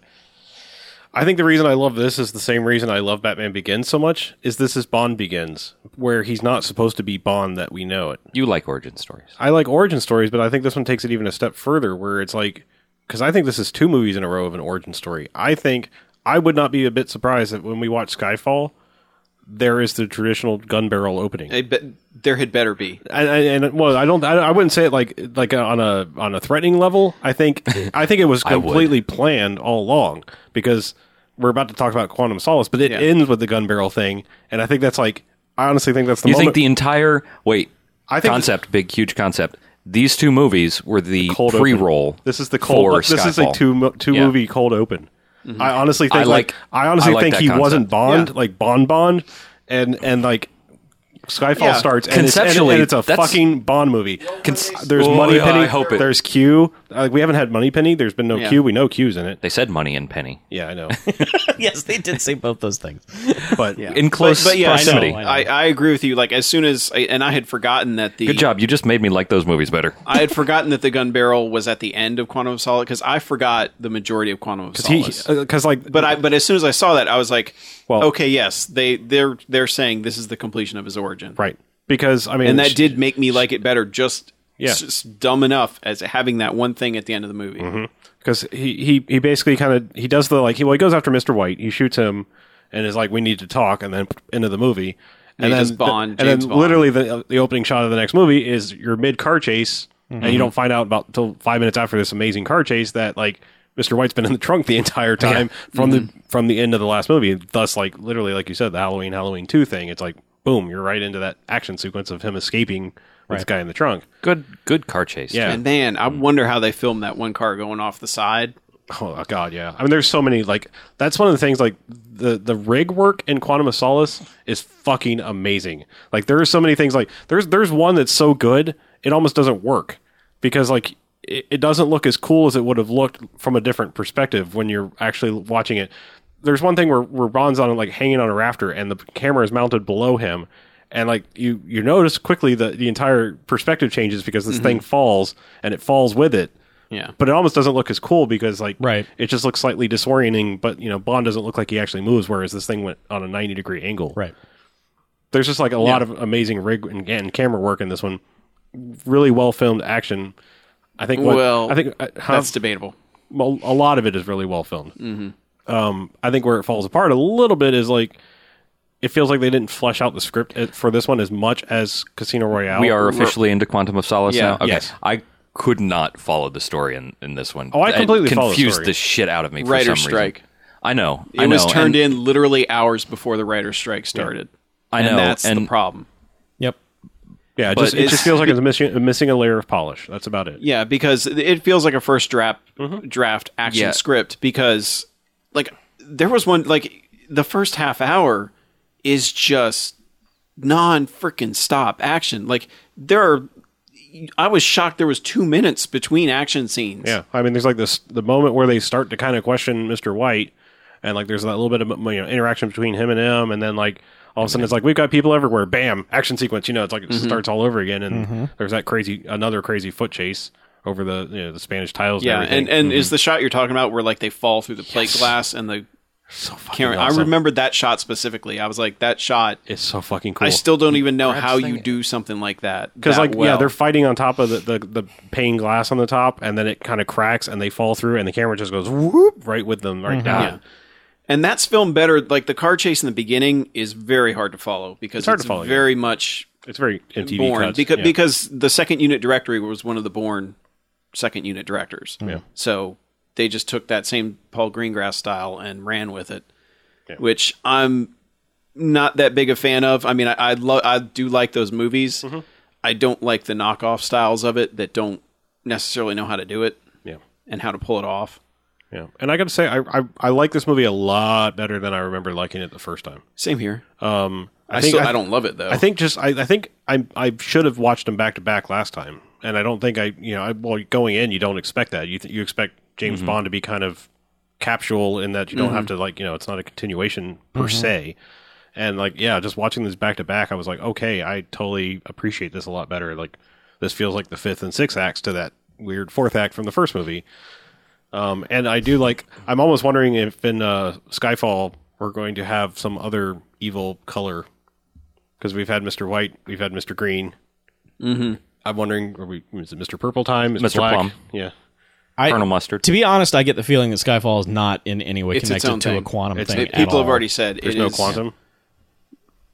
B: I think the reason I love this is the same reason I love Batman Begins so much is this is Bond Begins, where he's not supposed to be Bond that we know it.
D: You like origin stories.
B: I like origin stories, but I think this one takes it even a step further, where it's like because I think this is two movies in a row of an origin story. I think I would not be a bit surprised that when we watch Skyfall, there is the traditional gun barrel opening.
C: I bet there had better be.
B: and, and, and well, I don't. I, I wouldn't say it like like on a on a threatening level. I think I think it was
D: would.
B: completely planned all along because we're about to talk about Quantum Solace, but it
C: Yeah.
B: ends with the gun barrel thing, and I think that's like I honestly think that's the
D: You
B: moment.
D: think the entire wait
B: I think-
D: concept, big huge concept. These two movies were the
B: cold open.
D: pre-roll.
B: This is the cold.
D: for
B: this is a
D: Skyfall.
B: two mo- two
D: Yeah.
B: movie cold open. I honestly think
D: I
B: like,
D: like-
B: I honestly
D: I like
B: think
D: that
B: he
D: concept.
B: wasn't Bond
C: Mm-hmm. Yeah.
B: like Bond Bond, and and like. Skyfall
C: Yeah.
B: starts and it's- and-
D: Conceptually,
B: and it's, a
D: that's-
B: fucking Bond movie.
D: Cons-
B: there's
D: Oh,
B: Money
D: yeah,
B: Penny.
D: I hope it-
B: There's Q. Like we haven't had Money Penny. There's been no
C: Yeah.
B: Q. We know Q's in it.
D: They said money and penny
B: Yeah, I know.
E: yes, they did say both those things.
B: But
D: in close
C: But yeah,
D: proximity.
E: I know.
C: I, I agree with you. Like as soon as I, and I had forgotten that the
D: Good job. You just made me like those movies better.
C: I had forgotten that the gun barrel was at the end of Quantum of Solace because I forgot the majority of Quantum of Solace.
B: because uh, like,
C: but I but as soon as I saw that, I was like,
B: Well-
C: okay, yes, they they're they're saying this is the completion of his origin,
B: right because I mean,
C: And that did make me like it better, just
B: Yeah.
C: s- s- dumb enough as having that one thing at the end of the movie.
B: Mm-hmm. because he he he basically kind of he does the like he well he goes after Mister White. He shoots him and is like, we need to talk, and then into the movie. And,
C: he
B: then
C: does Bond,
B: and then
C: James Bond.
B: literally the the opening shot of the next movie is your mid car chase, and
C: Mm-hmm.
B: you don't find out about till five minutes after this amazing car chase that like. Mr. White's been in the trunk the entire time from
C: Mm-hmm.
B: the from the end of the last movie. Thus, like literally, like you said, the Halloween Halloween two thing. It's like boom, you're right into that action sequence of him escaping with this guy in the trunk.
D: Good good car chase.
B: Yeah. Mm-hmm.
C: And man, I wonder how they filmed that one car going off the side.
B: Oh god, yeah. I mean, there's so many like that's one of the things like the the rig work in Quantum of Solace is fucking amazing. Like there are so many things like there's there's one that's so good it almost doesn't work because like it, it doesn't look as cool as it would have looked from a different perspective when you're actually watching it. There's one thing where where Bond's on like hanging on a rafter and the camera is mounted below him. And like you, you notice quickly that the entire perspective changes because this thing falls and it falls with it
C: Yeah,
B: but it almost doesn't look as cool because like
E: Right.
B: it just looks slightly disorienting but you know bond doesn't look like he actually moves whereas this thing went on a 90 degree angle
E: Right.
B: there's just like a lot of amazing rig and, and camera work in this one really well filmed action i think what,
C: Well,
B: i think uh, huh?
C: that's debatable.
B: well, a lot of it is really well filmed.
D: Mm-hmm.
B: Um, I think where it falls apart a little bit is like it feels like they didn't flesh out the script uh, for this one as much as Casino Royale.
D: We are officially into Quantum of Solace
C: Yeah.
D: now. Okay.
B: Yes.
D: I could not follow the story in, in this one.
B: Oh, I
D: It
B: completely follow the
D: confused
B: story.
D: the shit out of me for
C: Writer's
D: some reason.
C: strike.
D: I know.
C: It
D: I know.
C: was turned
D: and
C: in literally hours before the writer's strike started.
D: I know,
C: and that's the
D: and-
C: problem.
E: Yep.
B: yeah, it
D: but
B: just, it
D: it's-
B: just feels like it's missing, missing a layer of polish. That's about it.
C: Yeah, because it feels like a first draft
B: Mm-hmm.
C: draft action
D: Yeah.
C: script because like there was one like the first half hour is just non freaking stop action. Like there are I was shocked there was 2 minutes between action scenes.
B: Yeah, I mean, there's like this the moment where they start to kind of question Mister White, and like there's that little bit of you know interaction between him and him, and then like all of a sudden it's like we've got people everywhere. Bam, action sequence. You know, it's like it
C: Mm-hmm.
B: starts all over again, and there's that crazy another crazy foot chase over the you know, the Spanish tiles.
C: Yeah,
B: and, everything. Mm-hmm.
C: and and is the shot you're talking about where like they fall through the plate glass and the camera? I
B: awesome.
C: remembered that shot specifically. I was like, that shot.
B: it's so fucking cool.
C: I still don't even know how
D: thing-
C: you do something like that.
B: because
C: that
B: like yeah
C: well.
B: they're fighting on top of the, the, the pane glass on the
C: Mm-hmm.
B: top and then it kind of cracks and they fall through and the camera just goes whoop right with them right down
C: And that's filmed better. Like the car chase in the beginning is very hard to follow because it's,
B: hard to follow, yeah.
C: very much
B: It's very MTV
C: born
B: cuts.
C: because
B: yeah.
C: because the second unit directory was one of the born second unit directors. Yeah. So they just took that same Paul Greengrass style and ran with it, which I'm not that big a fan of. I mean, I I, lo- I do like those movies.
B: Mm-hmm.
C: I don't like the knockoff styles of it that don't necessarily know how to do it
B: yeah,
C: and how to pull it off.
B: yeah. And I got to say, I, I I like this movie a lot better than I remember liking it the first time.
C: Same here.
B: Um,
C: I,
B: think
C: still I, don't love it though.
B: I think just I, I think I I should have watched them back to back last time, and I don't think I you know I, well going in you don't expect that you th- you expect James Bond to be kind of capsule in that you don't have to like you know it's not a continuation per se, and like yeah just watching this back to back I was like okay I totally appreciate this a lot better like this feels like the fifth and sixth acts to that weird fourth act from the first movie, um and I do like I'm almost wondering if in uh, Skyfall we're going to have some other evil color because we've had Mr. White, we've had Mr. Green. Mm-hmm. I'm wondering, are we, is it Mr. Purple time? Is it
D: Mr.
B: Black?
D: Plum.
B: Yeah.
E: I,
D: Colonel Mustard.
E: To be honest, I get the feeling that Skyfall is not in any way
C: It's its
E: connected
C: own
E: to a
C: thing.
E: quantum
B: It's-
E: thing.
B: it-
E: at
C: people have
E: all.
C: already said
B: There's
C: it
B: no
C: is-
B: quantum.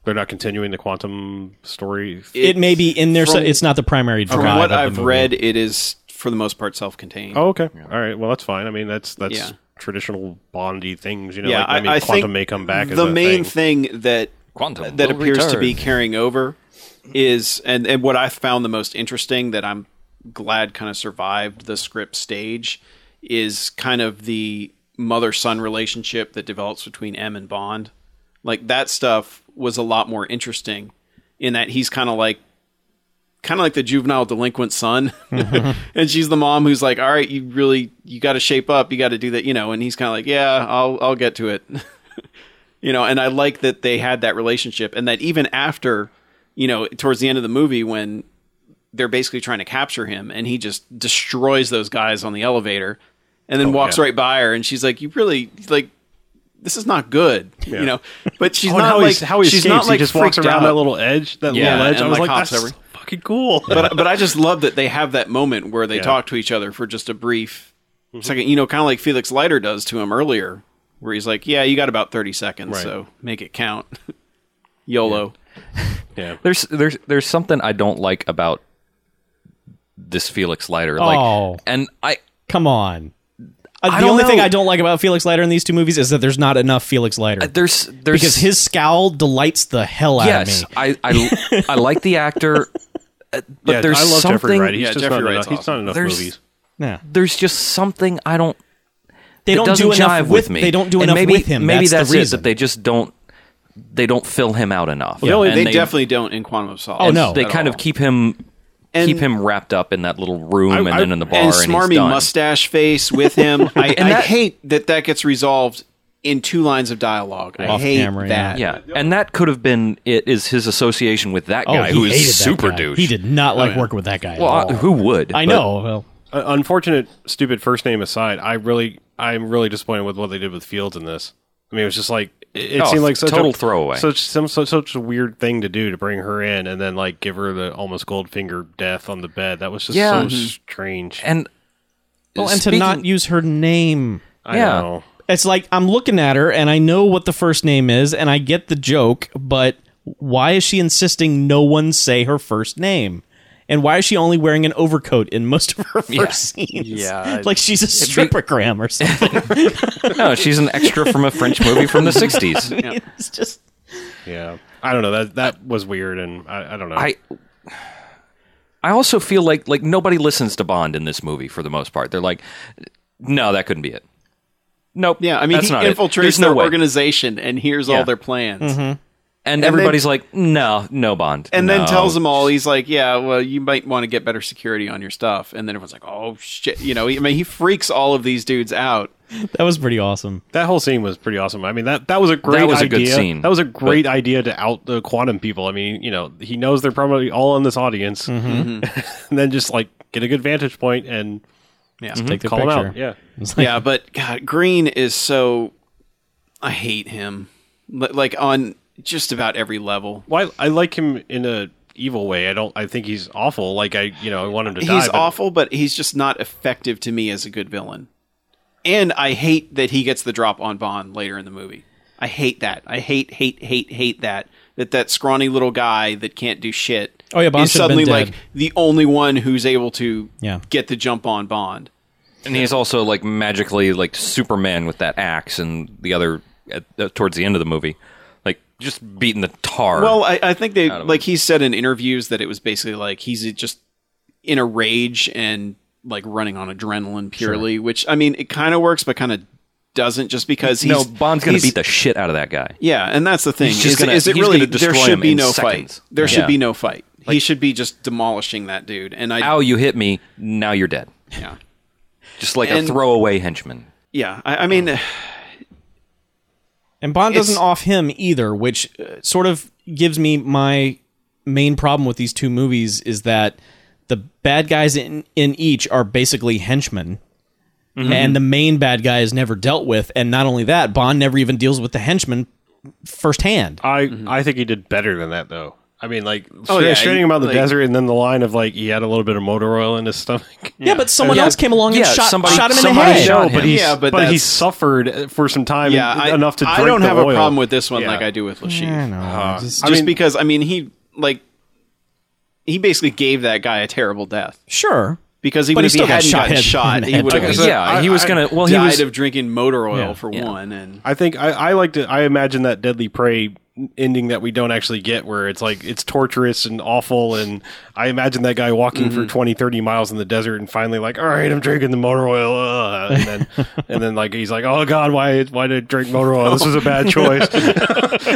B: They're not continuing the quantum story.
E: It may be in there. so
C: From-
E: it's not the primary drive.
C: From
E: of
C: what
E: the
C: I've
E: movie.
C: read, it is for the most part self-contained.
B: oh, okay. All right. Well, that's fine. I mean, that's that's
C: Yeah.
B: traditional Bondy things. You know,
C: yeah,
B: like,
C: I,
B: I mean,
C: I
B: quantum
C: think
B: may come back. as
C: The
B: a
C: main
B: thing.
C: thing, that
D: Quantum
C: that
D: will
C: appears to be
D: return.
C: carrying over is, and and what I found the most interesting that I'm glad kind of survived the script stage is kind of the mother-son relationship that develops between M and Bond. Like that stuff was a lot more interesting in that he's kind of like kind of like the juvenile delinquent son
B: Mm-hmm.
C: and she's the mom who's like all right you really you got to shape up you got to do that you know and he's kind of like yeah i'll i'll get to it you know and i like that they had that relationship and that even after you know towards the end of the movie when they're basically trying to capture him and he just destroys those guys on the elevator and then walks
B: Oh, yeah.
C: right by her and she's like you really like this is not good you know but she's
B: Oh, and
C: not
B: how,
C: like
B: he's- how he
C: she's
B: escapes,
C: not like
B: he just walks
C: freaked
B: around
C: out
B: that little edge, that
C: Yeah,
B: little edge.
C: and,
B: I was
C: like,
B: like,
C: hops
B: that's
C: every-
B: fucking cool.
C: but but I just love that they have that moment where they talk to each other for just a brief second. You know, kind of like Felix Leiter does to him earlier, where he's like, "Yeah, you got about thirty seconds,
B: Right.
C: so make it count." YOLO.
B: yeah.
D: There's there's there's something I don't like about this Felix Leiter. Like,
E: Oh.
D: and I
E: Come on. Uh,
D: I
E: the
D: don't
E: only thing
D: know.
E: I don't like about Felix Leiter in these two movies is that there's not enough Felix Leiter.
D: there's Uh, there's
E: because his scowl delights the hell out
D: yes,
E: of me.
D: I I I like the actor, uh, but
B: yeah,
D: there's
B: I love
D: something.
B: Jeffrey Wright. He's
C: Yeah,
B: just
C: Jeffrey
B: not
C: Wright's
B: enough, he's not
C: awesome.
B: enough
D: There's-
B: movies.
E: Yeah.
D: There's just something I don't.
E: They
D: it
E: don't
D: doesn't
E: do enough
D: jive
E: with,
D: with me.
E: They don't do
D: and
E: enough
D: maybe,
E: with him.
D: Maybe
E: that's, the reason.
D: it. They just don't. They don't fill him out enough.
B: The only-
D: And
C: They, definitely don't in Quantum of Solace.
E: Oh, no.
D: They
C: at
D: kind
C: all.
D: of keep him
C: And-
D: keep him wrapped up in that little room and
B: I-
D: then in the bar
C: and
D: and,
C: smarmy
D: he's done.
C: mustache face with him. I,
D: And
C: I
D: that-
C: hate that that gets resolved in two lines of dialogue. I
E: Off
C: hate
E: camera,
C: that.
D: Yeah, and that could have been it. Is his association with that
E: oh,
D: guy
E: he
D: who
E: hated
D: is
E: that
D: super
E: guy.
D: douche? Oh,
E: He did not like working with that guy.
D: Well,
E: at all.
D: I- who would?
E: I
D: But
E: know. Well,
B: Uh, unfortunate, stupid first name aside, I really, I'm really disappointed with what they did with Fields in this. I mean, it was just like it, it
D: Oh,
B: seemed like such
D: total
B: a,
D: throwaway.
B: such some such, such a weird thing to do to bring her in and then like give her the almost gold finger death on the bed. That was just
D: Yeah.
B: so
D: Mhm.
B: strange.
D: And
E: well, and to
D: speaking-
E: not use her name.
B: I
D: yeah.
B: know.
E: It's like I'm looking at her and I know what the first name is and I get the joke, but why is she insisting no one say her first name? And why is she only wearing an overcoat in most of her first scenes?
C: Yeah,
E: like she's a stripogram or something.
D: no, she's an extra from a French movie from the '60s.
E: it's just
B: Yeah, I don't know. That that was weird, and I, I don't know.
D: I I also feel like like nobody listens to Bond in this movie for the most part. They're like, no, that couldn't be it. Nope.
C: Yeah, I mean,
D: that's
C: he
D: not it.
C: infiltrates
D: There's no
C: their
D: way.
C: organization and hears
D: Yeah. Mm-hmm.
C: all their plans.
D: and everybody's like, no, no Bond.
C: and
D: No.
C: then tells them all he's like yeah well you might want to get better security on your stuff and then everyone's like oh shit you know i mean he freaks all of these dudes out
E: that was pretty awesome.
B: that whole scene was pretty awesome. I mean that that was a great
D: was a
B: idea.
D: good scene,
B: that was a great idea to out the quantum people. I mean, you know, he knows they're probably all in this audience, and then just like get a good vantage point and
C: yeah
E: Take the
B: call him
E: picture.
B: out. Yeah.
E: It's like,
C: yeah but god green is so i hate him Li- like on just about every level
B: Well, I, I like him in a evil way. I don't. I think he's awful. Like I, you know, I want him to die.
C: he's
B: but-
C: awful but he's just not effective to me as a good villain And I hate that he gets the drop on Bond later in the movie. I hate that. I hate, hate, hate, hate that. That that scrawny little guy that can't do shit.
E: Oh, yeah, Bond
C: is
E: should've
C: suddenly
E: been
C: like
E: dead.
C: the only one who's able to
E: Yeah.
C: get the jump on Bond.
D: And he's also like magically like Superman with that axe and the other at, uh, towards the end of the movie, like just beating the tar.
C: Well, I, I think they
D: of
C: like he said in interviews that it was basically like he's just in a rage and like running on adrenaline purely, which I mean it kind of works, but kind of doesn't just because he's
D: no, Bond's gonna
C: he's-
D: beat the shit out of that guy.
C: Yeah, and that's the thing.
D: He's
C: is,
D: just gonna-
C: is it
D: he's
C: really
D: gonna destroy
C: there should
D: him
C: be
D: in
C: no
D: seconds.
C: fight? There should
D: Yeah.
C: be no fight. he should be just demolishing that dude. And I
D: Ow, you hit me. Now you're dead.
C: yeah.
D: Just like
C: And-
D: a throwaway henchman.
C: Yeah, I, I mean,
E: And Bond doesn't
C: It's-
E: off him either, which uh, sort of gives me my main problem with these two movies is that the bad guys in, in each are basically henchmen.
D: Mm-hmm.
E: And the main bad guy is never dealt with. And not only that, Bond never even deals with the henchman firsthand.
B: I I think he did better than that though. I mean, like
C: Oh,
B: stra-
C: yeah,
B: straining
C: he-
B: him out in the
C: like-
B: desert, and then the line of like he had a little bit of motor oil in his stomach.
E: Yeah, but someone
D: Yeah.
E: else came along and
D: Yeah,
E: shot,
D: somebody-
E: shot him in the
D: somebody
E: head.
D: shot
B: No,
D: him.
B: but he
C: Yeah, but
B: but, he
C: that's-
B: suffered for some time
C: yeah, I,
B: enough to. Drink
C: I don't
B: the
C: have
B: oil.
C: a problem with this one
B: Yeah.
C: like I do with Lashif.
E: I know.
D: Ah.
E: just,
C: Just because I mean he like he basically gave that guy a terrible death
E: sure.
C: because
E: But
C: even
E: he
C: if he
E: still got
C: hadn't
E: shot
C: gotten
E: in- in
C: shot,
E: the
C: he
E: head.
C: would
B: Like
C: have
B: I
C: died
B: said,
D: yeah, he was
B: I-
D: gonna. Well, he was.
C: of drinking motor oil
E: Yeah.
C: for
D: Yeah.
C: one. And
B: I think I, I like to I imagine that deadly prey ending that we don't actually get where it's like it's torturous and awful and I imagine that guy walking for 20 30 miles in the desert and finally like all right I'm drinking the motor oil uh, and then and then like he's like oh god why why did I drink motor oil this was a bad choice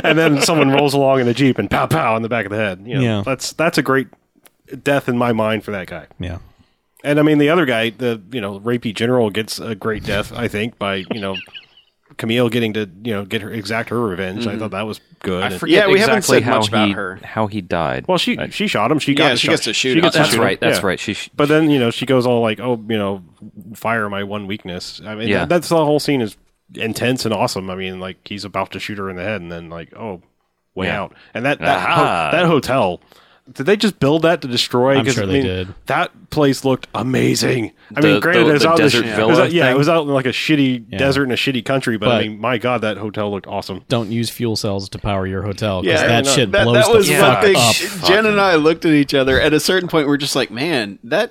B: and then someone rolls along in a jeep and pow pow in the back of the head you know,
E: Yeah.
B: that's that's a great death in my mind for that guy
E: Yeah.
B: and I mean, the other guy, the you know rapey general, gets a great death, I think, by you know Camille getting to you know get her exact her revenge. I thought that was good.
D: Mm-hmm. I
B: And-
D: forget
C: Yeah, we haven't
D: exactly
C: said
D: how
C: much
D: he
C: about her.
D: how he died.
B: well, she she shot him. She got
C: Yeah,
B: to
C: she
B: shot-
C: gets to shoot him.
B: gets to
D: that's
B: shoot him.
D: right. That's
B: Yeah.
D: right. She, she
B: But then you know she goes all like, "Oh, you know, fire my one weakness." I mean,
D: Yeah.
B: that's the whole scene is intense and awesome. I mean, like he's about to shoot her in the head, and then like, oh, way
D: Yeah.
B: out. And that that, ho-
D: Aha.
B: that hotel, did they just build that to destroy?
E: I'm
B: 'Cause,
E: sure
B: I
E: they
B: mean,
E: did.
B: That place looked amazing. I
D: The-
B: mean, granted,
D: the-
B: it was
D: the
B: out in
D: desert
B: the, sh-
D: villa
B: it was out- yeah, it
D: thing?
B: was out in like a shitty desert in a shitty country. But,
E: But-
B: I mean, my god, that hotel looked awesome.
E: Don't use fuel cells to power your hotel because
C: Yeah,
E: that
B: no,
E: shit
C: that,
E: blows
C: that was
E: the
B: Yeah.
E: fuck
C: one thing.
E: up.
C: Jen and I looked at each other. At a certain point, we're just like, man, that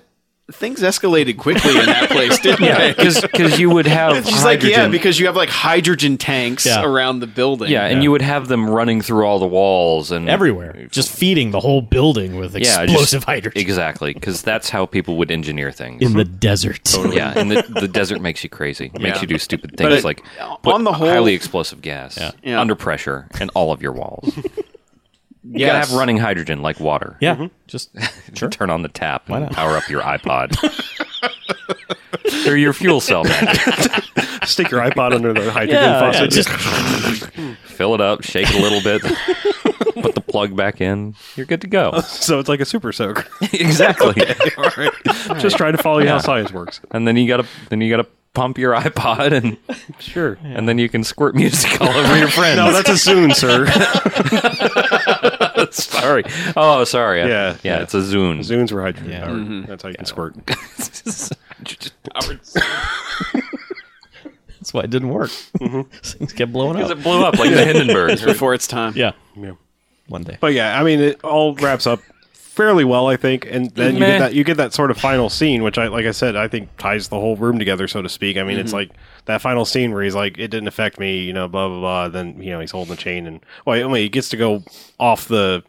C: things escalated quickly in that place, didn't they?
D: because you would have
C: She's like, yeah,
D: hydrogen-
C: because you have like hydrogen tanks
E: Yeah.
C: around the building.
D: yeah, and you would have them running through all the walls and
E: everywhere, just feeding the whole building with
D: Yeah,
E: explosive
D: just-
E: hydrogen
D: Exactly, because that's how people would engineer things.
E: in the desert.
D: yeah, and the, the desert makes you crazy. It makes
C: Yeah.
D: you do stupid things
C: it-
D: like
C: on
D: put
C: the whole-
D: highly explosive gas
C: Yeah.
D: under pressure in all of your walls. you gotta
C: Yes.
D: have running hydrogen like water.
E: Yeah, Mm-hmm. just
D: Sure. Turn on the tap and power up your iPod. or your fuel cell man.
B: Stick your iPod under the hydrogen
E: yeah,
B: faucet.
E: just
D: Fill it up, shake it a little bit, put the plug back in. You're good to go.
B: so it's like a super soaker.
D: exactly.
B: all right, just trying to follow you how science works.
D: And then you gotta then you gotta pump your iPod and
B: Sure.
D: and then you can squirt music all over your friends.
B: No, that's a soon, sir.
D: sorry. Oh, sorry. Yeah,
B: Yeah,
D: yeah,
B: yeah.
D: It's a Zune.
B: Zunes were hydrogen powered. That's how you can squirt.
E: that's why it didn't work.
C: Mm-hmm.
E: Things kept blowing
D: Because
E: up.
D: it blew up like the Hindenburg.
C: before it's time.
E: Yeah,
B: Yeah.
E: one day.
B: But yeah, I mean, it all wraps up fairly well, I think. And then you
D: Meh.
B: get that you get that sort of final scene, which I like I said, I think ties the whole room together, so to speak. I mean, it's like that final scene where he's like, "It didn't affect me," you know, blah blah blah. Then you know he's holding the chain, and well, I mean, he gets to go off the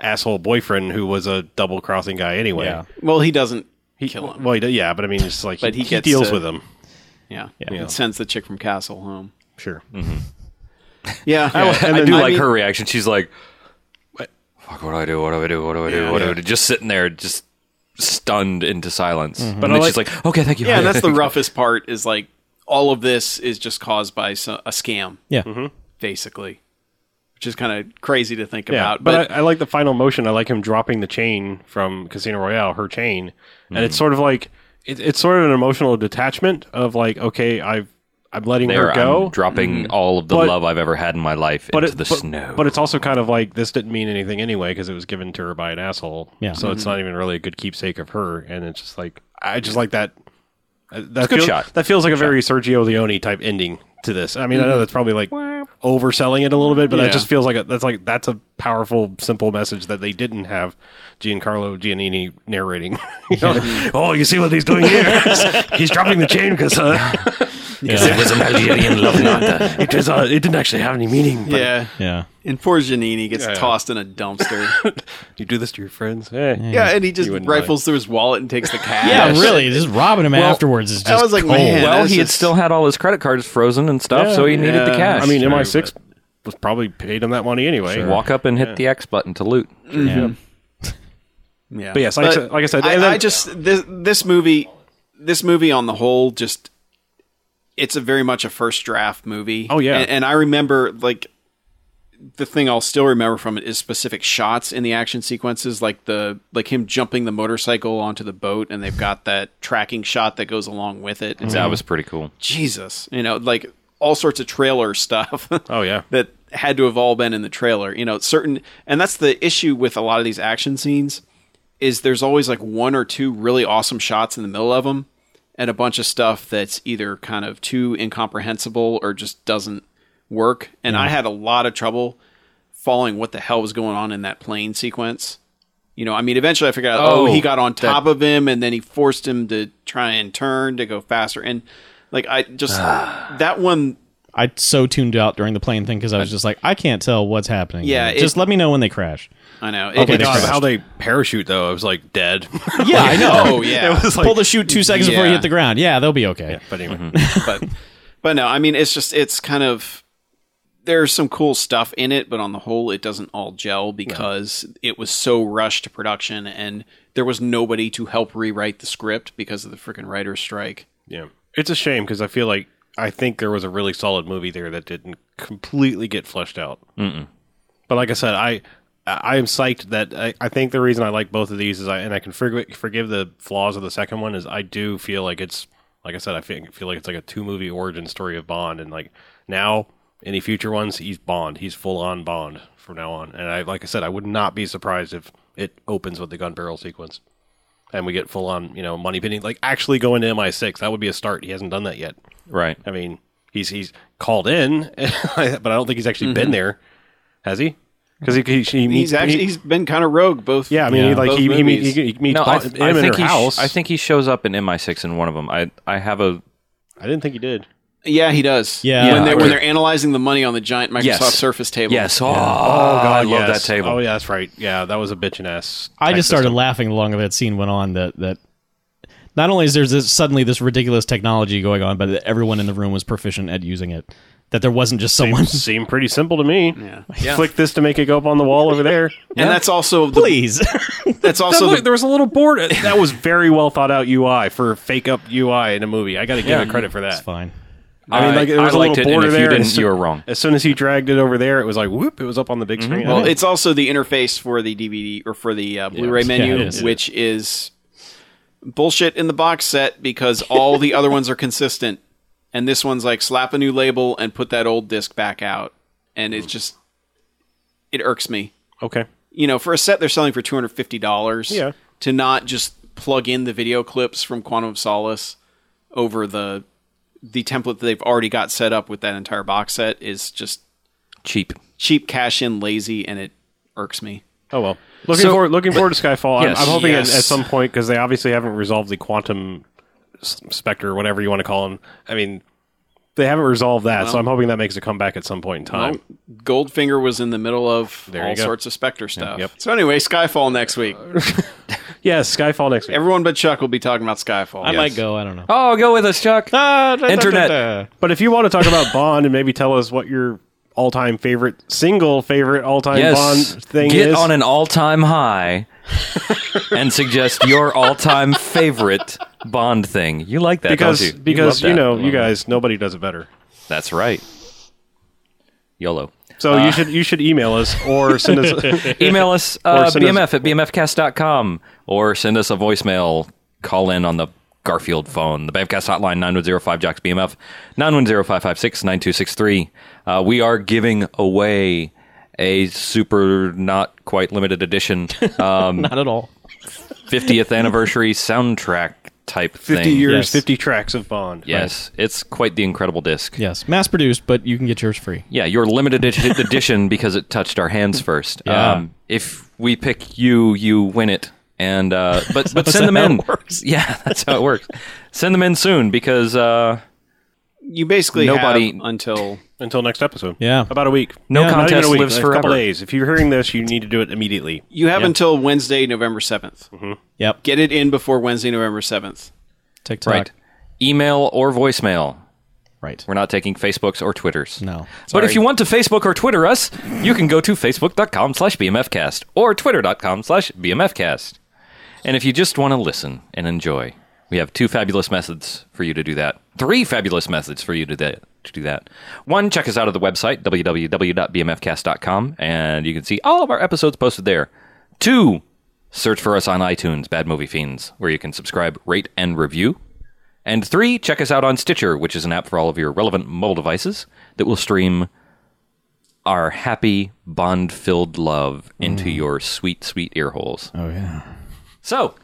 B: asshole boyfriend who was a double crossing guy anyway.
E: Yeah.
C: Well, he doesn't kill him.
B: Well, he, d- yeah, but I mean, it's like
C: But
B: he,
C: he
B: he
C: gets
B: deals
C: to-
B: with him.
C: yeah.
B: Yeah.
C: It sends the chick from Castle home.
B: Sure.
C: Yeah.
D: I do like
C: mean-
D: her reaction. She's like, "Fuck! What do I do? What do I do? What do I do? what do I do?" Just sitting there, just stunned into silence. But
B: But
D: and
B: I
D: then
B: like-
D: she's like, "Okay, thank you."
C: Yeah, and that's the roughest part is like all of this is just caused by so- a scam,
E: Yeah,
C: basically, which is kind of crazy to think
B: Yeah,
C: about.
B: but, I, I like the final motion. I like him dropping the chain from Casino Royale, her chain, and it's sort of like it, it's sort of an emotional detachment of like, okay, I've I'm letting
D: there.
B: her go,
D: I'm dropping all of the
B: But-
D: love I've ever had in my life
B: but
D: into
B: it-
D: the
B: but,
D: snow.
B: But it's also kind of like this didn't mean anything anyway because it was given to her by an asshole.
E: Yeah.
D: Mm-hmm.
B: so it's not even really a good keepsake of her, and it's just like I just like that. Uh, That
D: good
B: feels,
D: shot. Mm-hmm.
B: That feels like a very Sergio Leone type ending to this. I mean, I know that's probably like overselling it a little bit, but
C: Yeah.
B: it just feels like a, that's like that's a powerful, simple message that they didn't have Giancarlo Giannini narrating. You know,
D: Mm-hmm.
B: oh, you see what he's doing here? he's dropping the chain because uh,
E: Yeah.
A: was an Algerian love letter.
B: it was uh, it didn't actually have any meaning. But
C: yeah.
E: yeah.
C: And poor Giannini gets
B: Yeah.
C: tossed in a dumpster.
B: you do this to your friends. Eh. Hey.
C: yeah, and he just
B: You wouldn't
C: rifles through his wallet and takes the cash.
E: Yeah, really. Just robbing him afterwards is
C: I
E: just
C: was like,
E: cold.
C: man. Yeah,
D: well,
C: that's
D: he had
C: just-
D: still had all his credit cards frozen and stuff, so he needed the
C: yeah.
D: cash.
B: I mean, MI6 was probably paid him that money anyway.
D: walk up and hit the X button to loot.
C: Yeah.
B: But yes, like I said- like I said,
C: I,
B: and then-
C: I just this this movie, this movie on the whole, just it's a very much a first draft movie.
B: Oh, yeah.
C: and, and I remember like the thing I'll still remember from it is specific shots in the action sequences, like the like him jumping the motorcycle onto the boat, and they've got that tracking shot that goes along with it. It's
B: Mm-hmm.
D: That was pretty cool.
C: Jesus, you know, like all sorts of trailer stuff.
B: Oh, yeah.
C: that had to have all been in the trailer. You know, certain, and that's the issue with a lot of these action scenes is there's always like one or two really awesome shots in the middle of them, and a bunch of stuff that's either kind of too incomprehensible or just doesn't work. And I had a lot of trouble following what the hell was going on in that plane sequence. You know, I mean, eventually I figured out, oh,
D: Oh,
C: he got on top of him and then he forced him to try and turn to go faster. And like, I just, that one,
E: I so tuned out during the plane thing because I was just like, I can't tell what's happening.
C: Yeah,
E: Like, just
C: it-
E: let me know when they crash.
C: I know. It,
E: Okay,
C: it's-
E: God,
B: how they parachute though, I was like dead.
E: Yeah, I know.
C: Oh, yeah.
B: was
E: Pull the chute two seconds before you
C: Yeah.
E: hit the ground. Yeah, they'll be okay.
B: but anyway,
C: but but no, I mean it's just it's kind of there's some cool stuff in it, but on the whole, it doesn't all gel because it was so rushed to production, and there was nobody to help rewrite the script because of the freaking writer's strike.
B: yeah, it's a shame because I feel like I think there was a really solid movie there that didn't completely get fleshed out. Mm-mm. But like I said, I I am psyched that I, I think the reason I like both of these is I and I can forgive forgive the flaws of the second one is I do feel like it's like I said I feel, feel like it's like a two movie origin story of Bond and like now any future ones he's Bond he's full on Bond from now on and I like I said I would not be surprised if it opens with the gun barrel sequence. and we get full on, you know, money penny, like actually going to MI6. That would be a start. He hasn't done that yet.
D: Right.
B: I mean, he's he's called in, but I don't think he's actually
D: Mm-hmm.
B: been there, has he? Because he, he, he meets
C: He's actually
B: he-
C: he's been kind of rogue both.
B: yeah. I mean,
E: Yeah.
B: like
C: both
B: he, he, meet-
C: movies.
B: he, he meets
D: No, I,
B: Bond-
D: th-
B: him
D: I
B: in
D: think
B: her
D: he sh-
B: house.
D: I think he shows up in MI6 in one of them. I I have a
B: I didn't think he did.
C: yeah, he does.
E: Yeah.
C: when they
D: Yeah.
C: when they're analyzing the money on the giant Microsoft
D: Yes.
C: Surface table.
D: yes. Oh, God, I love
B: yes.
D: that table.
B: Oh yeah, that's right. Yeah, that was a bitching ass.
E: I just
B: type
E: started laughing the longer that scene went on. That that not only is there this, suddenly this ridiculous technology going on, but that everyone in the room was proficient at using it. That there wasn't just someone.
B: system. Seemed pretty simple to me.
C: Yeah.
B: Flick this to make it go up on the wall over there.
C: and that's also the,
E: Please,
C: that's also
B: Look,
C: the,
B: there was a little board. That was very well thought out UI for fake up UI in a movie. I got to give it credit for that.
E: it's fine.
B: I mean,
D: I-
B: like, there
D: I
B: was a
D: liked
B: little
D: it, and
B: border
D: if you
B: there. and
D: didn't,
B: as soo-
D: you were wrong.
B: As soon as he dragged it over there, it was like whoop! It was up on the big screen.
C: Well, it's also the interface for the DVD or for the uh, Blu-ray menu,
E: Yeah, it is.
C: which is bullshit in the box set because all the other ones are consistent, and this one's like slap a new label and put that old disc back out, and
E: Hmm.
C: it just it irks me.
B: okay.
C: You know, for a set they're selling for two hundred fifty dollars,
B: Yeah.
C: to not just plug in the video clips from Quantum of Solace over the the template that they've already got set up with that entire box set is just
D: Cheap.
C: cheap cash in, lazy, and it irks me.
B: Oh well. Looking
D: So-
B: forward. Looking forward to Skyfall.
D: Yes.
B: I'm, I'm hoping at,
C: Yes.
B: at some point because they obviously haven't resolved the quantum s- specter, whatever you want to call them. I mean, they haven't resolved that, so I'm hoping that makes a comeback at some point in time.
C: Goldfinger was in the middle of
B: Oh. you
C: all
B: go.
C: sorts of Spectre stuff.
B: yep.
C: So anyway, Skyfall next week.
B: Yes, Skyfall next week.
C: Everyone but Chuck will be talking about Skyfall.
E: I might go. I don't know.
D: Oh, go with us, Chuck.
B: Ah,
D: Internet.
B: But if you want to talk about Bond and maybe tell us what your all-time favorite single favorite all-time
D: Yes.
B: Bond thing
D: Get
B: is,
D: on an all-time high and suggest your all-time favorite Bond thing. You like that,
B: because
D: don't you?
B: because
D: love
B: you
D: that.
B: know
D: Love
B: you
D: that.
B: guys nobody does it better.
D: That's right. YOLO.
B: So you should you should email us or send us
D: Email us uh,
B: send us-
D: bmf at bmfcast.com or send us a voicemail. Call in on the Garfield phone. The Bamcast hotline, 9105 Jocks BMF, 9105569263. Uh, we are giving away a super not quite limited edition um,
E: Not at all.
D: 50th anniversary soundtrack type
B: 50
D: thing.
B: years,
E: Yes.
B: 50 tracks of Bond.
D: Yes, it's quite the incredible disc.
E: Yes, mass produced, but you can get yours free.
D: Yeah, your limited edi- edition because it touched our hands first. Um,
E: Yeah.
D: if we pick you, you win it. And uh, but but send them
E: how
D: in.
E: it works.
D: Yeah, that's how it works. Send them in soon because uh,
C: You basically
D: Nobody-
C: have until
B: Until next episode.
E: Yeah.
B: About a week.
D: no
E: Yeah, not
B: Not even
D: contest
B: a week,
D: lives
B: a couple
D: forever.
B: days. If you're hearing this, you need to do it immediately.
C: you have until Wednesday, November 7th
B: Mm-hmm.
E: Yep.
C: Get it in before Wednesday, November seventh.
E: TikTok.
D: Right, email or voicemail.
E: Right.
D: We're not taking Facebooks or Twitters.
E: No.
D: But if you want to Facebook or Twitter us, you can go to facebook.com slash bmfcast or twitter.com slash bmfcast. And if you just want to listen and enjoy, we have two fabulous methods for you to do that. Three fabulous methods for you to, da- to do that. One, check us out at the website, www.bmfcast.com, and you can see all of our episodes posted there. Two, search for us on iTunes, Bad Movie Fiends, where you can subscribe, rate, and review. And three, check us out on Stitcher, which is an app for all of your relevant mobile devices that will stream our happy, bond filled love into your sweet, sweet ear holes.
E: Mm. Oh yeah.
D: So,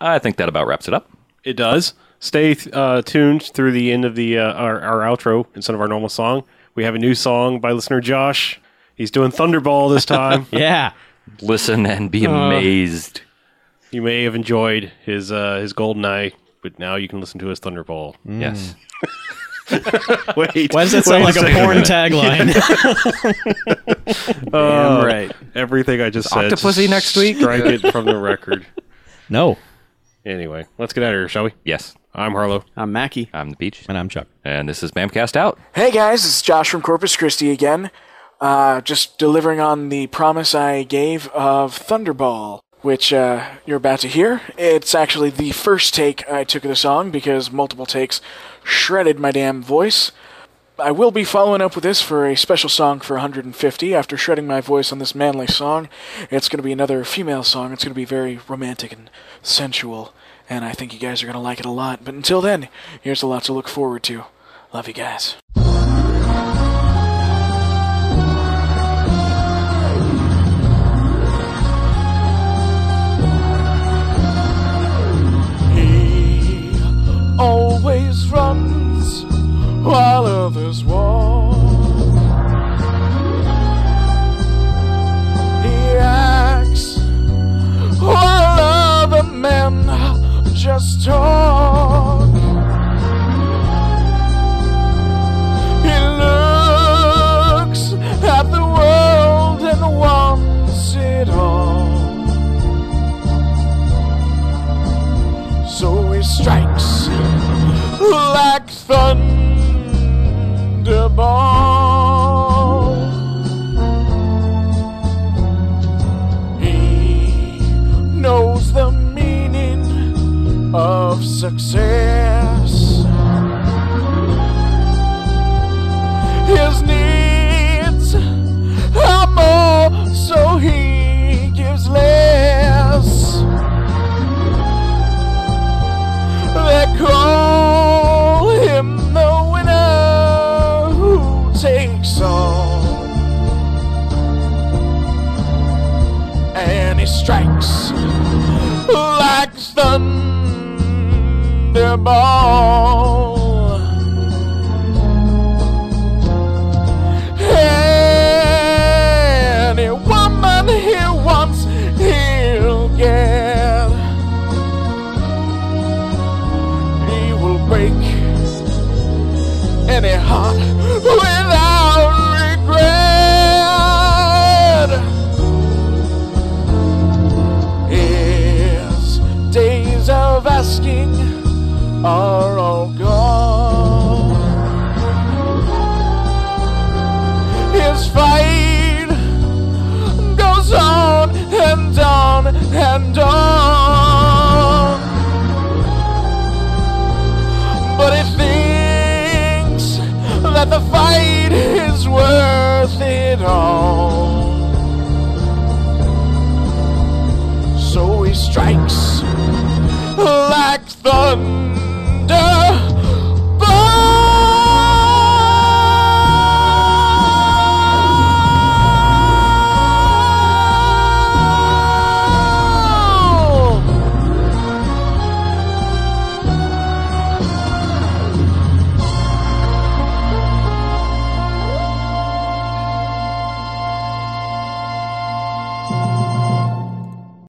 D: I think that about wraps it up.
B: It does. Stay uh, tuned through the end of the uh, our, our outro instead of our normal song. We have a new song by listener Josh. He's doing Thunderball this time.
E: Yeah.
D: Listen and
E: Uh,
D: be amazed.
B: You may have enjoyed his uh, his Golden Eye, but now you can listen to his Thunderball.
D: Yes.
B: Wait,
E: Mm. Why does that sound
B: wait
E: like a
B: second.
E: porn tagline?
B: Uh,
C: right.
B: Everything I just said.
D: Octopussy
B: just
D: next week?
B: Strike it from the record.
E: no.
B: Anyway, let's get out of here, shall we?
D: Yes.
B: I'm Harlow.
C: I'm Mackie.
D: I'm the Beach.
E: And I'm Chuck.
D: And this is Bamcast out.
F: Hey guys, it's Josh from Corpus Christi again. Uh, just delivering on the promise I gave of Thunderball, which uh, you're about to hear. It's actually the first take I took of the song because multiple takes shredded my damn voice. I will be following up with this for a special song for 150. After shredding my voice on this manly song, it's going to be another female song. It's going to be very romantic and sensual, and I think you guys are going to like it a lot. But until then, here's a lot to look forward to. Love you guys. He always runs while others walk. He acts while other men just talk. He looks at the world and wants it all. so he strikes like thunderball. He knows the meaning of success. His needs are more, so he gives less. They call him the winner who takes all. And he strikes like thunderball. Any woman he wants, he'll get. He will break any heart without regret. His days of asking are all gone. His fight goes on and on and on. But it thinks that the fight is worth it all. So he strikes like thunder.